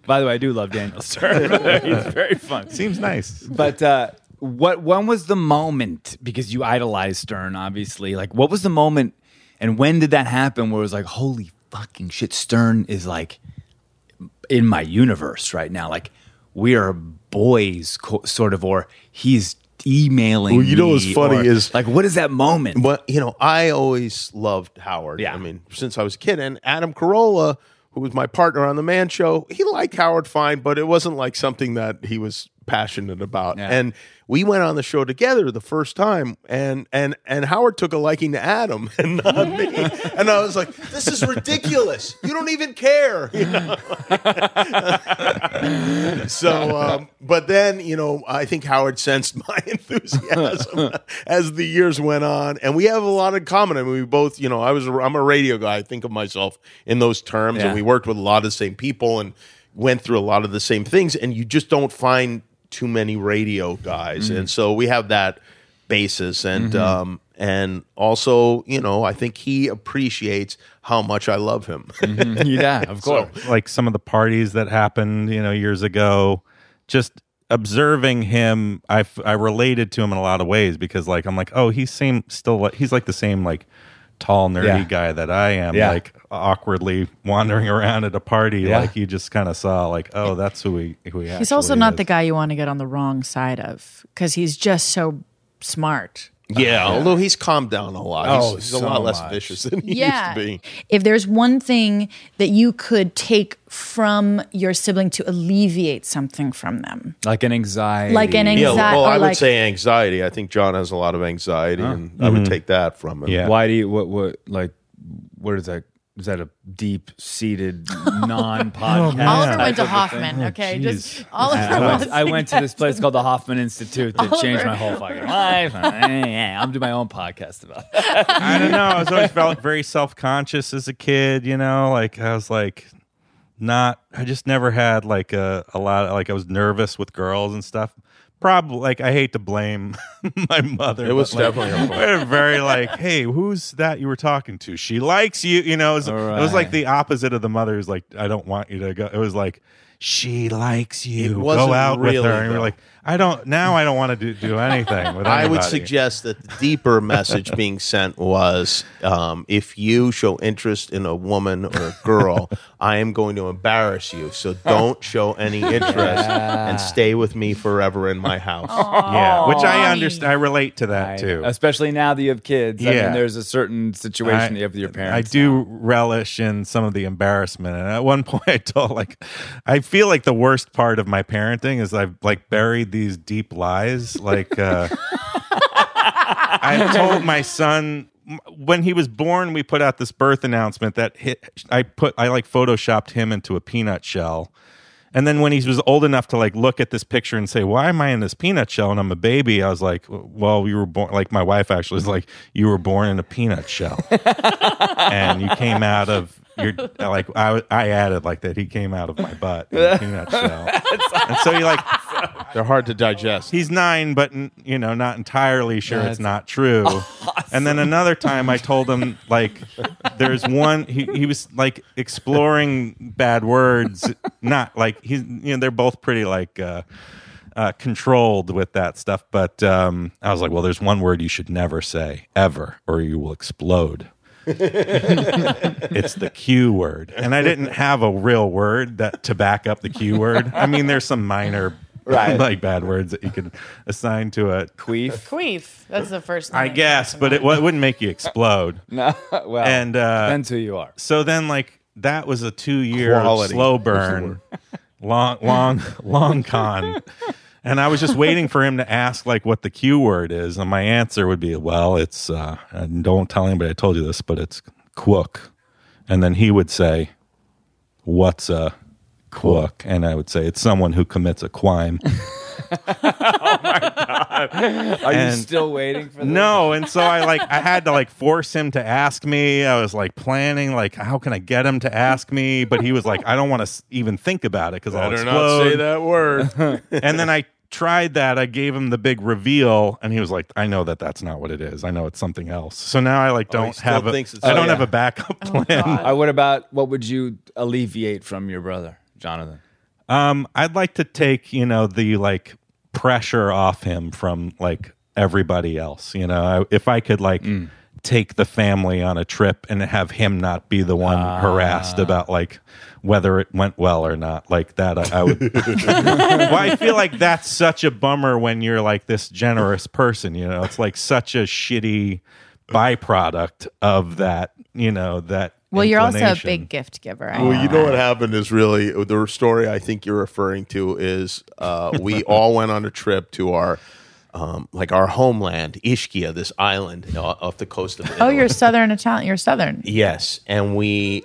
[SPEAKER 1] By the way, I do love Daniel [LAUGHS] Stern. He's very fun.
[SPEAKER 8] seems nice
[SPEAKER 1] But uh, what when was the moment? Because you idolized Stern, obviously. Like, what was the moment? And when did that happen where it was like, holy fucking shit, Stern is like in my universe right now. Like we are boys, co- sort of, or he's emailing.
[SPEAKER 9] Well, you know what's
[SPEAKER 1] me,
[SPEAKER 9] funny
[SPEAKER 1] or,
[SPEAKER 9] is-
[SPEAKER 1] like, what is that moment?
[SPEAKER 9] But you know, I always loved Howard.
[SPEAKER 1] Yeah.
[SPEAKER 9] I mean, since I was a kid, and Adam Carolla, who was my partner on the Man Show, he liked Howard fine, but it wasn't like something that he was passionate about.
[SPEAKER 1] Yeah.
[SPEAKER 9] And we went on the show together the first time, and and and Howard took a liking to Adam [LAUGHS] and not me. and I was like, "This is ridiculous. You don't
[SPEAKER 1] [LAUGHS]
[SPEAKER 9] even care." You know? so, um, but then you know, I think Howard sensed my [LAUGHS]
[SPEAKER 1] [LAUGHS]
[SPEAKER 9] enthusiasm as the years went on, and we have a lot in common. I mean, we both, you know, I was I'm a radio guy. I think of myself in those terms,
[SPEAKER 1] Yeah.
[SPEAKER 9] and we worked with a lot of the same people and went through a lot of the same things. And you just don't find too many radio guys,
[SPEAKER 1] Mm-hmm.
[SPEAKER 9] and so we have that basis and. um and also, you know, I think he appreciates how much I love him. [LAUGHS]
[SPEAKER 1] [LAUGHS] yeah, Mm-hmm. of course.
[SPEAKER 8] like some of the parties that happened, you know, years ago. Just observing him, I, f- I related to him in a lot of ways because like I'm like, oh, he's same still like he's like the same like tall nerdy
[SPEAKER 1] Yeah.
[SPEAKER 8] guy that I am,
[SPEAKER 1] Yeah.
[SPEAKER 8] like awkwardly wandering [LAUGHS] around at a party.
[SPEAKER 1] Yeah.
[SPEAKER 8] Like you just kind of saw like, oh, that's who we who we.
[SPEAKER 6] He's also
[SPEAKER 8] actually
[SPEAKER 6] not
[SPEAKER 8] is.
[SPEAKER 6] the guy you want to get on the wrong side of because he's just so smart.
[SPEAKER 9] Yeah, although he's calmed down a lot. He's,
[SPEAKER 10] Oh,
[SPEAKER 9] he's
[SPEAKER 10] so
[SPEAKER 9] a lot less
[SPEAKER 10] much.
[SPEAKER 9] vicious than he used to be.
[SPEAKER 6] If there's one thing that you could take from your sibling to alleviate something from them,
[SPEAKER 1] Like an anxiety.
[SPEAKER 6] Like an
[SPEAKER 9] Yeah,
[SPEAKER 6] anxiety. Exact-
[SPEAKER 9] well,
[SPEAKER 6] or
[SPEAKER 9] I would
[SPEAKER 6] like-
[SPEAKER 9] say anxiety. I think John has a lot of anxiety, and I would take that from him.
[SPEAKER 8] Yeah.
[SPEAKER 1] Why do you what what like what is that? Is that a deep [LAUGHS] seated non podcast?
[SPEAKER 6] Oliver went to
[SPEAKER 1] Oh,
[SPEAKER 6] Hoffman. Okay, just
[SPEAKER 1] [LAUGHS]
[SPEAKER 8] jeez.
[SPEAKER 6] Oliver.
[SPEAKER 1] I
[SPEAKER 6] wants
[SPEAKER 1] went,
[SPEAKER 6] to
[SPEAKER 1] I went to
[SPEAKER 6] get-
[SPEAKER 1] this place called the Hoffman Institute that changed my whole fucking [LAUGHS] life. Yeah, I'm doing my own podcast about it.
[SPEAKER 8] I don't know. I was always felt very self conscious as a kid. You know, like I was like not. I just never had like a a lot. Of, like I was nervous with girls and stuff. Probably like I hate to blame [LAUGHS] my mother.
[SPEAKER 9] It was
[SPEAKER 8] but, like,
[SPEAKER 9] definitely her fault.
[SPEAKER 8] we're very like, hey, who's that you were talking to? She likes you. You know, it was, it was like
[SPEAKER 1] Alright.
[SPEAKER 8] the opposite of the mother who's like, I don't want you to go. It was like. She likes you.
[SPEAKER 9] wasn't
[SPEAKER 8] Go out with
[SPEAKER 9] really,
[SPEAKER 8] her, and we
[SPEAKER 9] though.
[SPEAKER 8] we're like, I don't. Now I don't want to do, do anything. With
[SPEAKER 9] I would
[SPEAKER 8] anybody.
[SPEAKER 9] suggest that the deeper [LAUGHS] message being sent was um, if you show interest in a woman or a [LAUGHS] girl, I am going to embarrass you. So don't show any interest and stay with me forever in my house.
[SPEAKER 8] yeah, which I understand. I relate to that too.
[SPEAKER 1] Especially now that you have kids. I
[SPEAKER 8] Yeah.
[SPEAKER 1] mean, there's a certain situation
[SPEAKER 8] I-
[SPEAKER 1] that you have with your parents.
[SPEAKER 8] I do relish in some of the embarrassment. And at one [LAUGHS] point, I told like, I feel like the worst part of my parenting is I've like buried these deep lies. Like, uh, I told my son m- when he was born, we put out this birth announcement that hit, I put, I like photoshopped him into a peanut shell. And then when he was old enough to like look at this picture and say, "Why am I in this peanut shell?" and I'm a baby, I was like, "Well, you were born." Like my wife actually was like, "You were born in a peanut shell, and you came out of your like." I I added like that he came out of my butt in a peanut shell, and so he like
[SPEAKER 9] They're hard to digest.
[SPEAKER 8] he's nine, but n- you know, not entirely sure it's not true. And then another time, I told him like, there's one. He he was like exploring bad words, not like he's you know they're both pretty like. uh uh, controlled with that stuff, but um, I was like, "Well, there's one word you should never say ever, or you will explode." it's the Q word. And I didn't have a real word that to back up the Q word. I mean, there's some minor [LAUGHS] like bad words that you could assign to it.
[SPEAKER 1] Queef.
[SPEAKER 7] Queef. That's the first thing.
[SPEAKER 8] I guess, but it, wa- it wouldn't make you explode.
[SPEAKER 1] No, [LAUGHS] well,
[SPEAKER 8] And uh,
[SPEAKER 1] depends who you [LAUGHS] are.
[SPEAKER 8] so then like that was a two year
[SPEAKER 9] Quality
[SPEAKER 8] slow
[SPEAKER 9] is the
[SPEAKER 8] burn, [LAUGHS] long, long, long con. And I was just waiting for him to ask like what the Q word is, and my answer would be, "Well, it's uh, and don't tell anybody I told you this, but it's quook." And then he would say, "What's a quook?" And I would say, "It's someone who commits a crime."
[SPEAKER 1] Are you
[SPEAKER 8] and-
[SPEAKER 1] still waiting for this?
[SPEAKER 8] No, and so I like I had to like force him to ask me. I was like planning like how can I get him to ask me, but he was like I don't want to even think about it because I'll
[SPEAKER 9] Better
[SPEAKER 8] explode.
[SPEAKER 9] not say that word. [LAUGHS]
[SPEAKER 8] And then I tried that. I gave him the big reveal, and he was like, "I know that that's not what it is. I know it's something else." So now I like
[SPEAKER 9] Oh, he
[SPEAKER 8] don't
[SPEAKER 9] still
[SPEAKER 8] have a,
[SPEAKER 9] thinks it's-
[SPEAKER 8] I don't
[SPEAKER 9] Oh, yeah.
[SPEAKER 8] have a backup plan.
[SPEAKER 1] Uh, what about what would you alleviate from your brother, Jonathan?
[SPEAKER 8] Um, I'd like to take you know the like pressure off him from like everybody else. You know, I, if I could like take the family on a trip and have him not be the one harassed about like whether it went well or not like that i, I would [LAUGHS] well i feel like that's such a bummer when you're like this generous person you know it's like such a shitty byproduct of that you know that
[SPEAKER 12] Well, you're also a
[SPEAKER 8] inclination.
[SPEAKER 12] big gift giver. I
[SPEAKER 9] Well, you know what happened is really the story I think you're referring to is uh,
[SPEAKER 6] [LAUGHS]
[SPEAKER 9] we all went on a trip to our um, like our homeland, Ischia, this island uh, off the coast of.
[SPEAKER 6] Oh,
[SPEAKER 9] Italy.
[SPEAKER 6] you're Southern Italian. You're Southern.
[SPEAKER 9] Yes, and we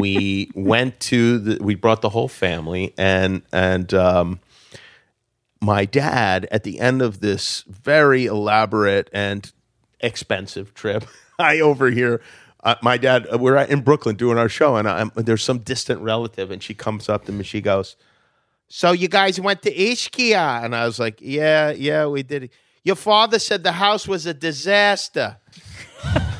[SPEAKER 6] [LAUGHS]
[SPEAKER 9] we went to the we brought the whole family and and um my dad at the end of this very elaborate and expensive trip [LAUGHS] I overhear uh, my dad we're at- in Brooklyn doing our show and I'm, there's some distant relative and she comes up to me she goes so you guys went to Ischia and I was like yeah yeah we did your father said the house was a disaster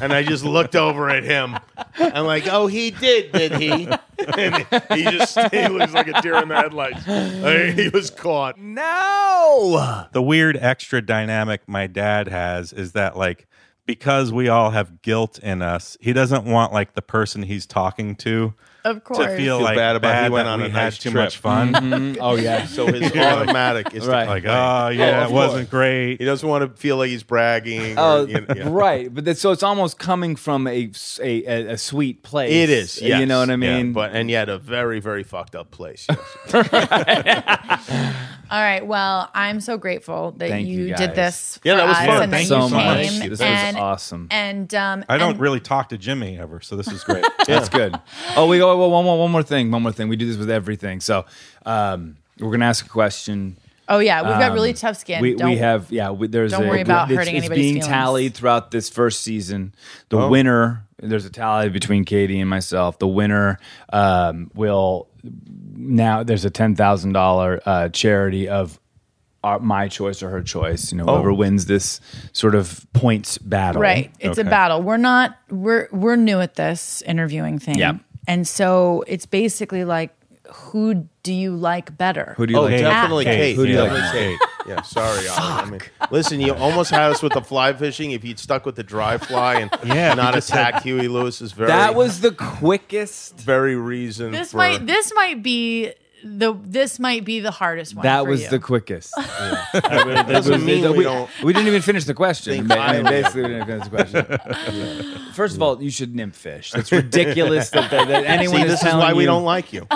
[SPEAKER 9] and I just looked over at him. I'm like, oh, he did, did he? [LAUGHS] And he just he looks like a deer in the headlights. Like, he was caught.
[SPEAKER 1] No.
[SPEAKER 8] the weird extra dynamic my dad has is that like because we all have guilt in us, he doesn't want like the person he's talking to
[SPEAKER 6] Of course.
[SPEAKER 8] to feel, like
[SPEAKER 9] bad
[SPEAKER 8] bad
[SPEAKER 9] about he
[SPEAKER 8] about
[SPEAKER 9] went
[SPEAKER 8] that
[SPEAKER 9] on
[SPEAKER 8] we
[SPEAKER 9] a
[SPEAKER 8] had
[SPEAKER 9] nice
[SPEAKER 8] too
[SPEAKER 9] trip. Mm-hmm.
[SPEAKER 8] much fun.
[SPEAKER 1] Oh yeah.
[SPEAKER 9] So [LAUGHS] his automatic is to
[SPEAKER 1] Right.
[SPEAKER 8] Like,
[SPEAKER 9] complain.
[SPEAKER 8] oh yeah,
[SPEAKER 9] of
[SPEAKER 8] it wasn't
[SPEAKER 9] course.
[SPEAKER 8] great.
[SPEAKER 9] He doesn't want to feel like he's bragging. or,
[SPEAKER 1] Oh,
[SPEAKER 9] you know, yeah.
[SPEAKER 1] right. But that, so it's almost coming from a a, a, a sweet place.
[SPEAKER 9] It is. Yes.
[SPEAKER 1] You know what I
[SPEAKER 9] Yeah,
[SPEAKER 1] mean?
[SPEAKER 9] but and yet a very very fucked up place. yes.
[SPEAKER 6] All right. Well, I'm so grateful that
[SPEAKER 1] Thank
[SPEAKER 6] you,
[SPEAKER 1] you,
[SPEAKER 6] did
[SPEAKER 1] guys.
[SPEAKER 6] this.
[SPEAKER 9] Yeah,
[SPEAKER 6] for
[SPEAKER 9] that was
[SPEAKER 6] us
[SPEAKER 8] fun.
[SPEAKER 6] And
[SPEAKER 8] Thank
[SPEAKER 6] that
[SPEAKER 8] you
[SPEAKER 6] you
[SPEAKER 8] so much.
[SPEAKER 6] came,
[SPEAKER 1] This was
[SPEAKER 6] and,
[SPEAKER 1] awesome.
[SPEAKER 6] And um,
[SPEAKER 8] I don't
[SPEAKER 6] and-
[SPEAKER 8] really talk to Jimmy ever, so this
[SPEAKER 6] [LAUGHS]
[SPEAKER 8] is great.
[SPEAKER 1] That's good. Oh, we go. Well, one more, one more thing. One more thing. We do this with everything. So um, we're gonna ask a question.
[SPEAKER 6] Oh yeah, we've got really
[SPEAKER 1] Um,
[SPEAKER 6] tough skin.
[SPEAKER 1] We,
[SPEAKER 6] don't,
[SPEAKER 1] we have yeah. We, there's
[SPEAKER 6] don't
[SPEAKER 1] a,
[SPEAKER 6] worry about
[SPEAKER 1] it's,
[SPEAKER 6] hurting
[SPEAKER 1] it's
[SPEAKER 6] anybody's
[SPEAKER 1] being
[SPEAKER 6] feelings.
[SPEAKER 1] tallied throughout this first season. The winner. There's a tally between Katie and myself. The winner um, will now. There's a ten thousand dollar uh, charity of. Our, my choice or her choice, you know, whoever wins this sort of points battle,
[SPEAKER 6] right. It's a battle. We're not. We're we're new at this interviewing thing.
[SPEAKER 1] Yeah.
[SPEAKER 6] And so it's basically like, who do you like better?
[SPEAKER 1] Who do [LAUGHS] you
[SPEAKER 9] oh,
[SPEAKER 1] like?
[SPEAKER 9] definitely
[SPEAKER 8] Kate.
[SPEAKER 9] Kate.
[SPEAKER 1] Who do you
[SPEAKER 9] Definitely
[SPEAKER 1] like?
[SPEAKER 9] Kate. Yeah, sorry. Ollie.
[SPEAKER 1] [LAUGHS]
[SPEAKER 9] I mean, listen, you almost had us with the fly fishing. If you'd stuck with the dry fly and
[SPEAKER 8] Yeah,
[SPEAKER 9] not
[SPEAKER 8] we just
[SPEAKER 9] attack Huey Lewis's very
[SPEAKER 1] That was the quickest
[SPEAKER 9] very reason.
[SPEAKER 6] this
[SPEAKER 9] for,
[SPEAKER 6] might this might be the this might be the hardest one.
[SPEAKER 1] That
[SPEAKER 6] for
[SPEAKER 1] was
[SPEAKER 6] you.
[SPEAKER 1] the quickest.
[SPEAKER 9] It doesn't mean we, don't.
[SPEAKER 1] We didn't even finish the question.
[SPEAKER 9] Think
[SPEAKER 1] Ba- I mean,
[SPEAKER 9] highly.
[SPEAKER 1] basically, we didn't finish the question. First of all, you should nymph fish. [LAUGHS] That's ridiculous that, that, that anyone
[SPEAKER 9] See,
[SPEAKER 1] is
[SPEAKER 9] this is
[SPEAKER 1] telling
[SPEAKER 9] why we
[SPEAKER 1] you-
[SPEAKER 9] don't
[SPEAKER 1] [LAUGHS]
[SPEAKER 9] like you.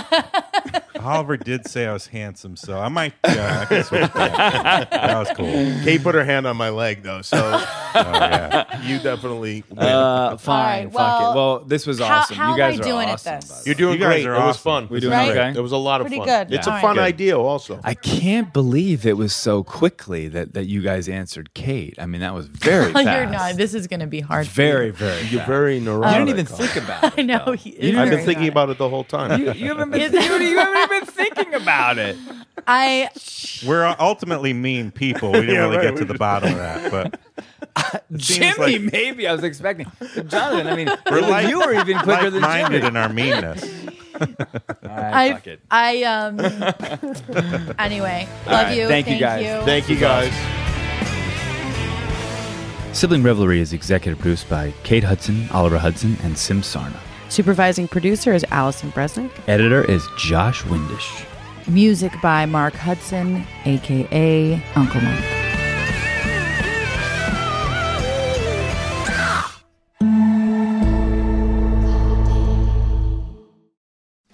[SPEAKER 8] Oliver did say I was handsome, so I might yeah, I can switch that. That was cool. Oh,
[SPEAKER 9] Kate put her hand on my leg
[SPEAKER 6] [LAUGHS]
[SPEAKER 9] though, so uh,
[SPEAKER 8] yeah.
[SPEAKER 9] you definitely. Win.
[SPEAKER 1] Uh,
[SPEAKER 6] All
[SPEAKER 1] fine,
[SPEAKER 6] right,
[SPEAKER 1] fuck it.
[SPEAKER 6] well,
[SPEAKER 1] Well, this was
[SPEAKER 6] how-
[SPEAKER 1] awesome.
[SPEAKER 6] how
[SPEAKER 1] you
[SPEAKER 6] am
[SPEAKER 1] guys
[SPEAKER 6] I
[SPEAKER 1] are
[SPEAKER 6] doing at
[SPEAKER 1] awesome,
[SPEAKER 6] this?
[SPEAKER 1] by the way.
[SPEAKER 9] You're doing
[SPEAKER 8] You guys
[SPEAKER 9] great.
[SPEAKER 8] are
[SPEAKER 9] It was
[SPEAKER 8] awesome.
[SPEAKER 9] fun.
[SPEAKER 1] We're doing
[SPEAKER 9] It was
[SPEAKER 1] okay?
[SPEAKER 9] great. It was a lot of
[SPEAKER 6] Pretty
[SPEAKER 9] fun.
[SPEAKER 6] good.
[SPEAKER 9] It's
[SPEAKER 6] All
[SPEAKER 9] a
[SPEAKER 6] right.
[SPEAKER 9] fun
[SPEAKER 6] Good.
[SPEAKER 9] idea, also.
[SPEAKER 1] I can't believe it was so quickly that, that you guys answered Kate. I mean, that was very
[SPEAKER 6] [LAUGHS]
[SPEAKER 1] fast.
[SPEAKER 6] You're not. This is going to be hard. [LAUGHS] for you.
[SPEAKER 1] [LAUGHS] very, very. You're
[SPEAKER 9] very
[SPEAKER 1] You
[SPEAKER 9] neurotic. Uh,
[SPEAKER 1] didn't even think about [LAUGHS] it.
[SPEAKER 6] I know.
[SPEAKER 1] though.
[SPEAKER 6] He
[SPEAKER 1] You
[SPEAKER 6] is
[SPEAKER 1] didn't
[SPEAKER 9] I've
[SPEAKER 1] even
[SPEAKER 6] very
[SPEAKER 9] been thinking
[SPEAKER 6] neurotic.
[SPEAKER 9] about it the whole time.
[SPEAKER 1] You, you haven't been, you haven't even been thinking about it.
[SPEAKER 6] I
[SPEAKER 8] We're ultimately mean people. We didn't
[SPEAKER 9] Yeah,
[SPEAKER 8] really
[SPEAKER 9] right.
[SPEAKER 8] get
[SPEAKER 9] We
[SPEAKER 8] to the
[SPEAKER 9] just-
[SPEAKER 8] bottom of that, but it seems
[SPEAKER 1] Jimmy,
[SPEAKER 8] like
[SPEAKER 1] maybe I was expecting. But Jonathan, I mean,
[SPEAKER 8] We're like-
[SPEAKER 1] you were even quicker than
[SPEAKER 8] minded
[SPEAKER 1] Jimmy.
[SPEAKER 8] in our meanness.
[SPEAKER 6] I I um. anyway, love
[SPEAKER 1] right.
[SPEAKER 6] you.
[SPEAKER 1] Thank you, guys.
[SPEAKER 9] Thank you guys.
[SPEAKER 13] Sibling Revelry is executive produced by Kate Hudson, Oliver Hudson, and Sim Sarna.
[SPEAKER 12] Supervising producer is Allison Bresnick.
[SPEAKER 13] Editor is Josh Windisch.
[SPEAKER 12] Music by Mark Hudson, aka Uncle Mike.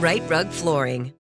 [SPEAKER 12] Right Rug Flooring.